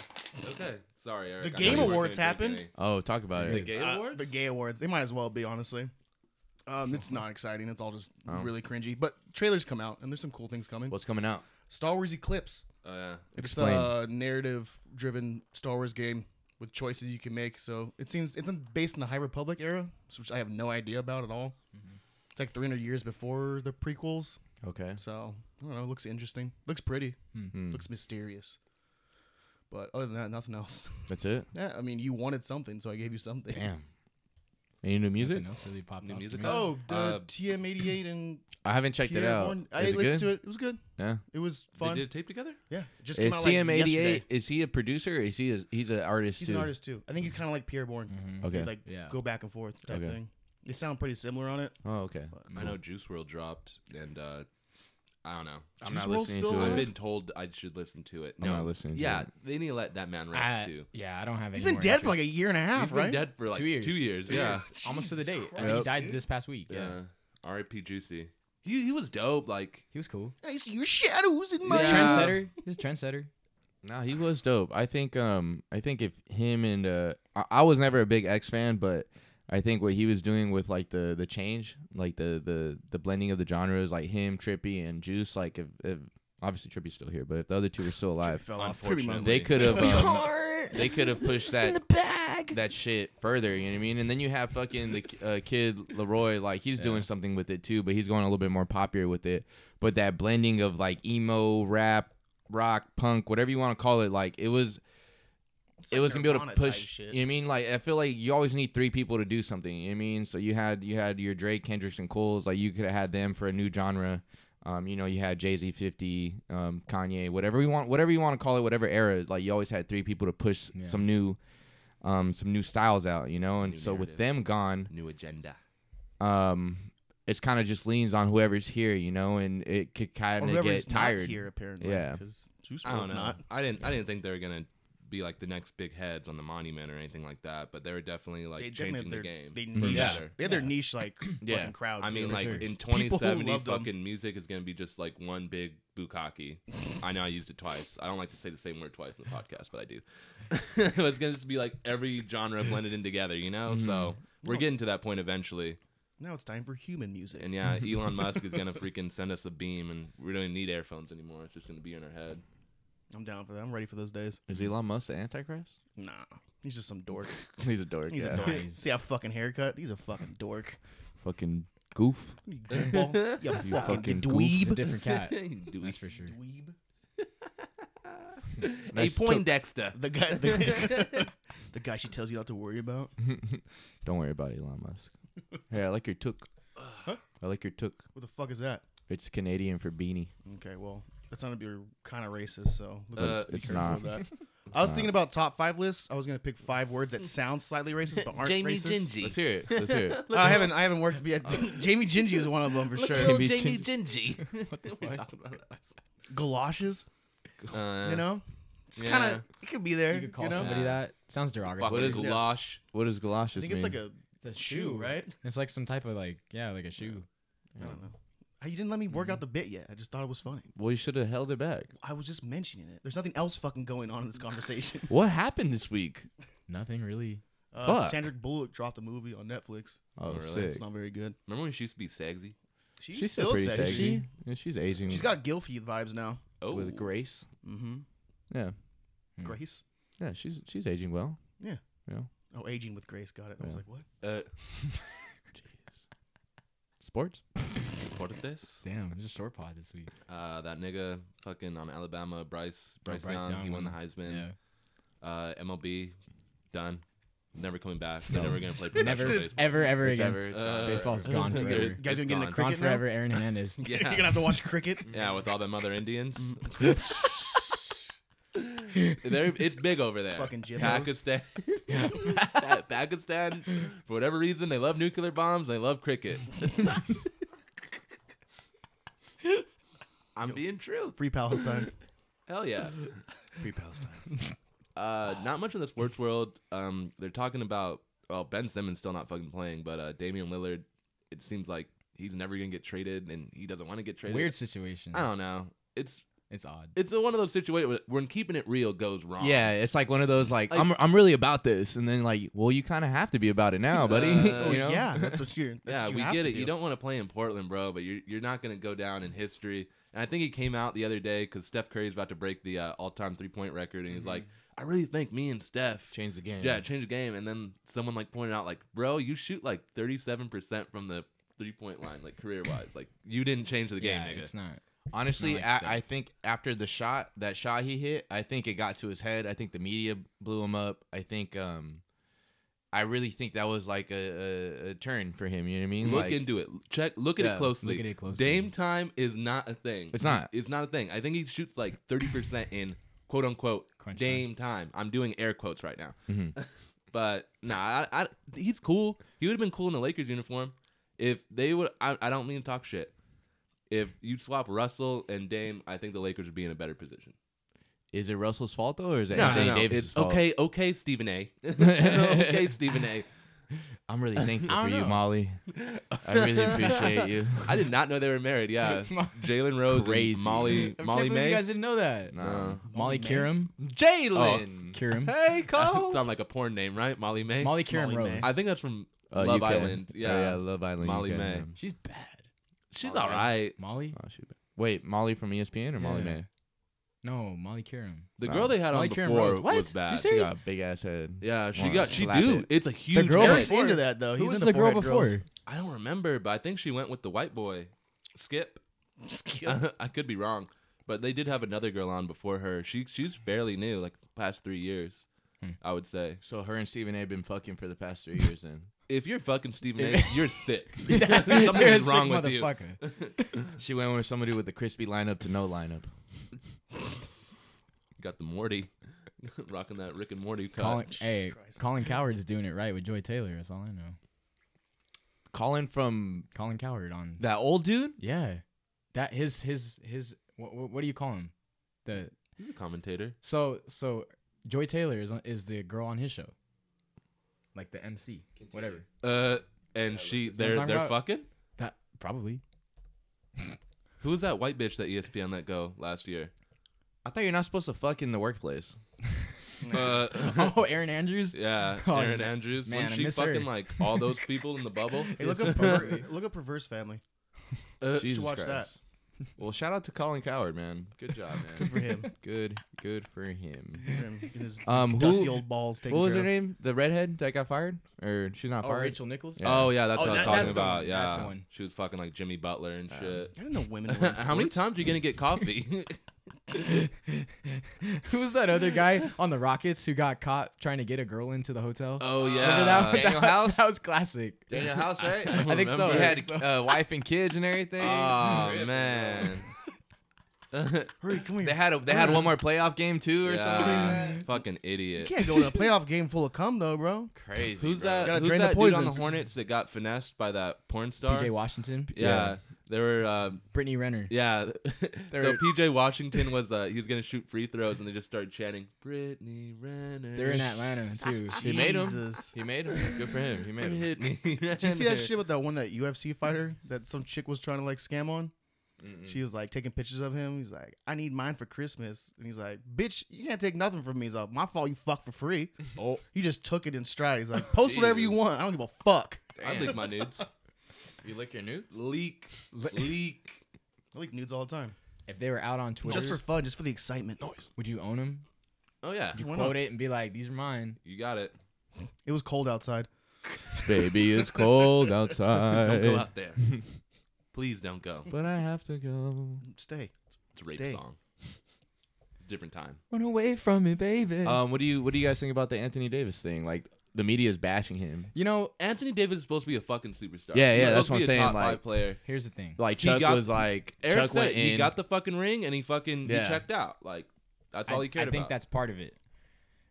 Speaker 1: Okay. Sorry, Eric.
Speaker 2: The
Speaker 1: I know
Speaker 2: Game
Speaker 1: you weren't
Speaker 2: Awards
Speaker 1: gonna
Speaker 2: happened.
Speaker 1: drink
Speaker 4: Oh, talk about
Speaker 1: any. The
Speaker 4: it.
Speaker 1: Game
Speaker 2: Uh,
Speaker 1: Awards.
Speaker 2: The gay awards. They might as well be, honestly. Um, it's not exciting. It's all just really cringy. But trailers come out, and there's some cool things coming.
Speaker 4: What's coming out?
Speaker 2: Star Wars Eclipse.
Speaker 1: Oh, yeah.
Speaker 4: Explain.
Speaker 2: It's a narrative-driven Star Wars game with choices you can make. So it seems it's in- based in the High Republic era, which I have no idea about at all. It's like 300 years before the prequels.
Speaker 4: Okay.
Speaker 2: So I don't know. It looks interesting. Looks pretty.
Speaker 4: Hmm.
Speaker 2: Looks mysterious. But other than that, nothing else. [LAUGHS]
Speaker 4: That's it.
Speaker 2: yeah, I mean, you wanted something, so I gave you something.
Speaker 4: Damn. Any new music?
Speaker 3: Nothing else really popped
Speaker 1: New
Speaker 3: off to
Speaker 1: music
Speaker 3: me.
Speaker 1: out?
Speaker 2: Oh, the
Speaker 1: Uh,
Speaker 2: TM88 and
Speaker 4: I haven't checked it
Speaker 2: Pierre
Speaker 4: out.
Speaker 2: Bourne- I
Speaker 4: Is it
Speaker 2: listened
Speaker 4: good?
Speaker 2: to it. It was good.
Speaker 4: Yeah.
Speaker 2: It was
Speaker 1: They
Speaker 2: fun.
Speaker 1: did a tape together.
Speaker 2: Yeah, it just
Speaker 4: Is
Speaker 2: came out like
Speaker 4: CM88?
Speaker 2: yesterday.
Speaker 4: is he a producer? Or is he? A, he's an artist
Speaker 2: He's
Speaker 4: too.
Speaker 2: an artist too. I think he's kind of like Pierre Bourne.
Speaker 4: Okay.
Speaker 2: They, like
Speaker 3: Yeah.
Speaker 2: go back and forth type
Speaker 4: Okay.
Speaker 2: thing. They sound pretty similar on it.
Speaker 4: oh, okay.
Speaker 1: I know Juice World dropped, and uh, I don't know.
Speaker 4: I'm not
Speaker 2: Juice WRLD's
Speaker 4: listening
Speaker 2: still
Speaker 4: to
Speaker 1: I've
Speaker 2: alive?
Speaker 4: it.
Speaker 1: been told I should listen to it.
Speaker 4: I'm not listening to
Speaker 1: Yeah,
Speaker 4: it.
Speaker 1: they need to let that man rest
Speaker 3: I,
Speaker 1: too.
Speaker 3: yeah, I don't have.
Speaker 2: He's
Speaker 3: any
Speaker 2: been
Speaker 3: more
Speaker 2: dead for like a
Speaker 3: interest.
Speaker 2: year and a half,
Speaker 1: He's
Speaker 2: right?
Speaker 1: been dead for like
Speaker 3: Two years.
Speaker 1: Two years. yeah.
Speaker 3: Almost to the date. I think he
Speaker 4: Christ,
Speaker 3: died this past week. Yeah.
Speaker 1: Yeah. R.I.P. Juicy. He he was dope. Like
Speaker 3: He was cool.
Speaker 2: I see your shadows in my
Speaker 1: Yeah.
Speaker 3: Trendsetter. He's a trendsetter.
Speaker 4: No, he was dope. I think um I think if him and uh I, I was never a big X fan, but I think what he was doing with like the the change, like the the the blending of the genres, like him, Trippy, and Juice, like if, if obviously Trippy's still here, but if the other two were still alive,
Speaker 2: fell off.
Speaker 1: unfortunately,
Speaker 4: they could have um, they could have pushed that
Speaker 3: bag.
Speaker 4: that shit further. You know what I mean? And then you have fucking the uh, kid Leroy, like he's doing something with it too, but he's going a little bit more popular with it. But that blending of like emo, rap, rock, punk, whatever you want to call it, like it was.
Speaker 2: It's
Speaker 4: It
Speaker 2: like
Speaker 4: was gonna be able to
Speaker 2: Nirvana type
Speaker 4: push. You know what I mean? Like I feel like you always need three people to do something. You know what I mean? So you had you had your Drake, Kendricks, and Coles. Like you could have had them for a new genre. Um, you know, you had Jay Z, Fifty, um, Kanye, whatever you want, whatever you want to call it, whatever era. Like you always had three people to push
Speaker 3: Yeah.
Speaker 4: some new, um, some new styles out. You know, and
Speaker 1: New
Speaker 4: so with
Speaker 1: narrative.
Speaker 4: them gone,
Speaker 1: New agenda.
Speaker 4: um, it's kind of just leans on whoever's here. You know, and it could
Speaker 2: Or
Speaker 4: kind of
Speaker 2: whoever's
Speaker 4: get tired.
Speaker 2: not here apparently.
Speaker 4: Yeah.
Speaker 2: because Juice
Speaker 1: I don't
Speaker 2: WRLD's
Speaker 1: know.
Speaker 2: not.
Speaker 1: I didn't. I didn't think they were gonna be like the next big heads on the monument or anything like that. But they were definitely like
Speaker 2: they definitely
Speaker 1: changing
Speaker 2: had
Speaker 1: the
Speaker 2: their,
Speaker 1: game.
Speaker 2: They,
Speaker 1: for
Speaker 2: niche,
Speaker 1: better.
Speaker 2: they had their niche like
Speaker 4: Yeah.
Speaker 2: fucking crowd.
Speaker 1: I mean,
Speaker 2: too.
Speaker 1: like
Speaker 3: sure.
Speaker 1: in
Speaker 2: People who
Speaker 1: 2070,
Speaker 2: love them.
Speaker 1: fucking music is gonna be just like one big bukkake. I know I used it twice. I don't like to say the same word twice in the podcast, but I do. [LAUGHS] but it's gonna just be like every genre blended in together, you know. So we're getting to that point eventually.
Speaker 2: now it's time for human music.
Speaker 1: And [LAUGHS] yeah, Elon Musk is gonna freaking send us a beam, and we don't even need earphones anymore. It's just gonna be in our head.
Speaker 2: I'm down for that. I'm ready for those days.
Speaker 4: Is Elon Musk the Antichrist?
Speaker 2: Nah, he's just some dork.
Speaker 4: He's a dork.
Speaker 2: He's
Speaker 4: yeah.
Speaker 2: a dork.
Speaker 3: Nice.
Speaker 2: See that fucking haircut? He's a fucking dork.
Speaker 4: Fucking goof.
Speaker 2: You goofball. You fucking,
Speaker 4: fucking goof.
Speaker 3: It's a
Speaker 2: dweeb.
Speaker 3: different
Speaker 2: [LAUGHS]
Speaker 3: cat.
Speaker 1: Do
Speaker 3: That's for sure.
Speaker 2: dweeb.
Speaker 1: A
Speaker 4: Nice
Speaker 1: point, Dexter.
Speaker 2: The guy. The, [LAUGHS] the guy she tells you not to worry about.
Speaker 4: Don't worry about Elon Musk. hey, I like your took. I like your took.
Speaker 2: What the fuck is that?
Speaker 4: It's Canadian for beanie.
Speaker 2: Okay, well, that's not gonna be kind of racist. So look
Speaker 1: Uh,
Speaker 2: be
Speaker 4: it's
Speaker 2: careful
Speaker 4: not.
Speaker 2: of that. I was
Speaker 4: not.
Speaker 2: thinking about top five lists. I was gonna pick five words that sound slightly racist but aren't
Speaker 1: Jamie
Speaker 2: racist.
Speaker 1: Gingy.
Speaker 4: hear it. Let's hear [LAUGHS] it.
Speaker 2: Uh, I haven't. I haven't worked. Yet. [LAUGHS] Jamie Gingy is one of them for
Speaker 1: Look
Speaker 2: sure.
Speaker 1: at old
Speaker 4: Jamie
Speaker 1: Jamie Gingy. [LAUGHS] We were
Speaker 4: fuck?
Speaker 1: talking about that.
Speaker 2: Galoshes.
Speaker 1: Uh,
Speaker 2: You know, it's
Speaker 1: yeah.
Speaker 2: kind of. It could be there.
Speaker 3: You could call
Speaker 2: know?
Speaker 3: somebody
Speaker 1: Yeah.
Speaker 3: that. Sounds derogatory.
Speaker 1: What is
Speaker 2: Yeah.
Speaker 1: Losh?
Speaker 4: What does galoshes
Speaker 2: I think it's like a
Speaker 3: It's a
Speaker 2: shoe, right?
Speaker 3: It's like some type of like yeah, like a shoe.
Speaker 2: I don't know. Uh, You didn't let me work out the bit yet. I just thought it was funny.
Speaker 4: well, you should have held it back.
Speaker 2: I was just mentioning it. There's nothing else fucking going on in this conversation.
Speaker 4: What happened this week?
Speaker 3: Nothing really.
Speaker 2: Uh,
Speaker 4: Fuck.
Speaker 2: Sandra Bullock dropped a movie on Netflix.
Speaker 4: Oh,
Speaker 1: really?
Speaker 4: sick.
Speaker 2: It's not very good.
Speaker 1: Remember when she used to be sexy?
Speaker 2: She's,
Speaker 4: She's still pretty
Speaker 2: sexy.
Speaker 4: sexy. Yeah, she's aging.
Speaker 2: She's got Gilfie vibes now.
Speaker 1: Oh,
Speaker 4: with grace.
Speaker 2: Mm-hmm.
Speaker 4: Yeah,
Speaker 2: Grace.
Speaker 4: yeah. She's she's aging well.
Speaker 2: Yeah.
Speaker 4: Yeah.
Speaker 2: Oh, aging with Grace. Got it. I was
Speaker 4: Yeah.
Speaker 2: like, what?
Speaker 1: Uh,
Speaker 4: Sports.
Speaker 1: what is this?
Speaker 3: Damn, it's a short pod this week.
Speaker 1: Uh, that nigga fucking on Alabama, Bryce, Bryce,
Speaker 3: Bryce
Speaker 1: Young, he
Speaker 3: Young
Speaker 1: won the [LAUGHS]
Speaker 3: won.
Speaker 1: Heisman. Uh, MLB, done. Never coming back. They're never gonna play
Speaker 3: Never,
Speaker 1: professional baseball.
Speaker 3: ever, ever
Speaker 4: It's
Speaker 3: again.
Speaker 4: ever- it's
Speaker 1: Uh,
Speaker 3: Baseball's
Speaker 1: [LAUGHS]
Speaker 3: gone
Speaker 1: They're-
Speaker 3: forever.
Speaker 2: You
Speaker 1: it's
Speaker 2: guys gonna get into
Speaker 1: gone.
Speaker 2: cricket?
Speaker 3: Gone
Speaker 2: now?
Speaker 3: forever. Aaron Hernandez.
Speaker 2: You're gonna
Speaker 1: [LAUGHS] Yeah,
Speaker 2: have to watch cricket.
Speaker 1: yeah, with all them other Indians. [LAUGHS] They're, it's big over there.
Speaker 2: Fucking jibbos.
Speaker 1: Pakistan. Pakistan, [LAUGHS] for whatever reason, they love nuclear bombs. They love cricket. I'm being true.
Speaker 2: Free Palestine.
Speaker 1: Hell yeah. Free Palestine. Uh, not much in the sports world. Um, they're talking about well, Ben Simmons still not fucking playing, but uh, Damian Lillard. It seems like he's never gonna get traded, and he doesn't want to get traded.
Speaker 3: Weird situation.
Speaker 1: I don't know. It's
Speaker 3: It's odd.
Speaker 1: it's one of those situations when keeping it real goes wrong.
Speaker 4: Yeah, it's like one of those like,
Speaker 1: Like-
Speaker 4: I'm I'm really about this, and then like, well, you kind of have to be about it now, buddy. [LAUGHS]
Speaker 1: Uh,
Speaker 4: you know?
Speaker 2: Yeah, that's what you're. That's
Speaker 1: Yeah,
Speaker 2: what you
Speaker 1: we
Speaker 2: have
Speaker 1: get
Speaker 2: to
Speaker 1: it.
Speaker 2: do.
Speaker 1: You don't want to play in Portland, bro, but you're you're not gonna go down in history. And I think he came out the other day because Steph Curry's about to break the uh, all-time three-point record, and
Speaker 2: Mm-hmm.
Speaker 1: he's like, "I really think me and Steph
Speaker 4: Change the game.
Speaker 1: Yeah, change the game. And then someone like pointed out, like, bro, you shoot like 37% from the three point line, like career wise. Like, you didn't change the game,
Speaker 3: yeah,
Speaker 1: nigga.
Speaker 3: it's not.
Speaker 4: Honestly,
Speaker 3: Not like
Speaker 4: I,
Speaker 3: Steph.
Speaker 4: I think after the shot, that shot he hit, I think it got to his head. I think the media blew him up. I think, um, I really think that was like a, a, a turn for him. You know what I mean?
Speaker 1: Look
Speaker 4: like,
Speaker 1: into it. Check. Look at
Speaker 4: Yeah,
Speaker 1: it closely.
Speaker 3: look at it closely.
Speaker 1: Dame time is not a thing.
Speaker 4: It's not.
Speaker 1: It's not a thing. I think he shoots like thirty percent in quote unquote
Speaker 3: Crunch
Speaker 1: Dame time. I'm doing air quotes right now.
Speaker 4: Mm-hmm.
Speaker 1: [LAUGHS] but nah, I, I, he's cool. He would have been cool in the Lakers uniform if they would. I, I don't mean to talk shit. If you swap Russell and Dame, I think the Lakers would be in a better position.
Speaker 4: is it Russell's fault though, or is it
Speaker 1: No,
Speaker 4: Anthony
Speaker 1: no, no.
Speaker 4: Davis'
Speaker 1: It's
Speaker 4: fault?
Speaker 1: okay, okay, Stephen
Speaker 4: [LAUGHS]
Speaker 1: A. [LAUGHS] okay, Stephen A. [LAUGHS]
Speaker 4: I'm really thankful
Speaker 3: I
Speaker 4: for
Speaker 3: don't
Speaker 4: you,
Speaker 3: know.
Speaker 4: Molly. I really appreciate you.
Speaker 1: [LAUGHS]
Speaker 4: [LAUGHS]
Speaker 1: I did not know they were married.
Speaker 3: [LAUGHS]
Speaker 1: Yeah,
Speaker 3: Mo-
Speaker 1: Jalen Rose
Speaker 4: Crazy.
Speaker 1: and Molly
Speaker 3: I
Speaker 1: Molly
Speaker 3: can't believe
Speaker 1: May.
Speaker 3: You guys didn't know that.
Speaker 4: No.
Speaker 3: Molly Kiram.
Speaker 4: Jalen.
Speaker 3: Kiram.
Speaker 1: [LAUGHS]
Speaker 4: Hey, Cole.
Speaker 1: Oh, Sound like a porn name, right? Molly May.
Speaker 3: Molly Kiram
Speaker 2: Molly
Speaker 3: Rose.
Speaker 1: I think that's from
Speaker 4: Uh,
Speaker 1: Love
Speaker 4: UK.
Speaker 1: Island.
Speaker 4: Oh,
Speaker 1: Yeah,
Speaker 4: yeah, Love Island. um,
Speaker 1: Molly
Speaker 4: UK.
Speaker 1: May.
Speaker 3: She's bad.
Speaker 1: she's
Speaker 3: Molly
Speaker 1: all
Speaker 3: May.
Speaker 1: right.
Speaker 3: Molly.
Speaker 4: Oh, shoot. Wait, Molly from ESPN or Molly
Speaker 3: Yeah.
Speaker 4: May?
Speaker 3: No, Molly Karam.
Speaker 1: The
Speaker 4: Nah.
Speaker 1: girl they had on
Speaker 3: Molly
Speaker 1: before
Speaker 3: Karen Rose. What?
Speaker 1: was
Speaker 3: You
Speaker 1: bad.
Speaker 4: She
Speaker 3: serious?
Speaker 4: got a big ass head.
Speaker 1: Yeah, she
Speaker 4: Wanna
Speaker 1: got she
Speaker 4: slap
Speaker 1: do.
Speaker 4: it.
Speaker 1: It's a huge.
Speaker 3: girl
Speaker 1: head.
Speaker 2: Eric's into that though.
Speaker 3: Who
Speaker 2: He's
Speaker 3: was
Speaker 2: into
Speaker 3: the girl
Speaker 2: forehead
Speaker 3: before?
Speaker 2: girls.
Speaker 3: [LAUGHS]
Speaker 1: I don't remember, but I think she went with the white boy, Skip. [LAUGHS] I could be wrong, but they did have another girl on before her. She she's fairly new, like the past three years,
Speaker 3: Hmm.
Speaker 1: I would say.
Speaker 4: So her and Stephen A. been fucking for the past three years. Then
Speaker 1: If you're fucking Stephen
Speaker 3: [LAUGHS]
Speaker 1: A, you're sick. [LAUGHS] Something
Speaker 3: You're a
Speaker 1: is
Speaker 3: sick
Speaker 1: wrong with you. [LAUGHS]
Speaker 3: motherfucker.
Speaker 4: she went with somebody with a crispy lineup to no lineup.
Speaker 1: Got the Morty, [LAUGHS] rocking that Rick and Morty cut.
Speaker 3: Colin, hey, Colin Coward's doing it right with Joy Taylor. That's all I know.
Speaker 4: Calling from
Speaker 3: Colin Coward on.
Speaker 4: that old dude.
Speaker 3: Yeah, that his his his. What, what, what do you call him? The
Speaker 1: He's a commentator.
Speaker 3: so so Joy Taylor is on- is the girl on his show. Like the MC, whatever.
Speaker 1: Uh, and she
Speaker 3: I'm
Speaker 1: they're
Speaker 3: talking
Speaker 1: they're
Speaker 3: about.
Speaker 1: fucking.
Speaker 3: That probably. [LAUGHS]
Speaker 1: Who was that white bitch that E ESPN let go last year?
Speaker 4: I thought you're not supposed to fuck in the workplace.
Speaker 1: Uh,
Speaker 3: [LAUGHS]
Speaker 1: [LAUGHS]
Speaker 3: oh, Aaron Andrews.
Speaker 1: yeah,
Speaker 3: Oh,
Speaker 1: Aaron
Speaker 3: man,
Speaker 1: Andrews.
Speaker 3: man,
Speaker 1: when
Speaker 3: I
Speaker 1: she
Speaker 3: miss her.
Speaker 1: fucking like all
Speaker 3: [LAUGHS]
Speaker 1: those people in the bubble.
Speaker 2: [LAUGHS] Hey, look up perver- look up perverse family.
Speaker 1: Uh,
Speaker 4: Jesus
Speaker 2: watch
Speaker 4: Christ. Well, shout out to Colin Coward, man. Good job, man.
Speaker 2: Good for him.
Speaker 4: Good, good for him.
Speaker 2: For him. Get his, his
Speaker 4: [LAUGHS] Um, who-
Speaker 2: dusty old balls taken
Speaker 4: What was
Speaker 2: care
Speaker 4: her
Speaker 2: of.
Speaker 4: name? The redhead that got fired, or she's not
Speaker 3: Oh,
Speaker 4: fired?
Speaker 3: Rachel Nichols.
Speaker 4: Yeah.
Speaker 1: Oh yeah, that's
Speaker 3: Oh,
Speaker 1: what I was
Speaker 3: that-
Speaker 1: talking
Speaker 3: that's the
Speaker 1: about.
Speaker 3: one.
Speaker 1: Yeah,
Speaker 3: That's the one.
Speaker 1: she was fucking like Jimmy Butler and shit.
Speaker 2: I didn't know
Speaker 4: [LAUGHS]
Speaker 2: women. Were
Speaker 1: [LAUGHS]
Speaker 2: in
Speaker 1: How many
Speaker 2: sports.
Speaker 1: times are you gonna get coffee?
Speaker 3: Who was that other guy on the Rockets who got caught trying to get a girl into the hotel?
Speaker 1: oh yeah,
Speaker 3: Remember [LAUGHS]
Speaker 1: [LAUGHS]
Speaker 3: that one?
Speaker 4: Daniel
Speaker 3: That-
Speaker 4: House?
Speaker 3: That was classic.
Speaker 4: Daniel House, right?
Speaker 1: I don't
Speaker 3: [LAUGHS] I think so.
Speaker 1: [LAUGHS] remember.
Speaker 4: He
Speaker 3: I
Speaker 4: had
Speaker 3: think so.
Speaker 4: uh, wife and kids and everything.
Speaker 3: [LAUGHS]
Speaker 1: Oh man. [LAUGHS]
Speaker 2: Hurry, come here.
Speaker 4: They had a, they had one more playoff game too or something. Like that.
Speaker 1: Yeah, fucking idiot.
Speaker 2: you can't go to
Speaker 4: [LAUGHS]
Speaker 2: a playoff game full of cum though, bro.
Speaker 4: Crazy.
Speaker 1: Who's
Speaker 4: bro.
Speaker 1: that?
Speaker 2: Gotta
Speaker 1: who's
Speaker 2: drain the
Speaker 1: that dude on
Speaker 2: poison.
Speaker 1: the Hornets that got finessed by that porn star?
Speaker 3: PJ Washington,
Speaker 1: yeah,
Speaker 4: Yeah.
Speaker 1: they were. Um,
Speaker 3: Brittany Renner.
Speaker 1: yeah, [LAUGHS] so
Speaker 3: were-
Speaker 1: PJ Washington was. Uh, he was gonna shoot free throws, and they just started chanting Brittany Renner.
Speaker 3: They're in Atlanta too.
Speaker 4: He made him. [LAUGHS]
Speaker 2: Jesus.
Speaker 4: He made him. Good for him. He
Speaker 1: [LAUGHS]
Speaker 4: made [LAUGHS] him.
Speaker 1: Brittany
Speaker 2: Did you see that
Speaker 1: Renner."
Speaker 2: shit with that one that UFC fighter that some chick was trying to like scam on? She was like taking pictures of him. He's like, I need mine for Christmas. And he's like, Bitch, you can't take nothing from me. He's like, My fault you fuck for
Speaker 4: [LAUGHS]
Speaker 2: free.
Speaker 4: Oh.
Speaker 2: He just took it in stride. He's like, Post whatever you
Speaker 1: Jesus.
Speaker 2: want. I don't give a fuck.
Speaker 1: I
Speaker 4: Damn.
Speaker 1: leak my nudes.
Speaker 4: You lick your nudes?
Speaker 1: Leak, leak.
Speaker 2: I like nudes all the time.
Speaker 3: If they were out on Twitter,
Speaker 2: Just for fun, just for the excitement. Noise.
Speaker 3: would you own them?
Speaker 1: Oh yeah,
Speaker 3: You
Speaker 2: Why
Speaker 3: quote it and be like, "These are mine."
Speaker 1: you got it.
Speaker 2: It was cold outside.
Speaker 4: Baby, it's [LAUGHS] cold outside.
Speaker 1: Don't go out
Speaker 4: [LAUGHS]
Speaker 1: there. Please don't go.
Speaker 4: But I have to go.
Speaker 2: Stay.
Speaker 1: It's a rape
Speaker 2: Stay.
Speaker 1: song. It's a different time.
Speaker 3: Run away from me, baby.
Speaker 4: [LAUGHS] Um, what do you what do you guys think about the Anthony Davis thing? Like the media is bashing him.
Speaker 3: you know,
Speaker 1: Anthony Davis is supposed to be a fucking superstar.
Speaker 4: Yeah,
Speaker 1: He's
Speaker 4: yeah, that's
Speaker 1: supposed to
Speaker 4: what I'm
Speaker 1: be a
Speaker 4: saying,
Speaker 1: Top five
Speaker 4: like-
Speaker 1: player.
Speaker 3: here's the thing.
Speaker 4: Like
Speaker 1: He
Speaker 4: Chuck
Speaker 1: got-
Speaker 4: was like
Speaker 1: Eric
Speaker 4: Chuck
Speaker 1: said
Speaker 4: went in.
Speaker 1: he got the fucking ring and he fucking
Speaker 4: Yeah.
Speaker 1: he checked out. Like that's
Speaker 3: I,
Speaker 1: all he cared
Speaker 3: I think
Speaker 1: about.
Speaker 3: that's part of it.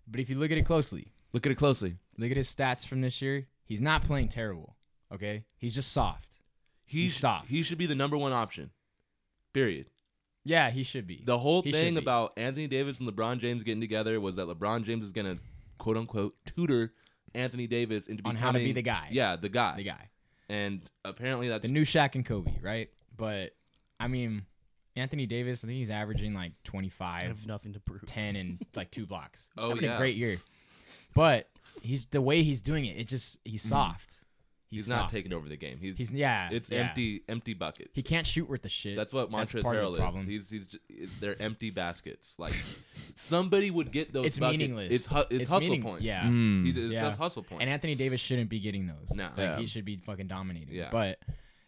Speaker 3: But if you look at it closely,
Speaker 4: Look at it closely.
Speaker 3: look at his stats from this year. He's not playing terrible. Okay, he's just soft.
Speaker 1: he
Speaker 3: he's
Speaker 1: sh-
Speaker 3: soft.
Speaker 1: He should be the number one option. Period.
Speaker 3: Yeah, he should be.
Speaker 1: The whole
Speaker 3: He should
Speaker 1: thing
Speaker 3: be.
Speaker 1: about Anthony Davis and LeBron James getting together was that LeBron James is gonna quote unquote tutor Anthony Davis into
Speaker 3: On
Speaker 1: becoming
Speaker 3: how to be the guy.
Speaker 1: Yeah, the guy.
Speaker 3: the guy,
Speaker 1: And apparently that's
Speaker 3: the new Shaq and Kobe, right? But I mean, Anthony Davis, I think he's averaging like
Speaker 2: I
Speaker 3: 25,
Speaker 2: have nothing to prove.
Speaker 3: 10 and like two blocks.
Speaker 1: [LAUGHS]
Speaker 3: He's
Speaker 1: Oh,
Speaker 3: having
Speaker 1: yeah.
Speaker 3: a great year. But he's the way he's doing it. It just he's soft.
Speaker 1: Mm-hmm. he's,
Speaker 3: He's,
Speaker 1: not
Speaker 3: soft.
Speaker 1: taking over the game. He's
Speaker 3: He's yeah.
Speaker 1: it's
Speaker 3: yeah.
Speaker 1: empty empty buckets.
Speaker 3: He can't shoot worth the shit.
Speaker 1: That's what Montrezl
Speaker 3: part of the
Speaker 1: Harrell is.
Speaker 3: problem.
Speaker 1: He's he's j- they're empty baskets. Like
Speaker 3: [LAUGHS]
Speaker 1: somebody would get those.
Speaker 3: It's
Speaker 1: buckets.
Speaker 3: meaningless.
Speaker 1: It's, hu- it's,
Speaker 3: It's
Speaker 1: hustle
Speaker 3: meaning-
Speaker 1: points.
Speaker 3: yeah.
Speaker 4: Mm.
Speaker 1: He, it's
Speaker 3: Yeah.
Speaker 1: just hustle points.
Speaker 3: And Anthony Davis shouldn't be getting those.
Speaker 1: No.
Speaker 3: like
Speaker 4: Yeah.
Speaker 3: he should be fucking dominating.
Speaker 1: Yeah.
Speaker 3: But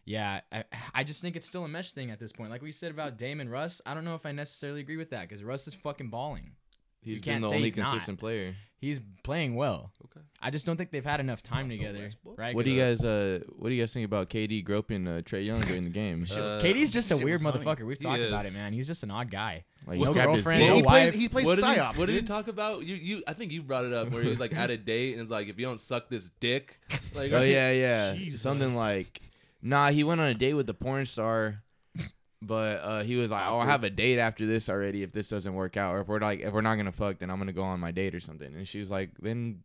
Speaker 3: yeah, I, I just think it's still a mesh thing at this point. Like we said about Dame and Russ, I don't know if I necessarily agree with that because Russ is fucking balling.
Speaker 4: He's
Speaker 3: You
Speaker 4: been
Speaker 3: can't
Speaker 4: the
Speaker 3: say
Speaker 4: only
Speaker 3: he's not.
Speaker 4: consistent player.
Speaker 3: He's playing well.
Speaker 1: Okay.
Speaker 3: I just don't think they've had enough time together. Right?
Speaker 4: What do you
Speaker 3: 'Cause
Speaker 4: guys uh what do you guys think about KD groping uh, Trey Young during the game?
Speaker 1: Shit was- Uh,
Speaker 3: Katie's just a
Speaker 2: shit
Speaker 3: weird
Speaker 2: was funny.
Speaker 3: motherfucker. We've
Speaker 1: He
Speaker 3: talked about
Speaker 1: is.
Speaker 3: it, man. He's just an odd guy.
Speaker 4: Like,
Speaker 3: no
Speaker 4: he grabbed his
Speaker 3: girlfriend,
Speaker 4: dick.
Speaker 2: Yeah,
Speaker 3: no
Speaker 2: he plays.
Speaker 3: wife.
Speaker 2: He plays
Speaker 1: what did, you,
Speaker 2: psyops.
Speaker 1: what did you
Speaker 2: dude.
Speaker 1: talk about? You you I think you brought it up where you like at a date and it's like if you don't suck this
Speaker 3: [LAUGHS]
Speaker 1: dick, like
Speaker 4: Oh yeah, yeah.
Speaker 2: Jesus.
Speaker 4: Something like, nah, he went on a date with the porn star, but uh, he was like, oh, I have a date after this already. If this doesn't work out, or if we're like, if we're not gonna fuck, then I'm gonna go on my date or something. And she was like, then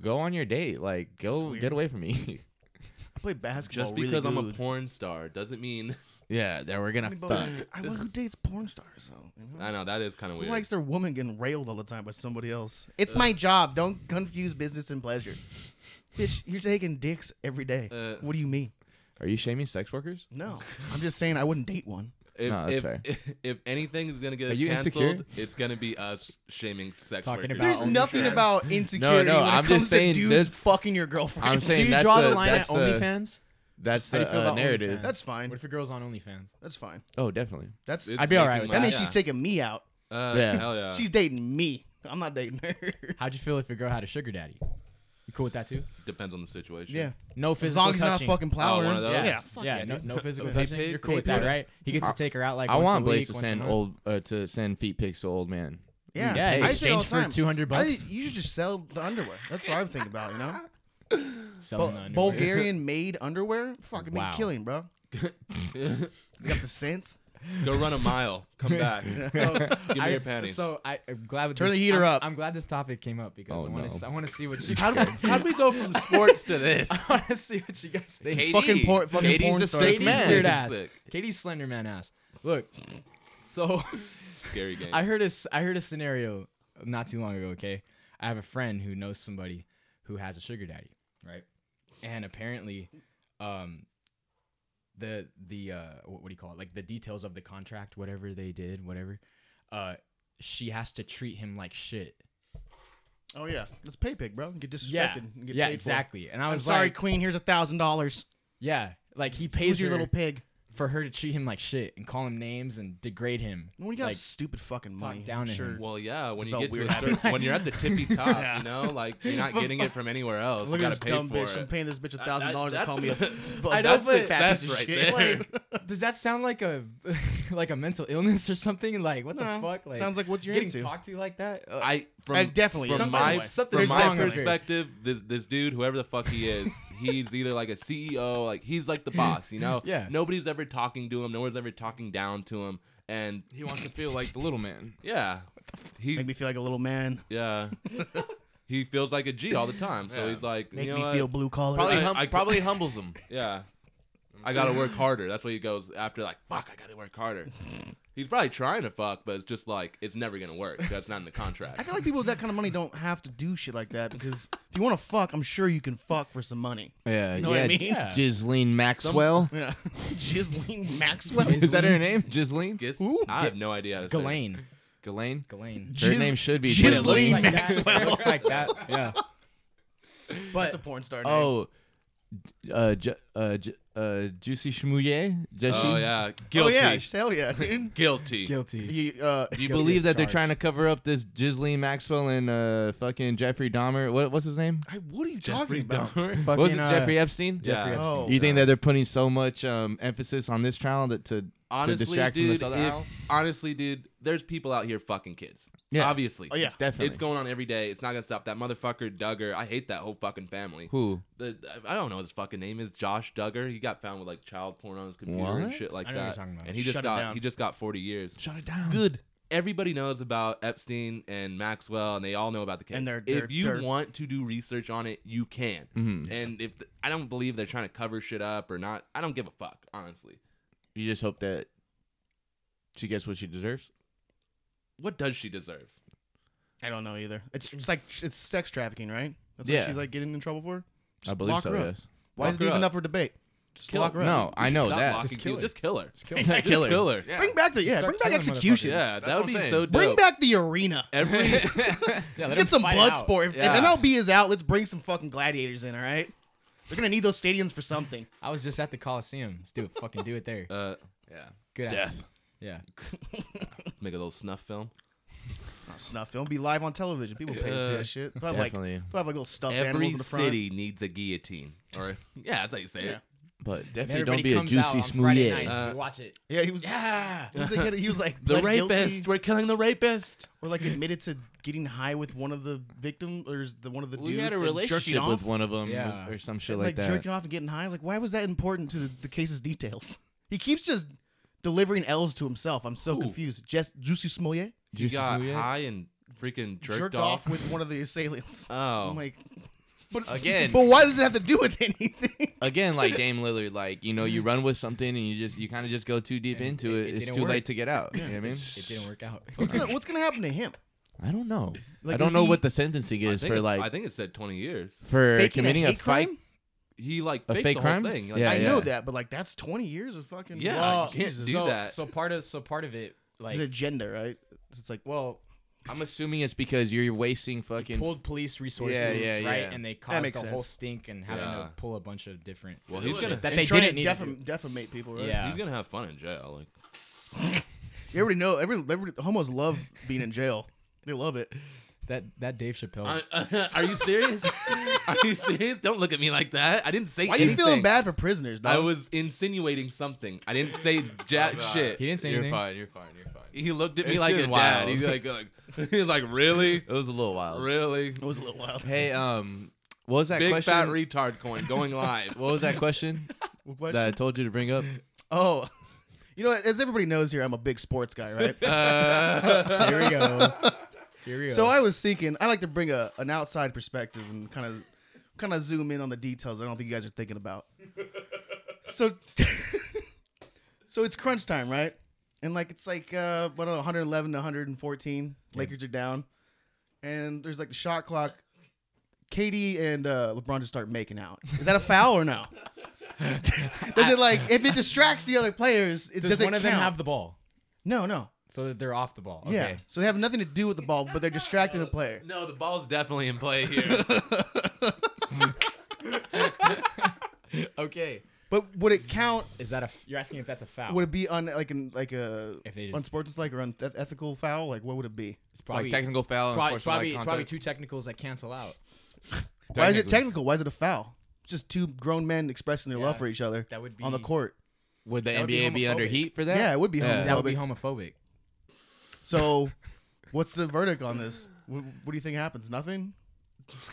Speaker 4: go on your date. Like, go
Speaker 2: weird.
Speaker 4: get away from me. [LAUGHS]
Speaker 2: I play basketball.
Speaker 1: just
Speaker 2: really
Speaker 1: because I'm a
Speaker 2: good.
Speaker 1: porn star doesn't mean [LAUGHS]
Speaker 4: yeah, then we're gonna
Speaker 2: I mean, but
Speaker 4: fuck.
Speaker 2: I, well, who dates porn stars though? You know?
Speaker 1: I know that is kind of
Speaker 2: Who
Speaker 1: weird.
Speaker 2: likes their woman getting railed all the time by somebody else? It's my job. Don't confuse business and pleasure. Bitch, you're taking dicks every day.
Speaker 1: Uh,
Speaker 2: what do you mean?
Speaker 4: Are you shaming sex workers?
Speaker 2: No, I'm just saying I wouldn't date one.
Speaker 1: If,
Speaker 4: No, that's
Speaker 1: if,
Speaker 4: fair.
Speaker 1: [LAUGHS] if anything is gonna get
Speaker 4: Are
Speaker 1: us
Speaker 4: you
Speaker 1: canceled,
Speaker 4: insecure?
Speaker 1: it's gonna be us shaming sex
Speaker 3: Talking
Speaker 1: workers.
Speaker 3: about
Speaker 2: There's
Speaker 3: only
Speaker 2: nothing
Speaker 3: fans.
Speaker 2: about insecurity
Speaker 4: no,
Speaker 2: when
Speaker 4: I'm
Speaker 2: it
Speaker 4: just
Speaker 2: comes
Speaker 4: saying
Speaker 2: to dudes
Speaker 4: this-
Speaker 2: fucking your girlfriend.
Speaker 4: I'm
Speaker 2: Dude,
Speaker 4: saying
Speaker 8: Do you
Speaker 4: that's
Speaker 8: draw
Speaker 4: the,
Speaker 8: the line at
Speaker 4: that's the,
Speaker 8: OnlyFans?
Speaker 4: that's
Speaker 3: How do you feel
Speaker 4: the uh,
Speaker 3: about
Speaker 4: narrative.
Speaker 3: OnlyFans?
Speaker 2: that's
Speaker 3: What
Speaker 2: fine.
Speaker 3: if a girl's on OnlyFans?
Speaker 2: That's fine.
Speaker 4: Oh, definitely.
Speaker 2: That's
Speaker 1: It's
Speaker 3: I'd be all
Speaker 1: making
Speaker 3: right with
Speaker 1: money.
Speaker 2: that means
Speaker 1: Yeah.
Speaker 2: she's taking me out.
Speaker 1: Uh,
Speaker 4: Yeah.
Speaker 1: Hell yeah.
Speaker 2: she's dating me. I'm not dating her.
Speaker 3: How'd you feel if your girl had a sugar daddy? You cool with that too?
Speaker 1: Depends on the situation.
Speaker 2: yeah,
Speaker 3: No
Speaker 2: as
Speaker 3: physical
Speaker 2: long as he's not
Speaker 3: touching.
Speaker 2: fucking plowing.
Speaker 1: Oh, one of those?
Speaker 3: Yeah,
Speaker 2: Yeah,
Speaker 3: yeah,
Speaker 2: fuck yeah,
Speaker 3: no,
Speaker 2: dude.
Speaker 3: no physical
Speaker 1: Hey,
Speaker 3: touching.
Speaker 1: pig,
Speaker 3: You're cool
Speaker 1: hey,
Speaker 3: with that,
Speaker 1: pig.
Speaker 3: right? He gets to take her out like
Speaker 4: I
Speaker 3: once
Speaker 4: want
Speaker 3: a week,
Speaker 4: Blaze to
Speaker 3: once a
Speaker 4: send
Speaker 3: month.
Speaker 4: old uh, to send feet pics to old man.
Speaker 2: yeah.
Speaker 3: Yeah, in
Speaker 2: I say it all
Speaker 3: exchange
Speaker 2: the time.
Speaker 3: for two hundred
Speaker 2: I,
Speaker 3: bucks.
Speaker 2: you should just sell the underwear. That's what I'm thinking about. You [LAUGHS] know,
Speaker 3: Selling
Speaker 2: Bu-
Speaker 3: the underwear.
Speaker 2: Bulgarian made underwear. Fucking
Speaker 3: Wow.
Speaker 2: me
Speaker 1: [LAUGHS]
Speaker 2: killing, bro.
Speaker 1: Go
Speaker 2: You got the sense.
Speaker 1: run
Speaker 2: [LAUGHS]
Speaker 1: a mile. Come back. Give me
Speaker 3: I-
Speaker 1: your panties.
Speaker 3: So I, I'm glad.
Speaker 2: Turn
Speaker 3: this,
Speaker 2: the heater
Speaker 3: I'm,
Speaker 2: up.
Speaker 3: I'm glad this topic came up because
Speaker 4: Oh,
Speaker 3: I want
Speaker 4: no.
Speaker 3: to. I want to see what you.
Speaker 1: how,
Speaker 3: guys,
Speaker 1: do we, how do we go from sports to
Speaker 2: [LAUGHS]
Speaker 1: this? [LAUGHS]
Speaker 3: I want to see what you guys think.
Speaker 1: Katie.
Speaker 2: Fucking porn- fucking
Speaker 4: Katie's
Speaker 2: porn
Speaker 4: a
Speaker 2: stars.
Speaker 4: sick
Speaker 3: Katie's
Speaker 4: man.
Speaker 3: weird ass.
Speaker 1: Sick.
Speaker 3: Katie's slender man ass. Look, so [LAUGHS]
Speaker 1: Scary game.
Speaker 3: I heard a s- I heard a scenario not too long ago. Okay, I have a friend who knows somebody who has a sugar daddy, right? And apparently, um, the the uh, what, what do you call it? Like the details of the contract, whatever they did, whatever. Uh, she has to treat him like shit.
Speaker 2: Oh yeah, it's pay pig, bro. Get disrespected.
Speaker 3: Yeah,
Speaker 2: and get
Speaker 3: yeah,
Speaker 2: paid for it.
Speaker 3: exactly. And I
Speaker 2: I'm
Speaker 3: was
Speaker 2: sorry,
Speaker 3: like,
Speaker 2: Queen. Here's a thousand dollars.
Speaker 3: yeah, like he pays
Speaker 2: Who's
Speaker 3: her
Speaker 2: your little pig?
Speaker 3: for her to treat him like shit and call him names and degrade him.
Speaker 2: When you got
Speaker 3: like,
Speaker 2: stupid fucking money,
Speaker 3: down
Speaker 2: I'm
Speaker 3: to
Speaker 2: sure.
Speaker 3: him.
Speaker 1: Well, yeah, when you
Speaker 2: felt
Speaker 1: get to
Speaker 2: weird
Speaker 1: a certain,
Speaker 2: habits.
Speaker 1: when you're at the tippy top,
Speaker 3: [LAUGHS]
Speaker 1: you know, like you're not getting it from anywhere else.
Speaker 2: Look
Speaker 1: you
Speaker 2: at
Speaker 1: gotta
Speaker 2: this
Speaker 1: pay
Speaker 2: dumb
Speaker 1: for
Speaker 2: bitch.
Speaker 1: it.
Speaker 2: I'm paying this bitch a
Speaker 1: That-
Speaker 2: thousand dollars to
Speaker 1: that-
Speaker 2: call me a. [LAUGHS]
Speaker 1: that's-
Speaker 2: I
Speaker 1: that's
Speaker 2: fat
Speaker 1: success
Speaker 2: piece of
Speaker 1: [LAUGHS] right
Speaker 2: shit.
Speaker 1: there.
Speaker 3: does that sound like a [LAUGHS] like a mental illness or something? Like what
Speaker 2: Nah,
Speaker 3: the fuck? Like
Speaker 2: sounds like what you're
Speaker 3: getting
Speaker 2: into.
Speaker 3: talked to like that. Uh,
Speaker 1: [LAUGHS] I from
Speaker 2: Uh, definitely
Speaker 1: from
Speaker 2: something-
Speaker 1: my
Speaker 3: something
Speaker 1: from my
Speaker 3: wrong with it.
Speaker 1: perspective, this this dude, whoever the fuck he
Speaker 2: [LAUGHS]
Speaker 1: is, he's either like a CEO, like he's like the boss, you know.
Speaker 3: Yeah.
Speaker 1: Nobody's ever talking to him. No one's ever talking down to him, and
Speaker 4: He wants to feel like the little man.
Speaker 1: yeah, he
Speaker 2: Make me feel like a little man. [LAUGHS]
Speaker 1: yeah, he feels like a G all the time. So
Speaker 4: Yeah.
Speaker 1: he's like,
Speaker 2: Make
Speaker 1: you know
Speaker 2: me
Speaker 1: what?
Speaker 2: feel blue collar. [LAUGHS]
Speaker 4: Probably
Speaker 1: I-
Speaker 4: hum-
Speaker 1: I-
Speaker 4: probably humbles him.
Speaker 1: [LAUGHS] yeah. I gotta work harder. That's what he goes after. Like, fuck, I gotta work harder. He's probably trying to fuck, but it's just like it's never gonna work. That's not in the contract.
Speaker 2: [LAUGHS] I feel like people with that kind of money don't have to do shit like that because if you want to fuck, I'm sure you can fuck for some money. [LAUGHS]
Speaker 4: Yeah,
Speaker 2: know what I
Speaker 4: yeah.
Speaker 2: mean?
Speaker 4: J- Ghislaine Maxwell.
Speaker 2: Yeah. Ghislaine Maxwell.
Speaker 4: Is that her name? Ghislaine.
Speaker 1: Guess-
Speaker 3: Ooh.
Speaker 1: I have no idea. How to say it.
Speaker 3: Ghislaine.
Speaker 4: Ghislaine.
Speaker 3: Ghislaine.
Speaker 4: Her
Speaker 2: Gis-
Speaker 4: name should be
Speaker 2: Ghislaine.
Speaker 4: but it looks like-
Speaker 3: Like that.
Speaker 2: Maxwell.
Speaker 3: It looks like that. [LAUGHS] Yeah.
Speaker 2: That's a porn star name.
Speaker 4: Oh, uh, Ju- uh, Ju- uh, Juicy Schmouillet? Jesse?
Speaker 1: Oh yeah,
Speaker 2: Oh,
Speaker 1: guilty.
Speaker 2: yeah. Hell yeah, dude.
Speaker 1: Guilty.
Speaker 3: Guilty.
Speaker 2: You, uh,
Speaker 4: Do
Speaker 3: Guilty
Speaker 4: you believe
Speaker 3: as
Speaker 4: that they're
Speaker 3: charged.
Speaker 4: trying to cover up this Ghislaine Maxwell and uh, fucking Jeffrey Dahmer? What, what's his name?
Speaker 2: I- what are you talking about?
Speaker 4: What was it
Speaker 3: Fucking, uh,
Speaker 4: Jeffrey Epstein?
Speaker 1: Yeah.
Speaker 3: Jeffrey Epstein.
Speaker 2: Oh,
Speaker 4: You think that they're putting so much um, emphasis on this trial that to
Speaker 1: Honestly,
Speaker 4: to distract
Speaker 1: dude.
Speaker 4: from this other
Speaker 1: if-
Speaker 4: aisle?
Speaker 1: honestly, dude, there's people out here fucking kids.
Speaker 4: Yeah.
Speaker 1: Obviously.
Speaker 2: Oh, yeah.
Speaker 4: Definitely.
Speaker 1: It's going on every day. It's not gonna stop. That motherfucker Duggar. I hate that whole fucking family.
Speaker 4: Who?
Speaker 1: The, I don't know what his fucking name is. Josh Duggar. He got found with like child porn on his computer and
Speaker 4: What?
Speaker 1: shit like
Speaker 3: I know what
Speaker 1: that.
Speaker 3: you're talking about.
Speaker 1: And he just
Speaker 2: Shut him
Speaker 1: got
Speaker 2: down.
Speaker 1: he just got 40 years.
Speaker 4: Shut it down.
Speaker 2: Good.
Speaker 1: everybody knows about Epstein and Maxwell, and they all know about the case.
Speaker 2: And they're- they're-
Speaker 1: if you
Speaker 2: they're-
Speaker 1: want to do research on it, you can.
Speaker 4: Mm-hmm.
Speaker 1: And if I don't believe they're trying to cover shit up or not, I don't give a fuck, honestly.
Speaker 4: You just hope that she gets what she deserves.
Speaker 1: What does she deserve?
Speaker 2: I don't know either. It's, it's like it's sex trafficking, right? That's
Speaker 4: Yeah.
Speaker 2: what she's like getting in trouble for.
Speaker 4: I
Speaker 2: Just
Speaker 4: believe
Speaker 2: lock
Speaker 4: so.
Speaker 2: her up.
Speaker 4: Yes.
Speaker 2: Why is
Speaker 1: Lock
Speaker 2: it
Speaker 1: her
Speaker 2: even
Speaker 1: up.
Speaker 2: up for debate? Just
Speaker 1: kill
Speaker 2: lock her
Speaker 1: her.
Speaker 2: up. [LAUGHS]
Speaker 4: No, [LAUGHS] I know
Speaker 1: Stop
Speaker 4: that.
Speaker 1: locking
Speaker 3: Just kill
Speaker 1: people.
Speaker 3: her.
Speaker 1: Just kill her. [LAUGHS]
Speaker 3: Kill her.
Speaker 4: Kill her.
Speaker 1: Kill her. Yeah,
Speaker 2: Bring back the yeah. Bring
Speaker 3: start
Speaker 2: back
Speaker 3: killing motherfuckers.
Speaker 2: executions.
Speaker 1: that
Speaker 4: That's what
Speaker 1: would
Speaker 4: I'm
Speaker 1: be
Speaker 4: saying.
Speaker 1: so dope.
Speaker 2: Bring back the arena.
Speaker 1: every. [LAUGHS]
Speaker 4: [LAUGHS]
Speaker 3: Yeah,
Speaker 2: Let's get some blood sport. If,
Speaker 1: Yeah.
Speaker 2: if MLB is out, let's bring some fucking gladiators in. All right, they're gonna need those stadiums for something.
Speaker 3: I was just at the Coliseum. Let's do it. Fucking do it there.
Speaker 1: uh, yeah,
Speaker 3: Good ass.
Speaker 4: Death.
Speaker 3: Yeah.
Speaker 1: let's make a little snuff film.
Speaker 2: Not snuff film. Be live on television. People pay to see
Speaker 1: Yeah.
Speaker 2: that shit. They'll have like,
Speaker 4: Definitely.
Speaker 2: they'll have like little stuffed
Speaker 1: Every
Speaker 2: animals in the front.
Speaker 1: city needs a guillotine. Or yeah, that's how you say it.
Speaker 4: But
Speaker 3: And
Speaker 4: definitely
Speaker 3: everybody
Speaker 4: don't be a
Speaker 3: comes out
Speaker 4: juicy
Speaker 3: on Friday
Speaker 4: smoothie.
Speaker 3: nights.
Speaker 1: Uh,
Speaker 3: we watch it.
Speaker 2: Yeah, he was.
Speaker 3: Yeah.
Speaker 2: He was, like, he was
Speaker 1: [LAUGHS]
Speaker 2: like
Speaker 1: The
Speaker 2: pled guilty
Speaker 1: rapist. We're killing the rapist.
Speaker 2: or like admitted to getting high with one of the victims or the one of the dudes.
Speaker 4: We had a
Speaker 2: and jerking
Speaker 4: relationship
Speaker 2: off.
Speaker 4: with one of them
Speaker 3: Yeah.
Speaker 4: or some shit
Speaker 2: like,
Speaker 4: like, that.
Speaker 2: jerking off and getting high. I was like, why was that important to the, the case's details? [LAUGHS] He keeps just delivering L's to himself. I'm so confused. Just Juicy Smollett
Speaker 1: You got
Speaker 4: smoothie?
Speaker 1: high and freaking jerked,
Speaker 2: jerked off with one of the assailants.
Speaker 1: Oh.
Speaker 2: I'm like,
Speaker 4: Again,
Speaker 2: but why does it have to do with [LAUGHS] anything?
Speaker 4: again,
Speaker 2: [LAUGHS]
Speaker 4: like Dame Lillard, like you know, you run with something and you just you kind of just go too deep
Speaker 3: And
Speaker 4: into
Speaker 3: it-
Speaker 4: it.
Speaker 3: it
Speaker 4: It's
Speaker 3: didn't
Speaker 4: too
Speaker 3: work.
Speaker 4: late to get out. You know what I mean?
Speaker 3: It didn't work [LAUGHS] out.
Speaker 2: What's gonna What's gonna happen to him?
Speaker 4: I don't know.
Speaker 2: Like,
Speaker 4: I don't
Speaker 2: is
Speaker 4: know
Speaker 2: he-
Speaker 4: what the sentencing
Speaker 1: I
Speaker 4: is
Speaker 1: think
Speaker 4: for
Speaker 1: it's-
Speaker 4: like
Speaker 1: I think it said 20 years.
Speaker 4: for
Speaker 2: Faking
Speaker 4: committing a,
Speaker 2: hate
Speaker 4: fight
Speaker 2: crime?
Speaker 1: he like
Speaker 4: A
Speaker 1: faked
Speaker 4: fake
Speaker 1: the
Speaker 4: crime?
Speaker 1: whole thing. Like,
Speaker 4: Yeah,
Speaker 2: I know
Speaker 4: yeah.
Speaker 2: that, but like that's 20 years of fucking
Speaker 1: Yeah, I
Speaker 2: Well,
Speaker 1: can't do
Speaker 3: so,
Speaker 1: that.
Speaker 3: So part of so part of it like
Speaker 2: it's an agenda, right? It's like
Speaker 3: well
Speaker 4: I'm assuming it's because you're wasting fucking. [LAUGHS]
Speaker 3: pulled police resources
Speaker 4: Yeah, yeah,
Speaker 3: right
Speaker 4: yeah.
Speaker 3: and they caused
Speaker 2: makes
Speaker 3: a whole
Speaker 2: sense.
Speaker 3: stink and having
Speaker 1: Yeah.
Speaker 3: to pull a bunch of different
Speaker 1: Well, he's gonna
Speaker 3: that
Speaker 2: and
Speaker 3: they
Speaker 2: trying
Speaker 3: didn't need
Speaker 2: to
Speaker 3: to
Speaker 2: defam-
Speaker 3: do.
Speaker 2: defamate people, right?
Speaker 3: yeah
Speaker 1: he's gonna have fun in jail. Like
Speaker 2: You already know every, every homos love being in jail. They love it.
Speaker 3: that that Dave Chappelle
Speaker 1: I- [LAUGHS] are you serious? are you serious? Don't look at me like that. I didn't say.
Speaker 2: Why are
Speaker 1: anything.
Speaker 2: you feeling bad for prisoners, dog?
Speaker 1: I was insinuating something. I didn't say jack shit.
Speaker 3: Oh he didn't say
Speaker 4: you're
Speaker 3: anything
Speaker 4: fine. You're fine. You're fine.
Speaker 1: He looked at me
Speaker 4: It's
Speaker 1: like
Speaker 4: just
Speaker 1: a dad.
Speaker 4: wild.
Speaker 1: He's like, [LAUGHS] like he's like, really,
Speaker 4: It was a little wild.
Speaker 1: really.
Speaker 2: It was a little wild.
Speaker 4: Hey, um, what was that
Speaker 1: Big
Speaker 4: question?
Speaker 1: fat retard coin going
Speaker 4: [LAUGHS]
Speaker 1: live.
Speaker 4: what was that
Speaker 3: [LAUGHS]
Speaker 4: question
Speaker 2: What-
Speaker 4: that I told you to bring up?
Speaker 2: Oh, you know, as everybody knows here, I'm a big sports guy, right?
Speaker 3: here
Speaker 2: [LAUGHS]
Speaker 3: we go here we go
Speaker 2: so I was thinking, I like to bring a, an outside perspective and kind of kind of zoom in on the details. I don't think you guys are thinking
Speaker 3: [LAUGHS]
Speaker 2: about. So, [LAUGHS] so it's crunch time, right? And like it's like uh, what 111 to 114. Lakers are down, and there's like the shot clock. Katie and uh, LeBron just start making out. Is that a foul or
Speaker 3: [LAUGHS]
Speaker 2: no? Does it like if it distracts the other players? It,
Speaker 3: does,
Speaker 2: does, it
Speaker 3: one of them
Speaker 2: count?
Speaker 3: have the ball
Speaker 2: No, no.
Speaker 3: so that they're off the ball okay
Speaker 2: Yeah. So they have nothing to do with the ball, but they're distracting a player.
Speaker 1: no, the ball's definitely in play here.
Speaker 3: okay
Speaker 2: But would
Speaker 3: Mm,
Speaker 2: it count?
Speaker 3: is that a f- you're asking if that's a foul
Speaker 2: Would it be on like an like a
Speaker 3: If they just-
Speaker 2: unsportslike or unethical foul? Like what would it be?
Speaker 3: it's probably
Speaker 4: like technical foul. and
Speaker 3: probably, it's probably,
Speaker 4: sportsmanlike
Speaker 3: it's probably
Speaker 4: conduct?
Speaker 3: two technicals that cancel out
Speaker 2: Why is it
Speaker 4: Technically.
Speaker 2: technical? Why is it a foul? It's just two grown men expressing their love
Speaker 3: Yeah,
Speaker 2: for each other
Speaker 3: that would
Speaker 2: on the
Speaker 3: be-
Speaker 2: court.
Speaker 4: Would the
Speaker 3: That would be
Speaker 4: NBA be, under
Speaker 3: homophobic.
Speaker 4: heat for that?
Speaker 2: Yeah, it would be homophobic.
Speaker 3: that would be homophobic
Speaker 2: So, [LAUGHS] what's the verdict on this? What, what do you think happens? Nothing.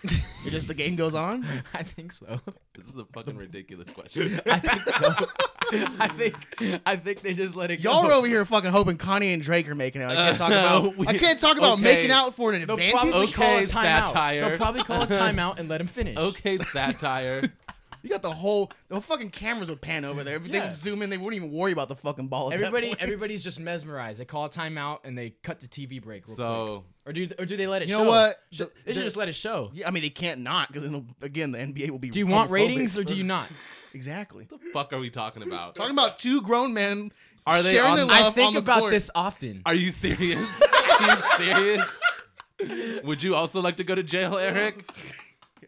Speaker 2: it just the game goes on.
Speaker 3: [LAUGHS] I think so
Speaker 1: this is a fucking ridiculous question. [LAUGHS]
Speaker 3: I think so [LAUGHS] I think I think they just let it go
Speaker 2: Y'all are over here fucking hoping Kanye and Drake are making out. I can't talk
Speaker 3: Uh, [LAUGHS]
Speaker 2: about.
Speaker 1: we-
Speaker 2: I can't talk about
Speaker 1: okay.
Speaker 2: making out for an
Speaker 3: They'll
Speaker 2: advantage.
Speaker 3: probably call a
Speaker 1: Okay,
Speaker 3: timeout.
Speaker 1: satire.
Speaker 3: They'll
Speaker 2: [LAUGHS]
Speaker 3: probably call a timeout and let him finish.
Speaker 1: Okay, satire.
Speaker 2: You got the whole the fucking cameras would pan over there. They
Speaker 3: Yeah.
Speaker 2: would zoom in. They wouldn't even worry about the fucking ball. At that
Speaker 3: Everybody,
Speaker 2: point.
Speaker 3: everybody's just mesmerized. They call a timeout and they cut to TV break. Real quick.
Speaker 1: So
Speaker 3: or do or do they let it
Speaker 2: You
Speaker 3: show?
Speaker 2: know what?
Speaker 3: Sh-
Speaker 2: The-
Speaker 3: they should
Speaker 2: the-
Speaker 3: just let it show.
Speaker 2: Yeah, I mean, they can't not because again, the NBA will be.
Speaker 3: Do you want
Speaker 2: homophobic.
Speaker 3: ratings or do you not?
Speaker 2: Exactly.
Speaker 1: fuck are we talking about?
Speaker 2: Talking about two grown men
Speaker 1: Are they
Speaker 2: sharing
Speaker 1: on-
Speaker 2: their love
Speaker 3: I think
Speaker 2: on the
Speaker 3: about
Speaker 2: court.
Speaker 3: this often.
Speaker 1: Are you serious? are you serious? Would you also like to go to jail, Eric?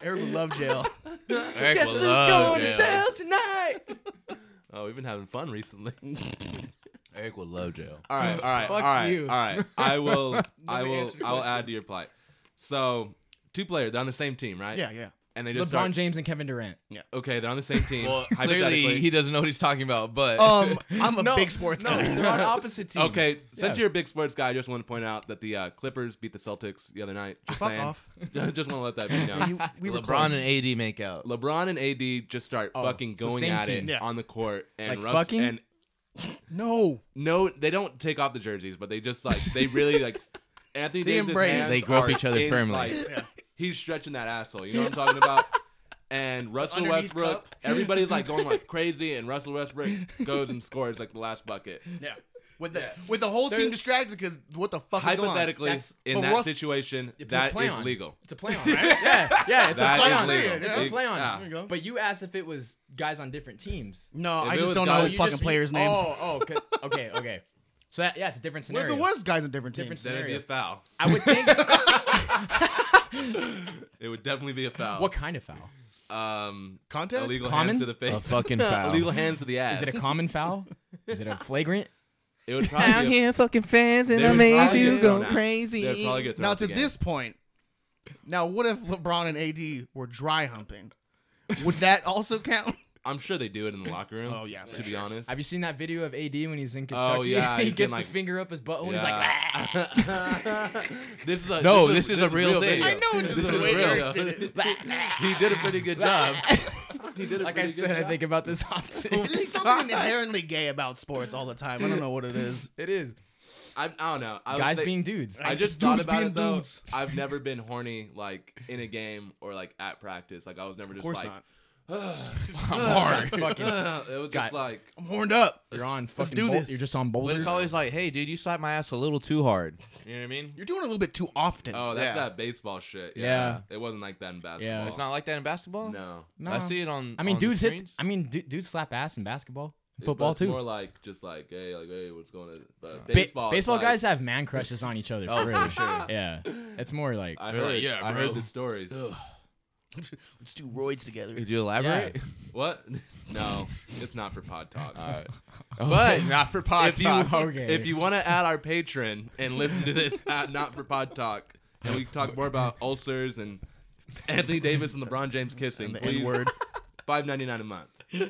Speaker 2: Eric would love [LAUGHS] jail.
Speaker 4: Eric will love jail.
Speaker 3: tonight?
Speaker 1: Oh, we've been having fun recently. [LAUGHS]
Speaker 4: Eric will love jail.
Speaker 1: All right, all right, all
Speaker 3: Fuck
Speaker 1: right,
Speaker 3: you.
Speaker 1: all right. I will, I
Speaker 2: me
Speaker 1: will,
Speaker 2: answer your
Speaker 1: I will
Speaker 2: question.
Speaker 1: add to your plight. So, two players, they're on the same team, right?
Speaker 2: yeah, yeah.
Speaker 1: And they
Speaker 3: LeBron
Speaker 1: just start,
Speaker 3: James and Kevin Durant.
Speaker 1: okay, they're on the same team.
Speaker 4: Well,
Speaker 1: hypothetically.
Speaker 4: clearly he doesn't know what he's talking about, but [LAUGHS]
Speaker 2: Um, I'm a
Speaker 3: No,
Speaker 2: big sports
Speaker 3: no, [LAUGHS]
Speaker 2: guy.
Speaker 3: they're on opposite teams.
Speaker 1: Okay,
Speaker 3: Yeah.
Speaker 1: since you're a big sports guy, I just want to point out that the uh, Clippers beat the Celtics the other night. Just
Speaker 2: Ah, Fuck
Speaker 1: saying.
Speaker 2: off.
Speaker 1: [LAUGHS] just want to let that be known.
Speaker 2: You- we were
Speaker 4: LeBron
Speaker 2: close.
Speaker 4: and AD make out.
Speaker 1: LeBron and AD just start
Speaker 3: Oh,
Speaker 1: fucking
Speaker 3: so
Speaker 1: going
Speaker 3: same
Speaker 1: at
Speaker 3: team.
Speaker 1: it
Speaker 2: Yeah.
Speaker 1: on the court, and
Speaker 3: Like
Speaker 1: Russ
Speaker 3: fucking?
Speaker 1: and
Speaker 2: no,
Speaker 1: no, they don't take off the jerseys, but they just like they really like [LAUGHS] Anthony
Speaker 2: They
Speaker 1: Davis.
Speaker 2: embrace.
Speaker 1: Hands
Speaker 4: They grip
Speaker 1: are
Speaker 4: each other
Speaker 1: in,
Speaker 4: firmly.
Speaker 1: like,
Speaker 2: Yeah.
Speaker 1: He's stretching that asshole. You know what I'm talking
Speaker 2: [LAUGHS]
Speaker 1: about? And Russell
Speaker 2: underneath
Speaker 1: Westbrook,
Speaker 2: cup.
Speaker 1: everybody's
Speaker 2: [LAUGHS]
Speaker 1: like going like crazy, and Russell Westbrook goes and scores like the last bucket.
Speaker 2: yeah. With the with the whole team distracted because what the fuck is going on?
Speaker 1: Hypothetically,
Speaker 3: That's-
Speaker 1: in
Speaker 2: but
Speaker 1: that
Speaker 2: Russ-
Speaker 1: situation,
Speaker 3: You put a
Speaker 1: that
Speaker 3: play
Speaker 1: is
Speaker 3: on.
Speaker 1: legal.
Speaker 3: It's a
Speaker 1: [LAUGHS]
Speaker 3: play on, right? yeah, yeah, it's
Speaker 1: That
Speaker 3: a play
Speaker 1: is
Speaker 3: on.
Speaker 1: legal. ah.
Speaker 3: It's a
Speaker 2: Yeah.
Speaker 3: play on.
Speaker 1: Yeah.
Speaker 2: There you go.
Speaker 3: But you asked if it was guys on different teams.
Speaker 2: No,
Speaker 1: If
Speaker 2: I
Speaker 1: it
Speaker 2: just
Speaker 1: was
Speaker 2: don't
Speaker 1: guys-
Speaker 2: know
Speaker 1: You
Speaker 2: the
Speaker 1: just
Speaker 2: fucking
Speaker 3: just-
Speaker 2: players' names.
Speaker 3: Oh, oh, 'cause- okay, okay. So that, yeah, it's a different
Speaker 2: What if
Speaker 3: scenario.
Speaker 2: it was guys in different
Speaker 3: Different
Speaker 2: teams?
Speaker 1: Then it'd be a foul.
Speaker 3: I would
Speaker 1: [LAUGHS]
Speaker 3: think.
Speaker 1: It would definitely be a foul.
Speaker 3: what kind of foul?
Speaker 1: um
Speaker 2: Contact?
Speaker 1: illegal
Speaker 3: Common?
Speaker 1: hands to the face [LAUGHS]
Speaker 4: A fucking foul.
Speaker 1: illegal hands to the ass
Speaker 3: Is it a common foul?
Speaker 1: [LAUGHS]
Speaker 3: Is it a flagrant?
Speaker 1: it would probably be a-
Speaker 4: fucking fans,
Speaker 1: they would probably get thrown out. They would probably get thrown
Speaker 2: Now
Speaker 1: out
Speaker 2: to
Speaker 1: the game.
Speaker 2: this point, now what if LeBron and AD were dry humping? Would that also [LAUGHS] count?
Speaker 1: i'm sure they do it in the locker room
Speaker 2: Oh, yeah, for
Speaker 1: to be honest
Speaker 3: Have you seen that video of AD when he's in Kentucky?
Speaker 1: Oh,
Speaker 3: [LAUGHS]
Speaker 1: yeah,
Speaker 3: and he
Speaker 1: he's been
Speaker 3: gets
Speaker 1: like-
Speaker 3: the finger up his butt and he's like, "Ah."
Speaker 1: like [LAUGHS] this is a
Speaker 4: No, this is a real thing.
Speaker 1: video.
Speaker 4: I
Speaker 2: know, it's just
Speaker 1: This
Speaker 2: the
Speaker 1: is
Speaker 2: way
Speaker 1: real.
Speaker 2: Eric did it.
Speaker 1: [LAUGHS]
Speaker 3: "Ah,
Speaker 1: he did a pretty good
Speaker 3: [LAUGHS]
Speaker 1: job he did a
Speaker 3: like I
Speaker 1: pretty good
Speaker 3: said, I
Speaker 1: job.
Speaker 3: think about this
Speaker 2: [LAUGHS]
Speaker 3: often.
Speaker 2: There's something inherently gay about sports all the time. I don't know what
Speaker 1: [LAUGHS]
Speaker 2: it is.
Speaker 3: [LAUGHS] it is
Speaker 1: I, I don't know I was
Speaker 3: guys
Speaker 1: think-
Speaker 3: being dudes.
Speaker 1: I just
Speaker 2: Dudes
Speaker 1: thought about
Speaker 2: being
Speaker 1: it though. [LAUGHS]
Speaker 2: dudes.
Speaker 1: I've never been horny like in a game or like at practice. Like I was never just
Speaker 2: course
Speaker 1: like,
Speaker 2: not.
Speaker 3: hard. [LAUGHS] fucking,
Speaker 1: [LAUGHS] it was just
Speaker 3: Got-
Speaker 1: like,
Speaker 2: I'm horned up.
Speaker 3: you're on fucking.
Speaker 2: do
Speaker 3: bol-
Speaker 2: this.
Speaker 3: You're just on
Speaker 4: But
Speaker 3: boulders.
Speaker 4: it's always like, hey, dude, you slapped my ass a little too hard. You know what I mean?
Speaker 2: You're doing a little bit too often.
Speaker 1: oh, that's
Speaker 4: Yeah.
Speaker 1: that baseball shit. Yeah.
Speaker 3: Yeah.
Speaker 1: It wasn't like that in basketball.
Speaker 3: Yeah.
Speaker 4: It's not like that in basketball.
Speaker 1: No.
Speaker 3: No.
Speaker 4: I see it on.
Speaker 3: I mean,
Speaker 4: on the
Speaker 3: dudes hit.
Speaker 4: screens.
Speaker 3: I mean, du- dudes slap ass in basketball,
Speaker 1: It- but
Speaker 3: football
Speaker 1: it's
Speaker 3: too.
Speaker 1: More like just like hey, like hey, what's going on? But
Speaker 3: Ba-
Speaker 1: baseball, it's
Speaker 3: baseball
Speaker 1: like,
Speaker 3: guys have man crushes on each other.
Speaker 4: Oh,
Speaker 3: for
Speaker 4: for
Speaker 3: real.
Speaker 4: sure.
Speaker 3: [LAUGHS] Yeah, it's more like
Speaker 1: I
Speaker 4: They're
Speaker 1: heard,
Speaker 4: like,
Speaker 1: yeah,
Speaker 4: "Yeah,
Speaker 1: I heard the
Speaker 4: bro."
Speaker 1: stories.
Speaker 2: Let's do roids together.
Speaker 4: Did you elaborate?
Speaker 1: What? [LAUGHS] No, it's not for pod talk. [LAUGHS]
Speaker 4: but [LAUGHS] not for pod
Speaker 1: if you if you want to add our patron and listen to this at not for pod talk, and we can talk more about ulcers and Anthony Davis and LeBron James kissing,
Speaker 2: the
Speaker 1: please,
Speaker 2: N-word.
Speaker 1: [LAUGHS] five ninety nine a month.
Speaker 4: I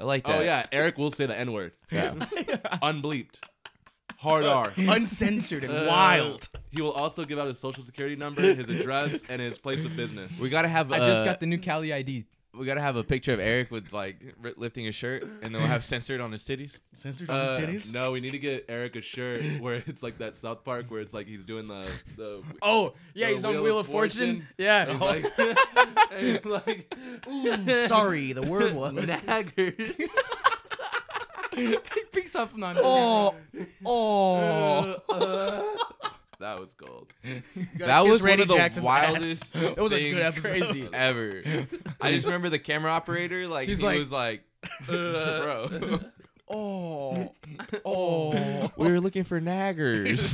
Speaker 4: like that.
Speaker 1: Oh yeah, Eric will say the N word,
Speaker 4: yeah.
Speaker 1: [LAUGHS] unbleeped, hard R.
Speaker 2: [LAUGHS]
Speaker 1: [LAUGHS]
Speaker 2: Uncensored
Speaker 1: Uh,
Speaker 2: and [LAUGHS] wild.
Speaker 1: He will also give out his social security number, his address, and his place of business.
Speaker 4: We gotta have.
Speaker 3: I just
Speaker 4: uh,
Speaker 3: got the new Cali ID.
Speaker 4: We gotta have a picture of Eric with like ri- lifting his shirt, and then we'll have censored on his titties.
Speaker 2: Censored on
Speaker 1: Uh,
Speaker 2: his titties.
Speaker 1: No, we need to get Eric a shirt [LAUGHS] where it's like that South Park where it's like he's doing the the.
Speaker 3: Oh yeah,
Speaker 1: The
Speaker 3: he's on Wheel of Fortune. Oh.
Speaker 1: and
Speaker 4: Oh
Speaker 3: Yeah.
Speaker 1: He's like, [LAUGHS] and he's like
Speaker 2: Ooh, sorry,
Speaker 1: [LAUGHS]
Speaker 2: the word was.
Speaker 1: naggers.
Speaker 3: [LAUGHS] [LAUGHS]
Speaker 1: [LAUGHS]
Speaker 3: he picks up on. [LAUGHS]
Speaker 2: Oh,
Speaker 1: [LAUGHS]
Speaker 2: oh.
Speaker 1: Uh, that was gold.
Speaker 4: That
Speaker 2: kiss
Speaker 4: was
Speaker 2: Randy
Speaker 4: one of the
Speaker 2: Jackson's ass.
Speaker 4: wildest.
Speaker 2: It was a good
Speaker 4: things
Speaker 2: episode.
Speaker 3: Crazy.
Speaker 4: [LAUGHS] ever. I just remember the camera operator. Like
Speaker 3: He's
Speaker 4: he
Speaker 3: like-
Speaker 4: was like,
Speaker 1: Uh,
Speaker 4: bro.
Speaker 2: Oh, oh.
Speaker 4: We were looking for naggers.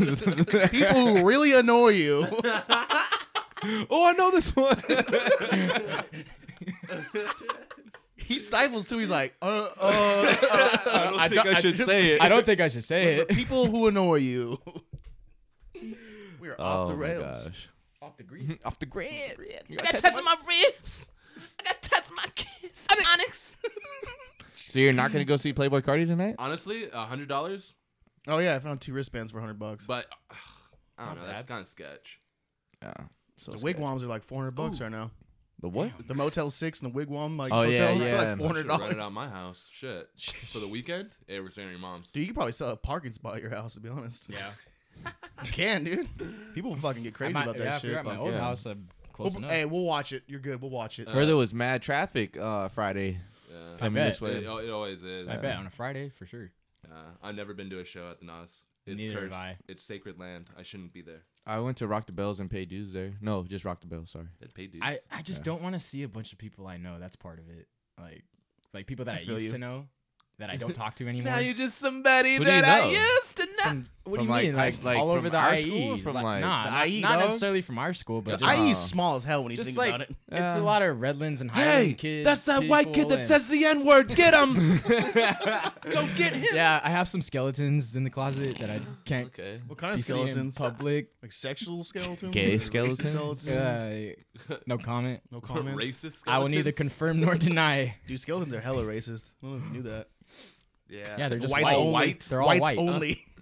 Speaker 2: [LAUGHS] People who really
Speaker 1: [LAUGHS]
Speaker 2: annoy you.
Speaker 4: [LAUGHS] oh, I know this one.
Speaker 2: He stifles too. He's like, uh,
Speaker 1: [LAUGHS]
Speaker 2: uh,
Speaker 1: I don't
Speaker 3: I
Speaker 1: think
Speaker 3: don't-
Speaker 1: I,
Speaker 3: I
Speaker 1: should
Speaker 3: just-
Speaker 1: say it.
Speaker 3: I don't think I should say
Speaker 2: the
Speaker 3: it.
Speaker 2: people who annoy you. We're
Speaker 1: Oh
Speaker 2: off the
Speaker 4: my
Speaker 2: rails.
Speaker 4: gosh.
Speaker 3: Off [LAUGHS] the green.
Speaker 4: Off the grid. [LAUGHS] So you're not gonna go see Playboy Cardi tonight?
Speaker 1: Honestly, a hundred dollars,
Speaker 2: Oh yeah, I found two wristbands for hundred bucks.
Speaker 1: but ugh, I don't
Speaker 3: Not
Speaker 1: know. That's
Speaker 3: bad.
Speaker 1: kind of sketch.
Speaker 4: Yeah. So
Speaker 2: the
Speaker 4: it's
Speaker 2: wigwams are like four hundred bucks right now.
Speaker 4: good. The what?
Speaker 2: The Motel Six and the Wigwam like
Speaker 4: Oh, yeah,
Speaker 2: hotels
Speaker 4: yeah.
Speaker 2: are like four hundred
Speaker 1: Should rent it
Speaker 2: dollars.
Speaker 1: out my house. Shit. For the weekend, hey, we're staying at your mom's.
Speaker 2: Dude, you could probably sell a parking spot at your house. To be honest,
Speaker 3: Yeah.
Speaker 2: [LAUGHS] you can, dude. People fucking get
Speaker 3: I
Speaker 2: crazy
Speaker 3: might-
Speaker 2: about that
Speaker 3: yeah, if
Speaker 2: shit.
Speaker 3: you're at my
Speaker 2: Fuck
Speaker 3: old
Speaker 2: yeah.
Speaker 3: house. I'm
Speaker 2: We'll-
Speaker 3: close enough.
Speaker 2: hey, we'll watch it. You're good. We'll watch it.
Speaker 1: Uh,
Speaker 4: Heard there was mad traffic uh, Friday
Speaker 1: Yeah.
Speaker 4: coming
Speaker 3: bet.
Speaker 4: this way.
Speaker 1: It, it always is.
Speaker 3: I bet on a Friday for sure.
Speaker 1: Uh, I've never been to a show at the Nas. It's
Speaker 3: Neither have
Speaker 1: cursed.
Speaker 3: I.
Speaker 1: It's sacred land. I shouldn't be there.
Speaker 4: I went to Rock the Bells and pay dues there. No, just Rock the Bells. Sorry.
Speaker 1: It paid dues.
Speaker 3: I, I just don't want to see a bunch of people I know. That's part of it. Like like people that
Speaker 2: I
Speaker 3: I,
Speaker 2: feel
Speaker 3: used
Speaker 2: you.
Speaker 3: to know that I don't talk to anymore.
Speaker 1: just somebody
Speaker 4: Who do you know?
Speaker 3: [LAUGHS] From- what do
Speaker 4: from,
Speaker 3: you
Speaker 4: like,
Speaker 3: mean? Like,
Speaker 4: high- like,
Speaker 3: all over
Speaker 4: from
Speaker 3: the
Speaker 4: our
Speaker 3: IE?
Speaker 4: school or from, like-
Speaker 3: nah,
Speaker 2: The
Speaker 3: not,
Speaker 2: IE,
Speaker 3: not
Speaker 2: dog?
Speaker 3: necessarily from our school, but
Speaker 2: The E,
Speaker 3: just,
Speaker 2: IE's small as hell when you
Speaker 3: just
Speaker 2: think
Speaker 3: like [LAUGHS]
Speaker 2: about it.
Speaker 3: it's a
Speaker 4: Yeah.
Speaker 3: lot of Redlands and Highland
Speaker 1: Hey,
Speaker 3: kids.
Speaker 1: that's that white kid
Speaker 3: people
Speaker 1: that
Speaker 3: and-
Speaker 1: says the N word. Get
Speaker 3: [LAUGHS]
Speaker 1: him. Go get [LAUGHS] him.
Speaker 3: Yeah, I have some skeletons in the closet that I can't
Speaker 4: Okay.
Speaker 2: What kind
Speaker 3: be
Speaker 2: of
Speaker 3: seen in
Speaker 2: skeletons?
Speaker 3: public.
Speaker 2: like sexual skeletons?
Speaker 4: Gay
Speaker 2: Or
Speaker 4: skeletons?
Speaker 2: skeletons?
Speaker 3: Yeah, [LAUGHS] no comment.
Speaker 2: No
Speaker 1: Racist.
Speaker 2: comments.
Speaker 1: skeletons.
Speaker 3: I will neither confirm nor deny.
Speaker 2: Dude, skeletons are hella racist. I don't know if you knew that.
Speaker 3: Yeah, they're just
Speaker 2: Whites
Speaker 3: white.
Speaker 2: only.
Speaker 3: They're all
Speaker 2: Whites
Speaker 3: white.
Speaker 2: only. [LAUGHS]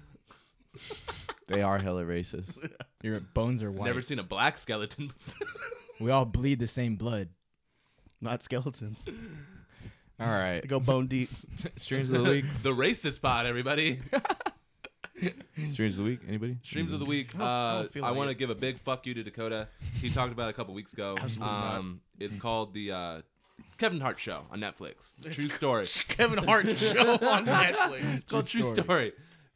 Speaker 4: They are hella racist.
Speaker 3: Your bones are
Speaker 1: I've [LAUGHS]
Speaker 3: white.
Speaker 1: Never seen a black skeleton. [LAUGHS]
Speaker 3: we all bleed the same blood.
Speaker 2: Not skeletons.
Speaker 4: All right.
Speaker 2: They go bone deep. [LAUGHS]
Speaker 4: Streams of
Speaker 1: [LAUGHS]
Speaker 4: the week.
Speaker 1: the racist pod,
Speaker 3: [LAUGHS]
Speaker 1: everybody.
Speaker 4: Streams of the week. Anybody?
Speaker 1: Streams of the week. Uh,
Speaker 2: I
Speaker 1: I,
Speaker 2: don't feel like
Speaker 1: want to
Speaker 2: it.
Speaker 1: give a big fuck you to Dakota. He talked about it a couple weeks ago.
Speaker 2: Absolutely not.
Speaker 1: Um, it's called the uh, Kevin Hart Show on Netflix. True story.
Speaker 2: Kevin Hart
Speaker 3: [LAUGHS]
Speaker 2: show on Netflix.
Speaker 1: It's called True
Speaker 3: True
Speaker 1: Story.
Speaker 3: Story.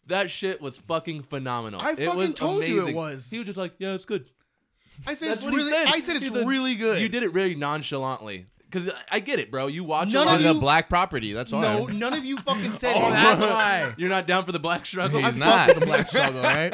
Speaker 1: That shit was fucking phenomenal.
Speaker 2: I
Speaker 1: It
Speaker 2: fucking
Speaker 1: was
Speaker 2: told you it
Speaker 1: amazing.
Speaker 2: was.
Speaker 1: He was just like, yeah, it's good.
Speaker 2: I said
Speaker 1: That's
Speaker 2: it's
Speaker 1: what he
Speaker 2: really.
Speaker 1: said.
Speaker 2: I said it's
Speaker 1: He said,
Speaker 2: really good.
Speaker 1: You did it very nonchalantly. Because I get it, bro. You watch
Speaker 2: None
Speaker 1: a lot
Speaker 2: of
Speaker 4: It's
Speaker 1: of
Speaker 4: a
Speaker 2: you-
Speaker 4: black property. That's all.
Speaker 2: No, none of you fucking [LAUGHS] said it.
Speaker 3: [LAUGHS] That's why.
Speaker 1: You're not down for the black struggle.
Speaker 4: He's
Speaker 2: I'm
Speaker 4: not.
Speaker 2: fucking the black struggle, [LAUGHS] right?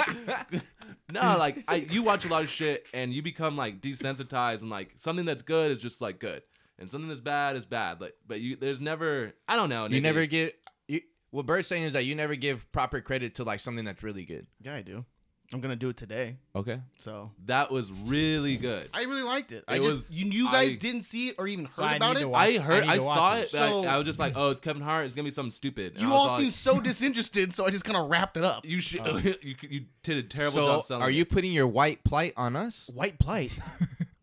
Speaker 1: no, like I, you watch a lot of shit and you become like desensitized and like something that's good is just like good and something that's bad is bad. Like, but you there's never I don't know.
Speaker 4: You
Speaker 1: nigga.
Speaker 4: never give. You, what Bert's saying is that you never give proper credit to like something that's really good.
Speaker 2: Yeah, I do. I'm gonna do it today.
Speaker 4: Okay.
Speaker 2: So
Speaker 1: That was really good.
Speaker 2: I really liked it. I
Speaker 1: It
Speaker 2: just
Speaker 1: was-
Speaker 2: you, you guys
Speaker 1: I-
Speaker 2: didn't see it or even heard
Speaker 3: So I need
Speaker 2: about
Speaker 3: to
Speaker 2: it.
Speaker 1: I
Speaker 3: Watch-
Speaker 1: heard,
Speaker 3: I need
Speaker 1: I,
Speaker 3: to watch
Speaker 1: saw it.
Speaker 3: this.
Speaker 1: but I-
Speaker 2: So-
Speaker 1: I, was just like, oh, it's Kevin Hart. It's gonna be something stupid. And
Speaker 2: You
Speaker 1: I was
Speaker 2: all seem
Speaker 1: like, [LAUGHS]
Speaker 2: so disinterested, so I just kind of wrapped it up. [LAUGHS]
Speaker 1: you should [LAUGHS] you, you did a terrible
Speaker 4: So
Speaker 1: job selling.
Speaker 4: are
Speaker 1: it.
Speaker 4: you putting your white plight on us?
Speaker 2: White plight.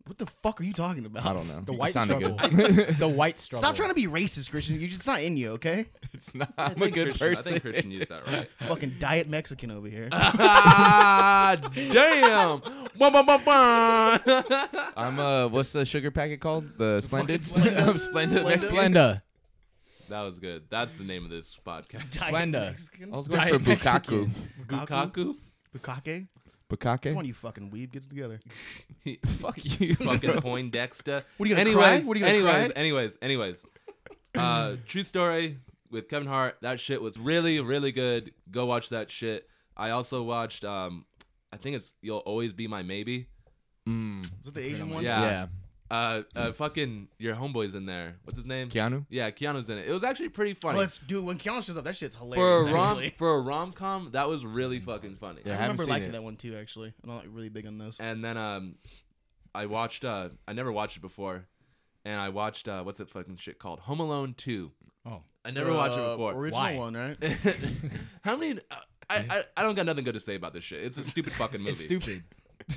Speaker 2: What the fuck are you talking about?
Speaker 4: I don't know.
Speaker 3: The
Speaker 4: It
Speaker 3: white
Speaker 4: sounded
Speaker 3: struggle.
Speaker 4: good.
Speaker 3: the white struggle.
Speaker 2: Stop trying to be racist, Christian. You, it's not in you,
Speaker 1: [LAUGHS]
Speaker 2: okay?
Speaker 4: it's not.
Speaker 1: I
Speaker 4: I'm a
Speaker 1: think
Speaker 4: good
Speaker 1: Christian,
Speaker 4: person.
Speaker 1: I think Christian used that right.
Speaker 2: Fucking diet Mexican over
Speaker 3: [LAUGHS]
Speaker 2: here.
Speaker 1: ah, damn. Bum, bum, bum, bum.
Speaker 4: [LAUGHS] I'm uh, what's the sugar packet called? The Splendid.
Speaker 2: Splenda.
Speaker 4: [LAUGHS] I'm Splendid. Mexican.
Speaker 3: Splenda.
Speaker 1: [LAUGHS] that was good. That's the name of this podcast.
Speaker 2: Diet
Speaker 3: Splenda.
Speaker 2: Mexican.
Speaker 4: I was going
Speaker 3: Diet
Speaker 4: for bukaku.
Speaker 3: Mexican.
Speaker 1: Bukaku?
Speaker 2: Bukake. Come on,
Speaker 4: Bukake.
Speaker 2: you fucking weeb. Get it together.
Speaker 4: [LAUGHS] Fuck you.
Speaker 1: Fucking Poindexter.
Speaker 2: What are you gonna
Speaker 1: anyways,
Speaker 2: cry? What are you gonna
Speaker 1: anyways,
Speaker 2: cry?
Speaker 1: Anyways, anyways, Uh, true story with Kevin Hart. That shit was really, really good. Go watch that shit. I also watched. Um, I think it's "You'll Always Be My Maybe."
Speaker 4: Mm,
Speaker 2: Is it the Asian one?
Speaker 1: Yeah.
Speaker 4: yeah.
Speaker 1: Uh, uh fucking your homeboy's in there. What's his name?
Speaker 4: Keanu.
Speaker 1: Yeah, Keanu's in it. It was actually pretty funny.
Speaker 2: Let's do it. When Keanu shows up, that shit's
Speaker 1: for
Speaker 2: hilarious.
Speaker 1: a rom
Speaker 2: actually.
Speaker 1: for a rom com, that was really fucking funny.
Speaker 4: Yeah. I
Speaker 2: I
Speaker 4: haven't
Speaker 2: remember
Speaker 4: seen
Speaker 2: liking
Speaker 4: it.
Speaker 2: that one too, actually. I'm not like, really big on those.
Speaker 1: And then um, I watched. Uh, I never watched it before, and I watched. Uh, what's that fucking shit called? Home Alone Two.
Speaker 3: Oh.
Speaker 1: I never watched it
Speaker 2: Uh,
Speaker 1: before.
Speaker 2: Original
Speaker 3: Why?
Speaker 2: one, right?
Speaker 1: [LAUGHS] how many? Uh, I, I I don't got nothing good to say about this shit. It's a stupid fucking movie.
Speaker 3: [LAUGHS] It's stupid.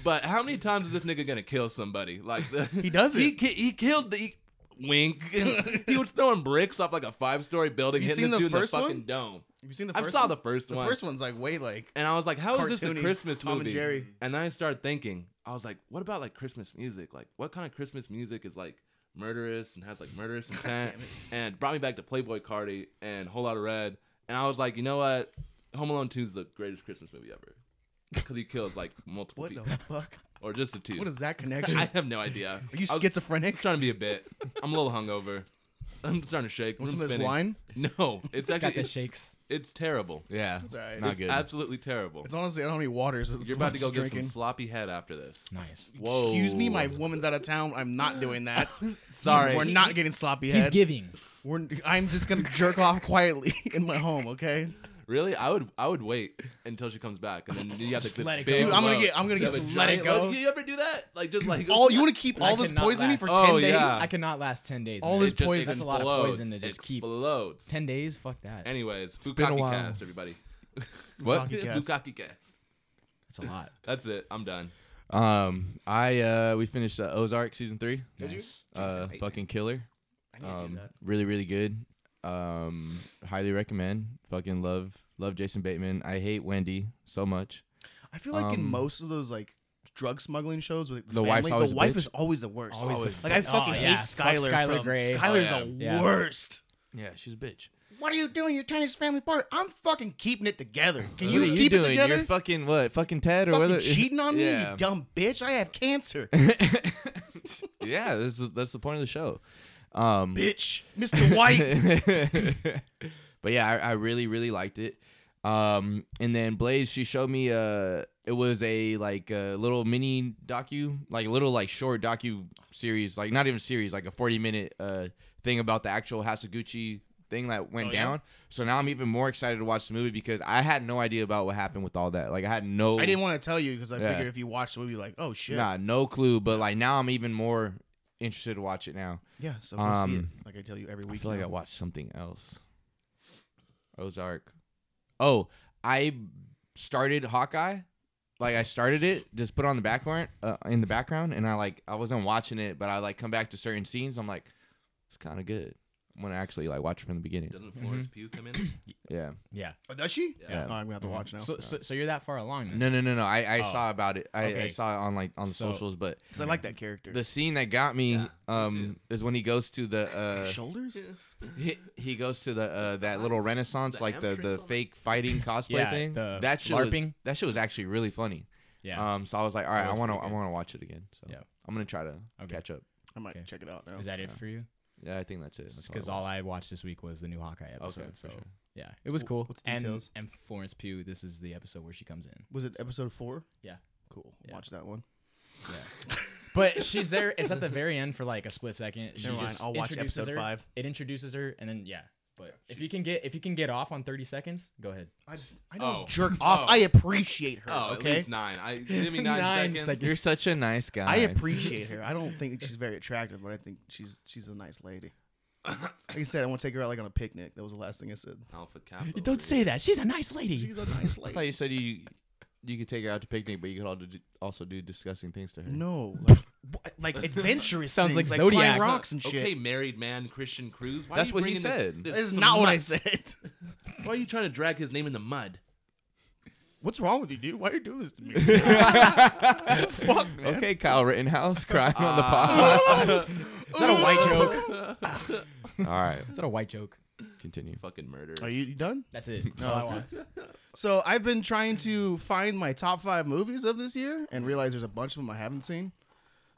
Speaker 1: But how many times is this nigga gonna kill somebody? Like the, he
Speaker 2: does
Speaker 1: [LAUGHS] He
Speaker 2: it.
Speaker 1: ki- he killed the wink. [LAUGHS] he was throwing bricks off like a five story building,
Speaker 2: You
Speaker 1: hitting
Speaker 2: seen
Speaker 1: this
Speaker 2: the
Speaker 1: dude in the
Speaker 2: first
Speaker 1: fucking
Speaker 2: one?
Speaker 1: dome.
Speaker 2: You seen the
Speaker 1: I
Speaker 2: first
Speaker 1: saw
Speaker 2: one?
Speaker 1: the first one.
Speaker 2: The first one's like way like
Speaker 1: And I was like, how is this
Speaker 2: Cartoony,
Speaker 1: a Christmas
Speaker 2: Tom and
Speaker 1: movie?
Speaker 2: Jerry.
Speaker 1: And then I started thinking, I was like, what about like Christmas music? Like, what kind of Christmas music is like murderous and has like
Speaker 2: [LAUGHS]
Speaker 1: murderous intent?
Speaker 2: damn it.
Speaker 1: And it brought me back to Playboy Cardi and Whole Lotta Red. And I was like, you know what? Home Alone 2 is the greatest Christmas movie ever. Because he kills like multiple
Speaker 2: what the
Speaker 1: people. [LAUGHS]
Speaker 2: fuck?
Speaker 1: Or just the two.
Speaker 2: What
Speaker 1: [LAUGHS]
Speaker 2: is that connection?
Speaker 1: I
Speaker 2: Are
Speaker 1: have no idea.
Speaker 2: you
Speaker 1: I was
Speaker 2: schizophrenic?
Speaker 1: trying to be a bit. I'm a little hungover. I'm starting to shake.
Speaker 2: Want
Speaker 1: Room's
Speaker 2: some of
Speaker 1: spinning.
Speaker 2: this wine?
Speaker 1: No, it's
Speaker 3: Got
Speaker 1: actually
Speaker 3: the
Speaker 1: it's,
Speaker 3: shakes.
Speaker 1: it's terrible.
Speaker 4: Yeah.
Speaker 2: all right.
Speaker 4: Not
Speaker 2: It's
Speaker 4: good.
Speaker 1: Absolutely terrible.
Speaker 2: It's honestly I don't have any waters. [LAUGHS]
Speaker 1: You're about to go get
Speaker 2: drinking.
Speaker 1: some sloppy head after this.
Speaker 3: Nice.
Speaker 1: Whoa.
Speaker 2: Excuse
Speaker 1: [LAUGHS]
Speaker 2: me, my woman's out of town. I'm not doing that.
Speaker 1: Sorry.
Speaker 2: We're not getting sloppy
Speaker 3: He's
Speaker 2: head.
Speaker 3: giving.
Speaker 2: We're, I'm just gonna jerk off quietly [LAUGHS] in my home, okay?
Speaker 1: Really? I would I would wait until she comes back and then you have
Speaker 3: Just
Speaker 1: to
Speaker 3: let it
Speaker 1: big
Speaker 3: go.
Speaker 2: Dude, I'm gonna
Speaker 1: load.
Speaker 2: get. I'm
Speaker 1: You
Speaker 2: gonna get.
Speaker 1: have a
Speaker 2: Some,
Speaker 3: let it
Speaker 1: giant
Speaker 3: go.
Speaker 1: load. You ever do that? Like just like
Speaker 2: all you want to keep all
Speaker 3: I
Speaker 2: this
Speaker 3: cannot
Speaker 2: poisoning
Speaker 3: last.
Speaker 2: for ten
Speaker 1: Oh,
Speaker 2: days?
Speaker 1: yeah.
Speaker 3: I cannot last 10 days.
Speaker 2: All
Speaker 3: man.
Speaker 2: this
Speaker 1: It just
Speaker 2: poison.
Speaker 3: That's a lot of
Speaker 1: explodes.
Speaker 3: poison to just keep.
Speaker 1: explodes.
Speaker 3: 10 days? Fuck that.
Speaker 1: Anyways,
Speaker 4: been a
Speaker 1: Bukaki
Speaker 4: while.
Speaker 1: cast, everybody. [LAUGHS]
Speaker 4: What?
Speaker 2: Bukaki cast.
Speaker 1: Bukaki cast.
Speaker 3: That's a lot.
Speaker 1: That's it. I'm done.
Speaker 4: Um, I uh, we finished uh, Ozark season three.
Speaker 2: Did you?
Speaker 3: Nice.
Speaker 4: Uh, fucking killer.
Speaker 2: I need to do
Speaker 4: Um,
Speaker 2: that.
Speaker 4: really, really good. Um, highly recommend. Fucking love, love Jason Bateman. I hate Wendy so much.
Speaker 2: I feel like in
Speaker 4: um,
Speaker 2: most of those like drug smuggling shows with the,
Speaker 4: The wife's
Speaker 2: family,
Speaker 4: always a
Speaker 2: the wife
Speaker 4: bitch.
Speaker 2: is always the worst.
Speaker 3: Always the
Speaker 2: like I
Speaker 3: fuck-
Speaker 2: fucking
Speaker 3: oh,
Speaker 2: hate
Speaker 3: yeah. Fuck
Speaker 2: Skyler.
Speaker 3: Skylar
Speaker 2: from,
Speaker 3: Grey.
Speaker 2: Skyler's
Speaker 1: Oh,
Speaker 2: the
Speaker 3: yeah. Yeah.
Speaker 2: worst.
Speaker 4: Yeah, she's a bitch.
Speaker 2: What are you doing? You're tearing this family apart. I'm fucking keeping it together. Can
Speaker 4: What
Speaker 2: you
Speaker 4: are you
Speaker 2: keep
Speaker 4: doing?
Speaker 2: it together?
Speaker 4: You're fucking what? Fucking Ted or
Speaker 2: fucking
Speaker 4: [LAUGHS] whether
Speaker 2: cheating on me,
Speaker 4: yeah.
Speaker 2: you dumb bitch. I have
Speaker 4: [LAUGHS]
Speaker 2: cancer,
Speaker 4: yeah, that's the, that's the point of the show. Um,
Speaker 2: bitch. Mr. White.
Speaker 4: [LAUGHS] but yeah, I, I really really liked it. Um, and then Blaze, she showed me uh it was a like a little mini docu, like a little like short docu series, like not even series, like a forty minute uh thing about the actual Hasaguchi thing that went
Speaker 2: Oh, yeah?
Speaker 4: down. So now I'm even more excited to watch the movie because I had no idea about what happened with all that. Like I had no
Speaker 2: I
Speaker 4: [LAUGHS]
Speaker 2: didn't want to tell you because I
Speaker 4: Yeah.
Speaker 2: figured if you watched the movie, you're like, oh shit.
Speaker 4: nah, no clue, but like now I'm even more interested to watch it now.
Speaker 2: Yeah, so we'll see it.
Speaker 4: Um,
Speaker 2: Like I tell you every
Speaker 4: I
Speaker 2: week.
Speaker 4: feel like
Speaker 2: now.
Speaker 4: I watched something else. Ozark. Oh, I started Hawkeye. Like I started it, just put it on the background, uh, in the background, and I like I wasn't watching it, but I like come back to certain scenes. I'm like, it's kind of good. I'm gonna actually like watch it from the beginning.
Speaker 1: Doesn't Florence Pugh come
Speaker 3: [CLEARS THROAT]
Speaker 1: in?
Speaker 4: Yeah.
Speaker 3: Mm-hmm. Yeah.
Speaker 2: Oh, does she?
Speaker 1: Yeah.
Speaker 2: Oh, I'm gonna have to watch now.
Speaker 3: So, so, so you're that far along then?
Speaker 4: No, no, no, no. I, I
Speaker 3: Oh.
Speaker 4: saw about it. I, I
Speaker 3: Okay.
Speaker 4: saw it on like on the
Speaker 3: So-
Speaker 4: socials, but
Speaker 2: Because I like that character.
Speaker 4: the scene that got me
Speaker 1: Yeah, me
Speaker 4: um
Speaker 1: too.
Speaker 4: is when he goes to the
Speaker 2: Her
Speaker 4: uh
Speaker 2: shoulders.
Speaker 4: He, he goes to the uh, that little renaissance,
Speaker 1: The
Speaker 4: like the, the
Speaker 1: hamstrings on
Speaker 4: fake fighting cosplay
Speaker 3: Yeah,
Speaker 4: thing.
Speaker 3: the
Speaker 4: that shit was-
Speaker 3: LARPing.
Speaker 4: that shit was actually really funny.
Speaker 3: Yeah.
Speaker 4: Um. So I was like, all right,
Speaker 3: That
Speaker 4: I
Speaker 3: was
Speaker 4: want to
Speaker 3: pretty
Speaker 4: I
Speaker 3: good.
Speaker 4: want to watch it again. So
Speaker 3: Yeah.
Speaker 4: I'm gonna try to
Speaker 3: Okay.
Speaker 4: catch up.
Speaker 2: I might
Speaker 3: Okay.
Speaker 2: check it out now.
Speaker 3: Is that it for you?
Speaker 4: Yeah, I think that's it. That's all I
Speaker 3: Because all I watched this week was the new Hawkeye episode.
Speaker 4: for
Speaker 3: so
Speaker 4: sure.
Speaker 3: yeah, it was
Speaker 2: Wh-
Speaker 3: cool.
Speaker 2: what's the
Speaker 3: and
Speaker 2: details?
Speaker 3: and Florence Pugh. This is the episode where she comes in.
Speaker 2: Was it episode four?
Speaker 3: Yeah.
Speaker 2: Cool.
Speaker 3: Yeah.
Speaker 2: Watch that one.
Speaker 3: But she's there. It's at the very end for like a split second. She
Speaker 2: Never mind,
Speaker 3: just
Speaker 2: I'll watch
Speaker 3: introduces
Speaker 2: episode
Speaker 3: her,
Speaker 2: five.
Speaker 3: It introduces her, and then yeah. But if you can get if you can get off on thirty seconds, go ahead.
Speaker 2: I, I don't
Speaker 1: Oh.
Speaker 2: jerk off.
Speaker 1: Oh.
Speaker 2: I appreciate her.
Speaker 1: Oh,
Speaker 2: okay.
Speaker 1: at least nine. I give me
Speaker 2: [LAUGHS]
Speaker 1: nine,
Speaker 3: Nine
Speaker 1: seconds.
Speaker 3: seconds.
Speaker 4: You're such a nice guy.
Speaker 2: I appreciate her. I don't think she's very attractive, but I think she's she's a nice lady. Like I said, I want to take her out like on a picnic. That was the last thing I said.
Speaker 1: Alpha Kappa.
Speaker 3: that. She's a nice
Speaker 2: [LAUGHS]
Speaker 3: lady.
Speaker 2: She's a nice
Speaker 4: I
Speaker 2: lady.
Speaker 4: thought you said you you could take her out to picnic, but you could also do, also do disgusting things to her.
Speaker 2: No, like, wha- like adventurous.
Speaker 3: Sounds
Speaker 2: things,
Speaker 3: like
Speaker 2: climbing
Speaker 3: Zodiac.
Speaker 2: rocks and shit.
Speaker 1: Okay, married man, Christian Cruz. Why are
Speaker 4: That's
Speaker 1: you
Speaker 4: what he
Speaker 1: bringing this-
Speaker 4: said.
Speaker 1: this
Speaker 2: This is not what I
Speaker 1: smut-
Speaker 2: said.
Speaker 1: Why are you trying to drag his name in the mud?
Speaker 2: What's wrong with you, dude? Why are you doing this to me? Fuck, man.
Speaker 4: Okay, Kyle Rittenhouse [LAUGHS] crying on the
Speaker 3: Ah.
Speaker 4: pod.
Speaker 3: Is that a white
Speaker 2: Oh.
Speaker 3: joke?
Speaker 4: [LAUGHS] All right,
Speaker 3: Is that a white joke?
Speaker 4: continue.
Speaker 1: Fucking murder.
Speaker 2: Are you done?
Speaker 3: That's it. No, I want.
Speaker 2: So I've been trying to find my top five movies of this year and realize there's a bunch of them I haven't seen.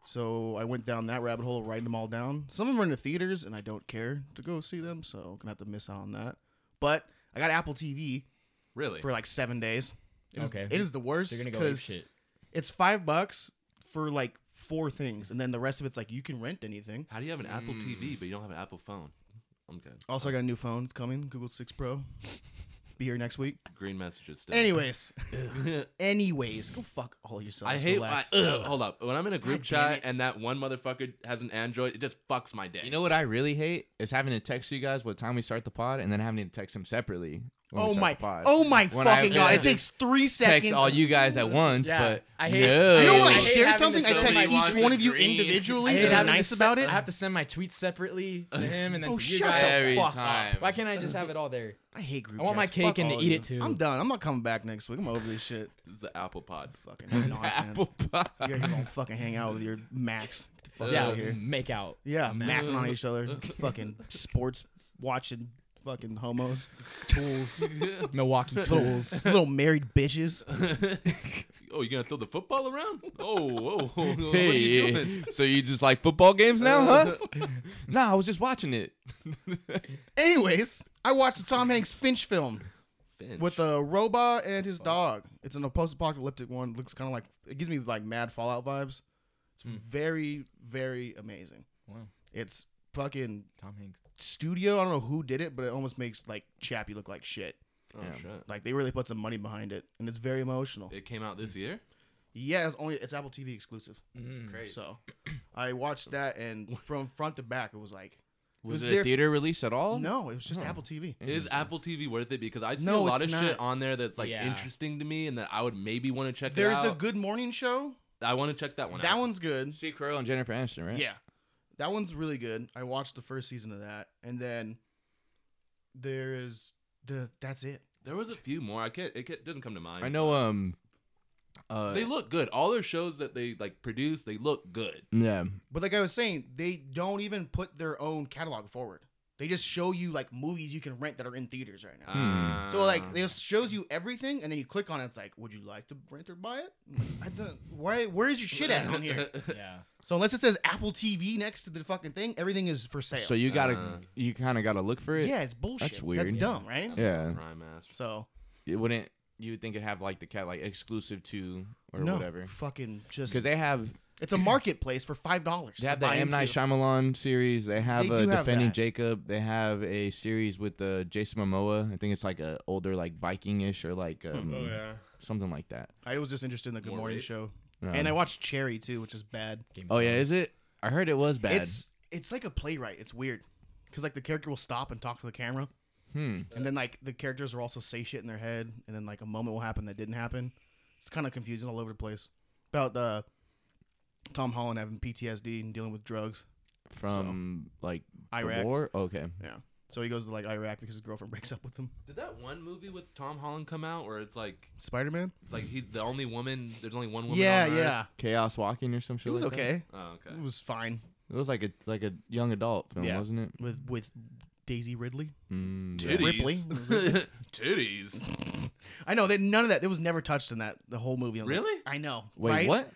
Speaker 2: So I went down that rabbit hole, writing them all down. Some of them are in the theaters, and I don't care to go see them, so I'm gonna have to miss out on that. But I got Apple TV
Speaker 1: really?
Speaker 2: for like seven days. It is,
Speaker 3: Okay.
Speaker 2: it is the worst
Speaker 3: They're gonna go ape
Speaker 2: because
Speaker 3: shit.
Speaker 2: it's five bucks for like four things, and then the rest of it's like you can rent anything.
Speaker 1: How do you have an Apple
Speaker 2: Hmm.
Speaker 1: TV but you don't have an Apple phone? I'm good.
Speaker 2: Also, I got a new phone. It's coming, Google Six Pro. Be here next
Speaker 3: [LAUGHS]
Speaker 2: week.
Speaker 1: Green messages still. [LAUGHS]
Speaker 2: Anyways, anyways, go fuck all yourselves.
Speaker 1: I hate. I,
Speaker 2: Relax.
Speaker 1: ugh, hold up. When I'm in a group
Speaker 2: God damn
Speaker 1: chat
Speaker 2: it.
Speaker 1: and that one motherfucker has an Android, it just fucks my day.
Speaker 4: You know what I really hate is having to text you guys what time we start the pod, and then having to text him separately. when we
Speaker 2: Oh
Speaker 4: start
Speaker 2: my!
Speaker 4: the pod.
Speaker 2: Oh my
Speaker 4: When I-
Speaker 2: fucking god! It takes three seconds.
Speaker 4: text all you guys at once,
Speaker 3: Yeah,
Speaker 4: but
Speaker 3: I hate-
Speaker 4: no.
Speaker 2: You know when
Speaker 3: I
Speaker 2: I
Speaker 3: hate
Speaker 2: share
Speaker 3: having
Speaker 2: something,
Speaker 3: to
Speaker 2: I
Speaker 3: send
Speaker 2: text
Speaker 3: somebody
Speaker 2: each
Speaker 3: wants
Speaker 2: one
Speaker 1: to
Speaker 2: of you
Speaker 1: dream.
Speaker 2: individually
Speaker 3: hate
Speaker 2: to be
Speaker 3: having to
Speaker 2: nice
Speaker 3: se-
Speaker 2: about it.
Speaker 3: I have to send my tweets separately to him and then
Speaker 2: Oh,
Speaker 3: to you
Speaker 2: shut
Speaker 3: guys.
Speaker 4: every
Speaker 2: fuck up.
Speaker 4: time.
Speaker 3: Why can't I just have it all there?
Speaker 2: I hate group
Speaker 3: I want my
Speaker 2: chats.
Speaker 3: cake
Speaker 2: Fuck
Speaker 3: and to
Speaker 2: all of
Speaker 3: eat
Speaker 2: you.
Speaker 3: it too.
Speaker 2: I'm done. I'm not coming back next week. I'm over this shit.
Speaker 1: This is the Apple Pod.
Speaker 2: Fucking
Speaker 3: [LAUGHS]
Speaker 2: nonsense.
Speaker 4: Apple pie.
Speaker 2: You guys don't fucking hang out with your Max. Get the fuck
Speaker 1: Yeah.
Speaker 2: out of here.
Speaker 3: make out.
Speaker 2: Yeah,
Speaker 3: Max.
Speaker 2: macking on each other. fucking sports watching. Fucking homos, [LAUGHS] tools,
Speaker 3: Milwaukee Tools.
Speaker 2: little married bitches.
Speaker 1: [LAUGHS] Oh, you gonna throw the football
Speaker 2: [LAUGHS]
Speaker 1: around? Oh, whoa, whoa, whoa, what are you
Speaker 4: Hey,
Speaker 1: doing?
Speaker 4: [LAUGHS] so you just like football games now,
Speaker 2: [LAUGHS]
Speaker 4: huh? nah, I was just watching it.
Speaker 2: Anyways, I watched the Tom Hanks Finch film.
Speaker 1: Finch.
Speaker 2: with a robot and his dog. It's an post-apocalyptic one. Looks kind of like it gives me like mad Fallout vibes. It's very very amazing.
Speaker 3: Wow.
Speaker 2: It's fucking
Speaker 3: Tom Hanks.
Speaker 2: studio. I don't know who did it, but it almost makes like Chappie look like shit.
Speaker 1: oh shit!
Speaker 2: Like they really put some money behind it, and it's very emotional.
Speaker 1: It came out this year.
Speaker 2: yeah, it's only it's Apple TV exclusive.
Speaker 1: Crazy.
Speaker 2: So [CLEARS THROAT] I watched
Speaker 1: [LAUGHS]
Speaker 2: that, and from front to back, it was like Was
Speaker 4: Was it a
Speaker 2: there-
Speaker 4: theater release at all?
Speaker 2: no, it was just Apple TV.
Speaker 1: Is Apple TV worth it? Because I see a
Speaker 2: No,
Speaker 1: lot
Speaker 2: it's
Speaker 1: of
Speaker 2: not.
Speaker 1: shit on there that's like
Speaker 3: Yeah.
Speaker 1: interesting to me, and that I would maybe want to check.
Speaker 2: There's
Speaker 1: it
Speaker 2: the
Speaker 1: out.
Speaker 2: Good Morning Show.
Speaker 1: I want to check that one.
Speaker 2: That
Speaker 1: out.
Speaker 2: one's good.
Speaker 4: Steve Carell and Jennifer Aniston, right?
Speaker 2: Yeah. That one's really good. I watched the first season of that and then there is the that's it.
Speaker 1: There was a few more. I can't. It can't, doesn't come to mind.
Speaker 4: I know. Um. Uh.
Speaker 1: They look good. All their shows that they like produce, they look good.
Speaker 4: yeah.
Speaker 2: But like I was saying, they don't even put their own catalog forward. They just show you like movies you can rent that are in theaters right now.
Speaker 1: Ah.
Speaker 2: so like they just shows you everything and then you click on it it's like, would you like to rent or buy it? I don't why where is your shit at on
Speaker 1: [LAUGHS]
Speaker 2: here? [LAUGHS]
Speaker 3: Mm. Yeah.
Speaker 2: So unless it says Apple TV next to the fucking thing, everything is for sale.
Speaker 4: So you gotta,
Speaker 1: Uh.
Speaker 4: you kind of gotta look for it.
Speaker 2: yeah, it's bullshit. That's
Speaker 4: weird.
Speaker 2: dumb, right?
Speaker 4: Yeah.
Speaker 1: Prime ass.
Speaker 2: So
Speaker 4: It wouldn't. You would think it'd have like the cat like exclusive to or
Speaker 2: no,
Speaker 4: whatever.
Speaker 2: fucking just
Speaker 4: Because they have
Speaker 2: It's a marketplace for five dollars.
Speaker 4: They have the M Night Shyamalan series. They have
Speaker 2: They
Speaker 4: a
Speaker 2: do have
Speaker 4: Defending
Speaker 2: that.
Speaker 4: Jacob. They have a series with uh, Jason Momoa. I think it's like a older like Vikingish or like um, something like that.
Speaker 2: I was just interested in the Good
Speaker 1: More
Speaker 2: Morning
Speaker 1: rape.
Speaker 2: Show,
Speaker 4: Yeah.
Speaker 2: and I watched Cherry too, which is bad.
Speaker 4: Oh yeah, is it? I heard it was bad.
Speaker 2: It's it's like a playwright. It's weird because like the character will stop and talk to the camera,
Speaker 4: hmm.
Speaker 2: and then like the characters will also say shit in their head, and then like a moment will happen that didn't happen. It's kind of confusing all over the place about uh, Tom Holland having PTSD and dealing with drugs.
Speaker 4: From like
Speaker 2: Iraq.
Speaker 4: the war. Okay.
Speaker 2: Yeah, so he goes to like Iraq because his girlfriend breaks up with him.
Speaker 1: Did that one movie with Tom Holland come out where it's like
Speaker 2: Spider Man.
Speaker 1: it's like he the only woman? There's only one woman.
Speaker 2: Yeah,
Speaker 1: on Earth?
Speaker 2: yeah.
Speaker 4: Chaos Walking or some shit.
Speaker 2: It was
Speaker 4: like that?
Speaker 2: okay.
Speaker 1: Oh, okay.
Speaker 2: It was fine
Speaker 4: It was like a like a young adult film,
Speaker 2: Yeah.
Speaker 4: wasn't it?
Speaker 2: with with Daisy Ridley.
Speaker 4: Mm, yeah.
Speaker 1: Titties.
Speaker 2: Ripley.
Speaker 1: [LAUGHS] Titties.
Speaker 2: I know that none of that. It was never touched in that the whole movie. I was like,
Speaker 1: Really?
Speaker 2: I know.
Speaker 4: Wait,
Speaker 2: right?
Speaker 4: what?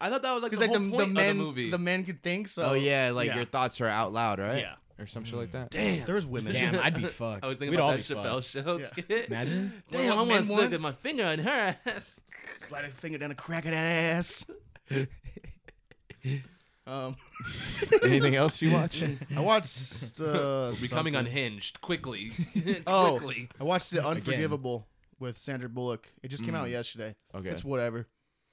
Speaker 1: I thought that was like the
Speaker 2: Because like
Speaker 1: whole
Speaker 2: the,
Speaker 1: point
Speaker 2: the
Speaker 1: of
Speaker 2: men,
Speaker 1: the
Speaker 2: the,
Speaker 1: movie.
Speaker 2: men could think so.
Speaker 4: oh yeah, like
Speaker 2: yeah.
Speaker 4: your thoughts are out loud, right?
Speaker 2: Yeah. Mm.
Speaker 4: Or some shit like that.
Speaker 1: Damn.
Speaker 2: [LAUGHS] There's women.
Speaker 3: Damn, I'd be fucked.
Speaker 1: I was thinking
Speaker 3: We'd all
Speaker 1: about that
Speaker 3: be
Speaker 1: Chappelle
Speaker 3: fucked.
Speaker 1: show
Speaker 2: Yeah.
Speaker 1: skit. [LAUGHS]
Speaker 3: Imagine.
Speaker 1: Damn, I
Speaker 2: What
Speaker 1: want
Speaker 2: men
Speaker 1: to stick
Speaker 2: want?
Speaker 1: my finger in her ass.
Speaker 2: Slide a finger down a crack of that ass. [LAUGHS] um,
Speaker 4: Anything else
Speaker 2: [LAUGHS]
Speaker 4: you watch?
Speaker 2: I watched. Uh,
Speaker 1: Becoming
Speaker 2: something.
Speaker 1: unhinged quickly.
Speaker 2: [LAUGHS]
Speaker 1: [LAUGHS]
Speaker 2: Oh,
Speaker 1: quickly.
Speaker 2: I watched the Unforgivable with Sandra Bullock. It just came out yesterday.
Speaker 4: Okay.
Speaker 2: It's whatever.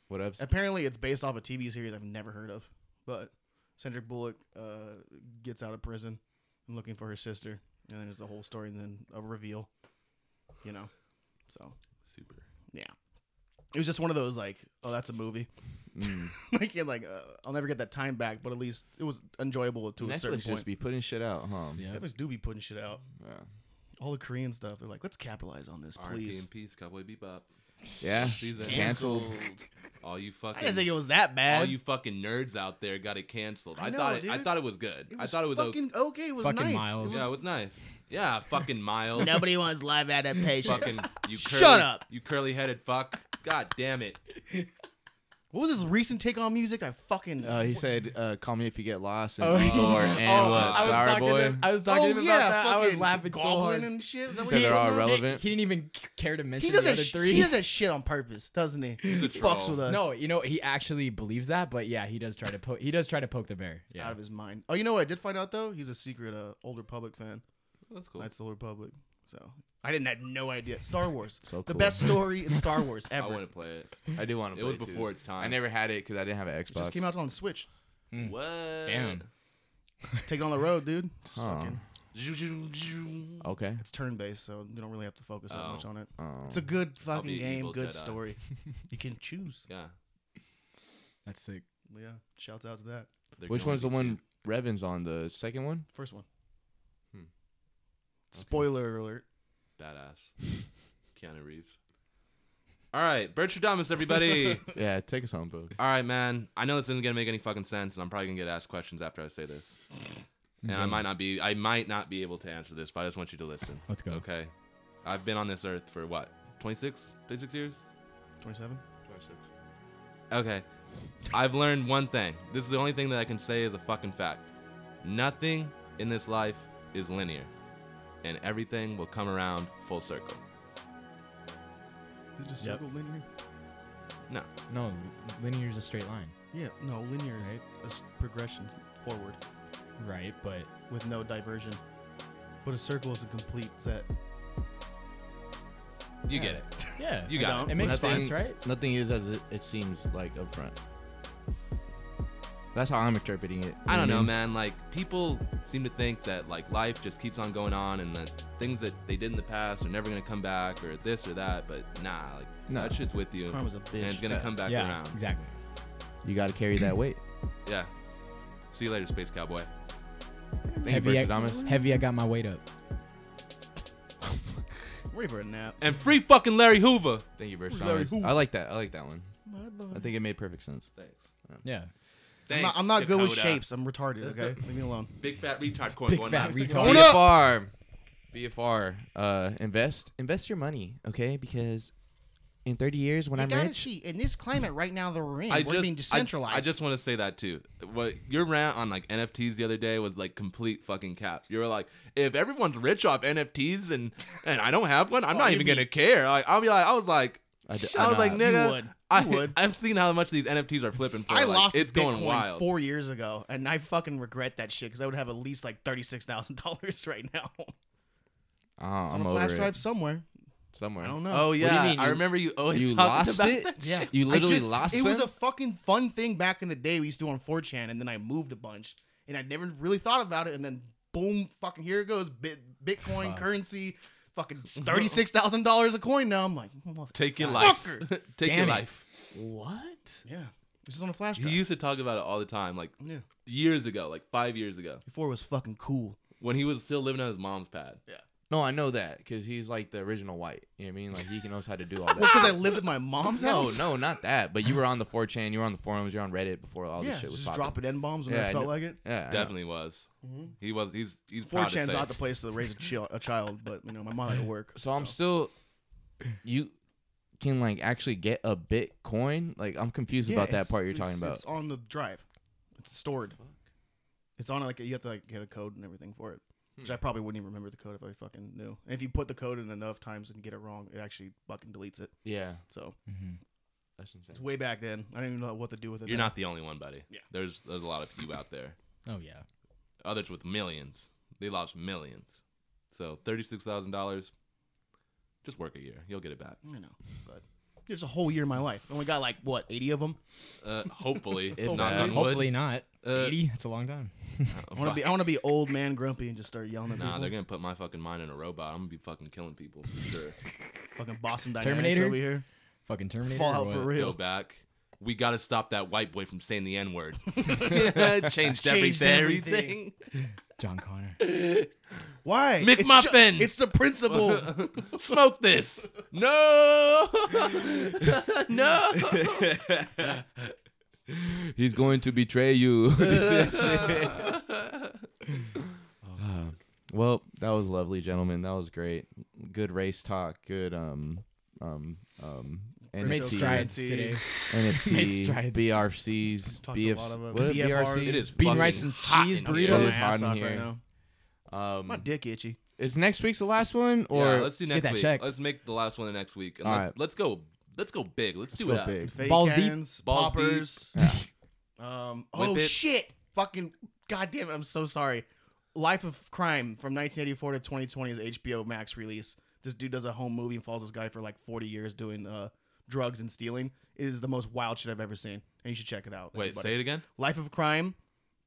Speaker 4: what else?
Speaker 2: Apparently, it's based off a TV series I've never heard of, but Sandra Bullock uh, gets out of prison and looking for her sister, and then there's the whole story, and then a reveal, you know. So
Speaker 1: Super.
Speaker 2: yeah, it was just one of those like, oh, that's a movie.
Speaker 1: Mm.
Speaker 2: [LAUGHS] like, you're like uh, I'll never get that time back, but at least it was enjoyable to a certain
Speaker 4: Netflix
Speaker 2: point.
Speaker 4: just be putting shit out, huh?
Speaker 3: Yeah.
Speaker 2: Netflix do be putting shit out.
Speaker 4: Yeah.
Speaker 2: All the Korean stuff. They're like, let's capitalize on this,
Speaker 1: R.I.P.
Speaker 2: please.
Speaker 1: in peace, Cowboy Bebop.
Speaker 4: Yeah.
Speaker 1: She's
Speaker 4: Canceled.
Speaker 1: [LAUGHS] All you
Speaker 2: I
Speaker 1: fucking
Speaker 2: didn't think it was that bad.
Speaker 1: all you fucking nerds out there got it canceled.
Speaker 2: I
Speaker 1: I,
Speaker 2: know,
Speaker 1: thought it, I
Speaker 2: dude.
Speaker 1: thought it was good. I thought it was okay.
Speaker 2: fucking okay. It was
Speaker 3: Fucking
Speaker 2: nice.
Speaker 3: Miles.
Speaker 1: Yeah, it was nice.
Speaker 2: [LAUGHS]
Speaker 1: Yeah, fucking Miles.
Speaker 2: Nobody wants live adaptations.
Speaker 1: fucking you. Curly,
Speaker 2: Shut up.
Speaker 1: You curly headed fuck. God damn it.
Speaker 2: What was his recent take on music? I fucking.
Speaker 4: Uh, he said, uh, "Call me if you get lost." And,
Speaker 3: Oh, yeah.
Speaker 4: or, and
Speaker 1: Oh,
Speaker 4: what?
Speaker 1: I was
Speaker 4: Flower
Speaker 3: talking
Speaker 4: boy.
Speaker 3: to him. I was talking
Speaker 2: oh
Speaker 3: to him
Speaker 2: yeah,
Speaker 3: about that. I
Speaker 2: fucking
Speaker 3: was laughing so
Speaker 2: Goblin
Speaker 3: hard.
Speaker 2: and shit. Is that what
Speaker 4: Said
Speaker 2: he
Speaker 4: they're all
Speaker 2: was?
Speaker 4: relevant.
Speaker 3: He didn't even c- care to mention
Speaker 2: He
Speaker 3: the
Speaker 2: does
Speaker 3: other
Speaker 2: that. sh-
Speaker 3: three. [LAUGHS]
Speaker 2: He does that shit on purpose, doesn't he?
Speaker 1: He's a
Speaker 2: he fucks
Speaker 1: troll.
Speaker 2: with us.
Speaker 3: no, you know he actually believes that, but yeah, he does try to poke. He does try to poke the bear.
Speaker 2: out
Speaker 3: Yeah,
Speaker 2: of his mind. Oh, you know what I did find out though? He's a secret uh, Old Republic fan.
Speaker 1: That's cool.
Speaker 2: Knights of the Old Republic. So I didn't have no idea. Star Wars,
Speaker 4: So
Speaker 2: the
Speaker 4: cool.
Speaker 2: best story in Star Wars
Speaker 1: I
Speaker 2: ever.
Speaker 1: want to
Speaker 2: It
Speaker 1: play it.
Speaker 4: I do want to.
Speaker 1: It was before its time.
Speaker 4: I never had it because I didn't have an Xbox.
Speaker 2: just came out on Switch.
Speaker 4: Hmm.
Speaker 1: What?
Speaker 3: damn.
Speaker 2: Take it on the road, dude. It's
Speaker 4: Huh.
Speaker 2: fucking.
Speaker 4: Okay.
Speaker 2: It's turn-based, so you don't really have to focus that
Speaker 1: Oh.
Speaker 2: much on it.
Speaker 4: Oh.
Speaker 2: It's a good
Speaker 1: be
Speaker 2: fucking
Speaker 1: an
Speaker 2: game,
Speaker 1: evil
Speaker 2: good
Speaker 1: Jedi.
Speaker 2: story. you can choose.
Speaker 1: Yeah.
Speaker 3: That's sick.
Speaker 2: But yeah, shouts out to that
Speaker 1: They're
Speaker 4: Which
Speaker 1: going
Speaker 4: one's the
Speaker 1: these
Speaker 4: one Revan's on? The second one?
Speaker 2: first one.
Speaker 1: Hmm. Okay.
Speaker 2: Spoiler alert.
Speaker 1: two Badass. Keanu Reeves. All right, Bertradamus,
Speaker 4: [LAUGHS]
Speaker 1: everybody.
Speaker 4: Yeah, take us home, bro.
Speaker 1: All right, man. I know this isn't gonna make any fucking sense, and I'm probably gonna get asked questions after I say this. And I might not be, I might not be able to answer this, but I just want you to listen.
Speaker 3: Let's go.
Speaker 1: Okay. I've been on this earth for what, 26, 26 years?
Speaker 2: Twenty-seven.
Speaker 1: Okay. I've learned one thing. This is the only thing that I can say is a fucking fact. Nothing in this life is linear, and everything will come around full circle.
Speaker 2: Is it just
Speaker 3: Yep.
Speaker 2: circle linear?
Speaker 1: No.
Speaker 3: No, linear is a straight line,
Speaker 2: Yeah, no, linear is
Speaker 3: Right.
Speaker 2: a s- progression forward
Speaker 3: right? But
Speaker 2: with no diversion. But a circle is a complete set.
Speaker 1: You get
Speaker 3: Yeah.
Speaker 1: it.
Speaker 3: yeah,
Speaker 1: You got
Speaker 2: don't.
Speaker 1: it.
Speaker 3: it makes
Speaker 4: Nothing-
Speaker 3: sense, right?
Speaker 4: Nothing is as it, it seems like up front. That's how I'm interpreting it.
Speaker 1: I don't know,
Speaker 4: man.
Speaker 1: man. Like people seem to think that like life just keeps on going on, and that things that they did in the past are never gonna come back, or this or that. But nah, like
Speaker 4: No.
Speaker 1: that shit's with you,
Speaker 2: Karma's a
Speaker 1: and
Speaker 2: bitch.
Speaker 1: it's gonna
Speaker 4: Yeah.
Speaker 1: come back
Speaker 3: yeah,
Speaker 1: around.
Speaker 3: exactly.
Speaker 4: You got to carry that weight.
Speaker 1: Yeah. See you later, space cowboy.
Speaker 4: Thank you,
Speaker 3: I-
Speaker 4: Bertradamus.
Speaker 3: heavy, I got my weight up.
Speaker 2: Ready for a nap.
Speaker 1: And free fucking Larry Hoover.
Speaker 4: Thank you,
Speaker 2: Larry
Speaker 4: Bertradamus.
Speaker 2: Hoover.
Speaker 4: I like that. I like that one.
Speaker 2: My body.
Speaker 4: I think it made perfect sense.
Speaker 1: Thanks.
Speaker 3: Yeah,
Speaker 2: I'm
Speaker 1: Thanks.
Speaker 2: not, I'm not good with
Speaker 1: Dakota.
Speaker 2: shapes. I'm retarded,
Speaker 1: [LAUGHS]
Speaker 2: okay? Leave me alone.
Speaker 1: Big fat retard corn
Speaker 3: big
Speaker 1: going
Speaker 3: fat
Speaker 1: on.
Speaker 3: retard.
Speaker 2: Going up.
Speaker 4: BFR. BFR. Uh, invest. Invest your money, okay? Because in 30 years, when
Speaker 2: You
Speaker 4: I'm
Speaker 2: gotta
Speaker 4: rich,
Speaker 2: see, in this climate right now that we're in,
Speaker 1: I
Speaker 2: we're
Speaker 1: just,
Speaker 2: being decentralized.
Speaker 1: I, I just want to say that too. What your rant on like NFTs the other day was like complete fucking cap. You were like, if everyone's rich off NFTs and and I don't have one, I'm not
Speaker 2: you'd
Speaker 1: even
Speaker 2: be-
Speaker 1: gonna care. Like I'll be like, I was like, I,
Speaker 4: I d-
Speaker 1: was
Speaker 4: I
Speaker 1: like,
Speaker 4: know.
Speaker 1: nigga,
Speaker 2: You would. You
Speaker 1: I
Speaker 2: would.
Speaker 1: I've seen how much these NFTs are flipping for.
Speaker 2: I
Speaker 1: Like,
Speaker 2: lost
Speaker 1: It's going
Speaker 2: Bitcoin
Speaker 1: wild.
Speaker 2: four years ago, and I fucking regret that shit because I would have at least like thirty-six thousand dollars [LAUGHS] right now. It's
Speaker 4: oh, I'm
Speaker 2: on a
Speaker 4: over
Speaker 2: flash
Speaker 4: it.
Speaker 2: drive somewhere.
Speaker 4: somewhere.
Speaker 2: I don't know.
Speaker 1: oh
Speaker 4: do you
Speaker 1: yeah,
Speaker 4: mean?
Speaker 1: I
Speaker 4: You-
Speaker 1: remember you always
Speaker 4: you
Speaker 1: talked
Speaker 4: lost
Speaker 1: about
Speaker 4: it?
Speaker 1: that.
Speaker 2: Yeah,
Speaker 4: You
Speaker 2: I
Speaker 4: literally
Speaker 2: just-
Speaker 4: lost
Speaker 2: It was
Speaker 4: them?
Speaker 2: a fucking fun thing back in the day we used to do on 4chan, and then I moved a bunch, and I never really thought about it, and then boom, fucking here it goes, bit, Bitcoin
Speaker 3: Fuck.
Speaker 2: currency, fucking thirty six thousand dollars a coin. Now I'm like,
Speaker 1: [LAUGHS]
Speaker 2: motherfucker.
Speaker 1: Take your life. [LAUGHS] Take your
Speaker 3: Damn it.
Speaker 1: life.
Speaker 4: What?
Speaker 2: yeah, this is on a flash
Speaker 1: He
Speaker 2: drive.
Speaker 1: used to talk about it all the time, like
Speaker 2: yeah,
Speaker 1: years ago, like five years ago,
Speaker 2: before it was fucking cool.
Speaker 1: when he was still living on his mom's pad.
Speaker 4: No, I know that because he's like the original white. You know what I mean? Like he knows how to do all that.
Speaker 2: Because I lived at my mom's
Speaker 4: no,
Speaker 2: house.
Speaker 4: no, not that. But you were on the 4chan, you were on the forums, you were on Reddit before all
Speaker 2: yeah,
Speaker 4: this shit was
Speaker 2: just
Speaker 4: popping.
Speaker 2: dropping n bombs when
Speaker 4: Yeah,
Speaker 2: I
Speaker 4: I
Speaker 2: felt
Speaker 4: know.
Speaker 2: like it.
Speaker 4: Yeah, I know.
Speaker 1: Definitely was. He was. He's. He's. Proud to
Speaker 2: 4chan's
Speaker 1: say
Speaker 2: not
Speaker 1: it.
Speaker 2: the place to raise a, chil- a child, but you know my mom had to work.
Speaker 4: So I'm still, you can like actually get a Bitcoin. Like I'm confused
Speaker 2: Yeah,
Speaker 4: about that
Speaker 2: it's-
Speaker 4: part you're
Speaker 2: it's-
Speaker 4: talking about.
Speaker 2: It's on the drive. It's stored. It's on like you have to like get a code and everything for it. Which I
Speaker 1: Hmm.
Speaker 2: probably wouldn't even remember the code if I fucking knew. And if you put the code in enough times and get it wrong, it actually fucking deletes it.
Speaker 4: Yeah,
Speaker 2: So
Speaker 4: that's insane.
Speaker 2: it's way back then. I didn't even know what to do with it.
Speaker 1: You're
Speaker 2: now.
Speaker 1: not the only one, buddy.
Speaker 2: Yeah.
Speaker 1: There's there's a lot of you out there.
Speaker 3: Oh yeah,
Speaker 1: Others with millions. They lost millions. So thirty six thousand dollars. Just work a year. You'll get it back.
Speaker 2: I know, but there's a whole year of my life. I only got like what eighty of them.
Speaker 1: Uh, hopefully,
Speaker 4: If
Speaker 1: knock
Speaker 4: that-
Speaker 1: on wood.
Speaker 3: hopefully not.
Speaker 1: Uh,
Speaker 3: Eighty, that's a long time.
Speaker 1: Oh,
Speaker 2: I want to
Speaker 1: fuck.
Speaker 2: be I want to be old man grumpy and just start yelling at
Speaker 1: Nah,
Speaker 2: people.
Speaker 1: they're gonna put my fucking mind in a robot. I'm gonna be fucking killing people for sure.
Speaker 2: Fucking Boston Dynamics
Speaker 3: Terminator?
Speaker 2: over here.
Speaker 3: fucking Terminator. or
Speaker 2: Fallout for
Speaker 3: what?
Speaker 1: Go
Speaker 2: real.
Speaker 1: back. We got to stop that white boy from saying the N word. [LAUGHS] Changed, everything.
Speaker 2: everything.
Speaker 3: John
Speaker 2: [LAUGHS]
Speaker 3: Connor.
Speaker 2: Why?
Speaker 1: Mick
Speaker 2: it's
Speaker 1: Muffin!
Speaker 2: it's the principle.
Speaker 1: [LAUGHS] Smoke this. No. no.
Speaker 4: He's going to betray you. [LAUGHS]
Speaker 1: [LAUGHS]
Speaker 4: [SIGHS] well, that was lovely, gentlemen. That was great. Good race talk. Good um um um
Speaker 3: Made
Speaker 4: NFT,
Speaker 3: strides
Speaker 2: Cryptocurrency.
Speaker 3: today.
Speaker 4: [LAUGHS]
Speaker 3: Made
Speaker 4: NFT,
Speaker 3: strides.
Speaker 4: BRCs,
Speaker 2: Talked a lot
Speaker 4: BFCs.
Speaker 2: about
Speaker 4: What are
Speaker 2: BFRs?
Speaker 4: BFRCs?
Speaker 1: it is
Speaker 3: Bean,
Speaker 1: fucking
Speaker 3: rice, and
Speaker 1: [LAUGHS] hot
Speaker 3: cheese
Speaker 1: in
Speaker 2: I'm
Speaker 1: here.
Speaker 4: burrito.
Speaker 2: sweating my
Speaker 4: It's
Speaker 2: ass
Speaker 4: hot in
Speaker 2: off
Speaker 4: here.
Speaker 2: right now. My
Speaker 4: Um,
Speaker 2: dick itchy.
Speaker 4: is next week's the last one, or
Speaker 1: yeah, let's do
Speaker 3: Get
Speaker 1: next
Speaker 3: that
Speaker 1: week.
Speaker 3: check.
Speaker 1: Let's make the last one the next week. And
Speaker 4: All
Speaker 1: let's,
Speaker 4: right.
Speaker 1: let's go. Let's go big. Let's, do
Speaker 4: go
Speaker 1: it. Up.
Speaker 4: big?
Speaker 2: Fake
Speaker 3: Balls deep.
Speaker 2: cans,
Speaker 1: Balls deep.
Speaker 2: poppers. [LAUGHS] Um, oh
Speaker 1: Whip it.
Speaker 2: shit! Fucking goddamn it! I'm so sorry. Life of Crime from 1984 to 2020 is HBO Max release. This dude does a home movie and follows this guy for like 40 years doing uh, drugs and stealing. It is the most wild shit I've ever seen, and you should check it out.
Speaker 1: Wait,
Speaker 2: everybody.
Speaker 1: say it again.
Speaker 2: Life of Crime,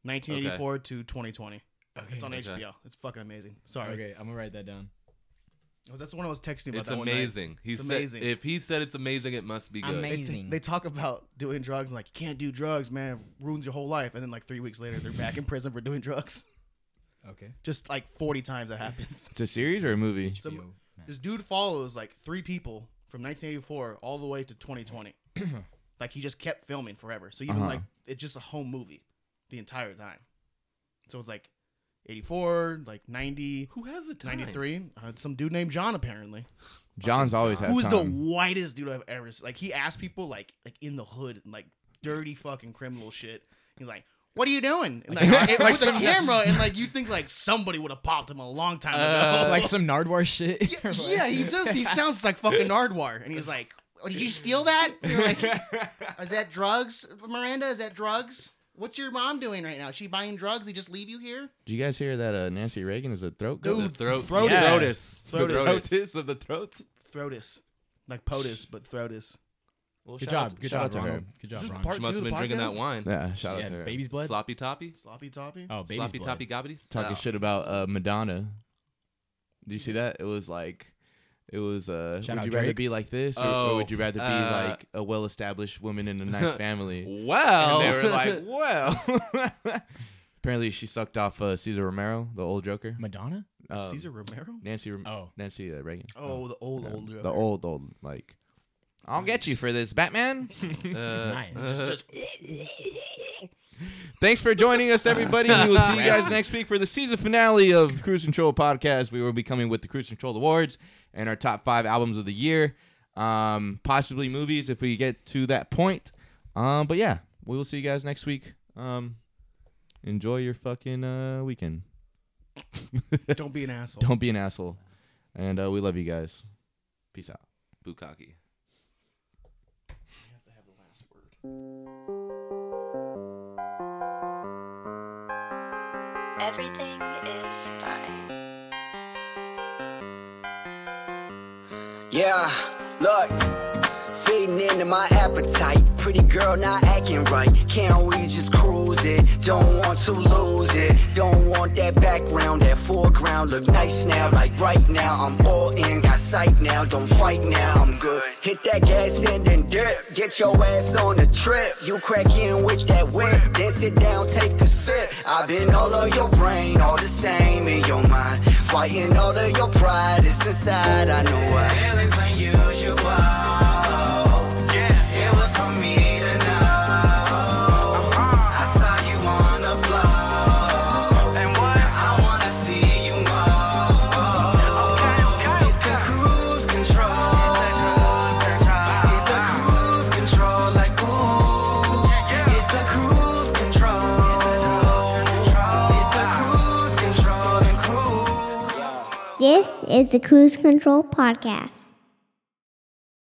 Speaker 2: 1984 to 2020. It's on
Speaker 1: Okay.
Speaker 2: HBO. It's fucking amazing. Sorry,
Speaker 3: Okay, I'm gonna write that down.
Speaker 2: Oh, that's the one I was texting about.
Speaker 1: It's
Speaker 2: that one night.
Speaker 1: amazing. He
Speaker 2: It's
Speaker 1: said
Speaker 2: amazing.
Speaker 1: if he said it's amazing, it must be good.
Speaker 2: They t-
Speaker 3: Amazing.
Speaker 2: They, talk about doing drugs and like you can't do drugs, man, it ruins your whole life. And then like three weeks later, they're back in prison for doing drugs. [LAUGHS]
Speaker 3: Okay.
Speaker 2: Just like forty times that happens.
Speaker 4: [LAUGHS] It's a series or a movie?
Speaker 2: So
Speaker 3: HBO Max.
Speaker 2: this dude follows like three people from 1984 all the way to 2020. like he just kept filming forever. So even
Speaker 4: Uh-huh.
Speaker 2: like it's just a home movie the entire time. So it's like 84, like 90,
Speaker 1: Who has the time?
Speaker 2: 93. Uh, some dude named John apparently.
Speaker 4: John's always had
Speaker 2: Who is the
Speaker 4: time.
Speaker 2: whitest dude I've ever seen? Like he asked people like like in the hood, like dirty fucking criminal shit. He's like, "What are you doing?" And, like, it,
Speaker 3: Like
Speaker 2: with a
Speaker 3: some-
Speaker 2: camera, and like you think like somebody would have popped him a long time [LAUGHS] ago.
Speaker 3: Oh, [LAUGHS] like some Nardwar shit. [LAUGHS]
Speaker 2: yeah, yeah, he does. He sounds like fucking Nardwar, and he's like, oh, "Did you steal that?" And you're like, "Is that drugs, Miranda? Is that drugs?" What's your mom doing right now? Is she buying drugs? They just leave you here?
Speaker 4: Did you guys hear that uh, Nancy Reagan is a throat
Speaker 1: The
Speaker 4: goat?
Speaker 1: throat.
Speaker 2: Throatus.
Speaker 1: Yes.
Speaker 2: Throatus.
Speaker 1: Throatus.
Speaker 4: of the throats.
Speaker 2: Throatus. Like POTUS, but Throatus.
Speaker 4: Well,
Speaker 3: Good
Speaker 4: shout out
Speaker 3: job.
Speaker 4: to-
Speaker 3: Good
Speaker 4: shout
Speaker 3: job,
Speaker 4: out to her.
Speaker 3: Ronald. Good job,
Speaker 2: This is
Speaker 3: Ronald.
Speaker 2: part
Speaker 1: She
Speaker 2: two
Speaker 1: must
Speaker 2: of
Speaker 1: have
Speaker 2: the
Speaker 1: been drinking that
Speaker 2: podcast?
Speaker 1: wine.
Speaker 4: Yeah, shout out
Speaker 3: Yeah,
Speaker 4: to her.
Speaker 3: baby's blood.
Speaker 1: Sloppy toppy.
Speaker 2: Sloppy toppy.
Speaker 3: Oh, baby's
Speaker 1: Sloppy
Speaker 3: blood.
Speaker 1: toppy gobbity.
Speaker 4: talking
Speaker 1: Oh.
Speaker 4: shit about uh, Madonna. Did you see that? It was like, it was. Uh,
Speaker 3: Shout
Speaker 4: would
Speaker 3: out
Speaker 4: you rather
Speaker 3: Drake.
Speaker 4: be like this, or, or
Speaker 1: Oh,
Speaker 4: would you rather be
Speaker 1: uh,
Speaker 4: like a well-established woman in a nice family?
Speaker 1: Well,
Speaker 4: And they were like, well. [LAUGHS] Apparently, she sucked off uh, Cesar Romero, the old Joker.
Speaker 3: Madonna?
Speaker 4: Um,
Speaker 2: Caesar Romero?
Speaker 4: Nancy. Rom-
Speaker 3: Oh.
Speaker 4: Nancy uh, Reagan.
Speaker 2: Oh, the old,
Speaker 4: yeah,
Speaker 2: old Joker.
Speaker 4: the old, old like. I'll get you for this, Batman.
Speaker 1: [LAUGHS]
Speaker 2: [LAUGHS]
Speaker 1: uh,
Speaker 3: Oh, Nice.
Speaker 1: uh,
Speaker 4: Thanks for joining us, everybody. We will see you guys next week for the season finale of Cruise Control Podcast. We will be coming with the Cruise Control Awards and our top five albums of the year, um, possibly movies if we get to that point. Um, but yeah, we will see you guys next week. Um, enjoy your fucking uh, weekend.
Speaker 2: Don't be an asshole.
Speaker 4: Don't be an asshole. And uh, we love you guys. Peace out.
Speaker 1: [LAUGHS] Bukaki.
Speaker 5: Everything is fine.
Speaker 8: Yeah, look. Feeding into my appetite. Pretty girl not acting right. Can't we just cruise it? Don't want to lose it. Don't want that background, that foreground. Look nice now, like right now. I'm all in, got sight now. Don't fight now, I'm good. Hit that gas and then dip. Get your ass on the trip. You crack in with that whip. Then sit down, take a sip. I've been all on your brain, all the same in your mind. Fighting all of your pride, it's inside, I know I.
Speaker 9: feelings unusual. Yeah, it was for me to know. I saw you on the floor. And what? I wanna see you more. Hit the cruise control. Hit the cruise control, like ooh. Hit the cruise control. Hit the cruise control and cruise.
Speaker 6: This is the Cruise Control Podcast.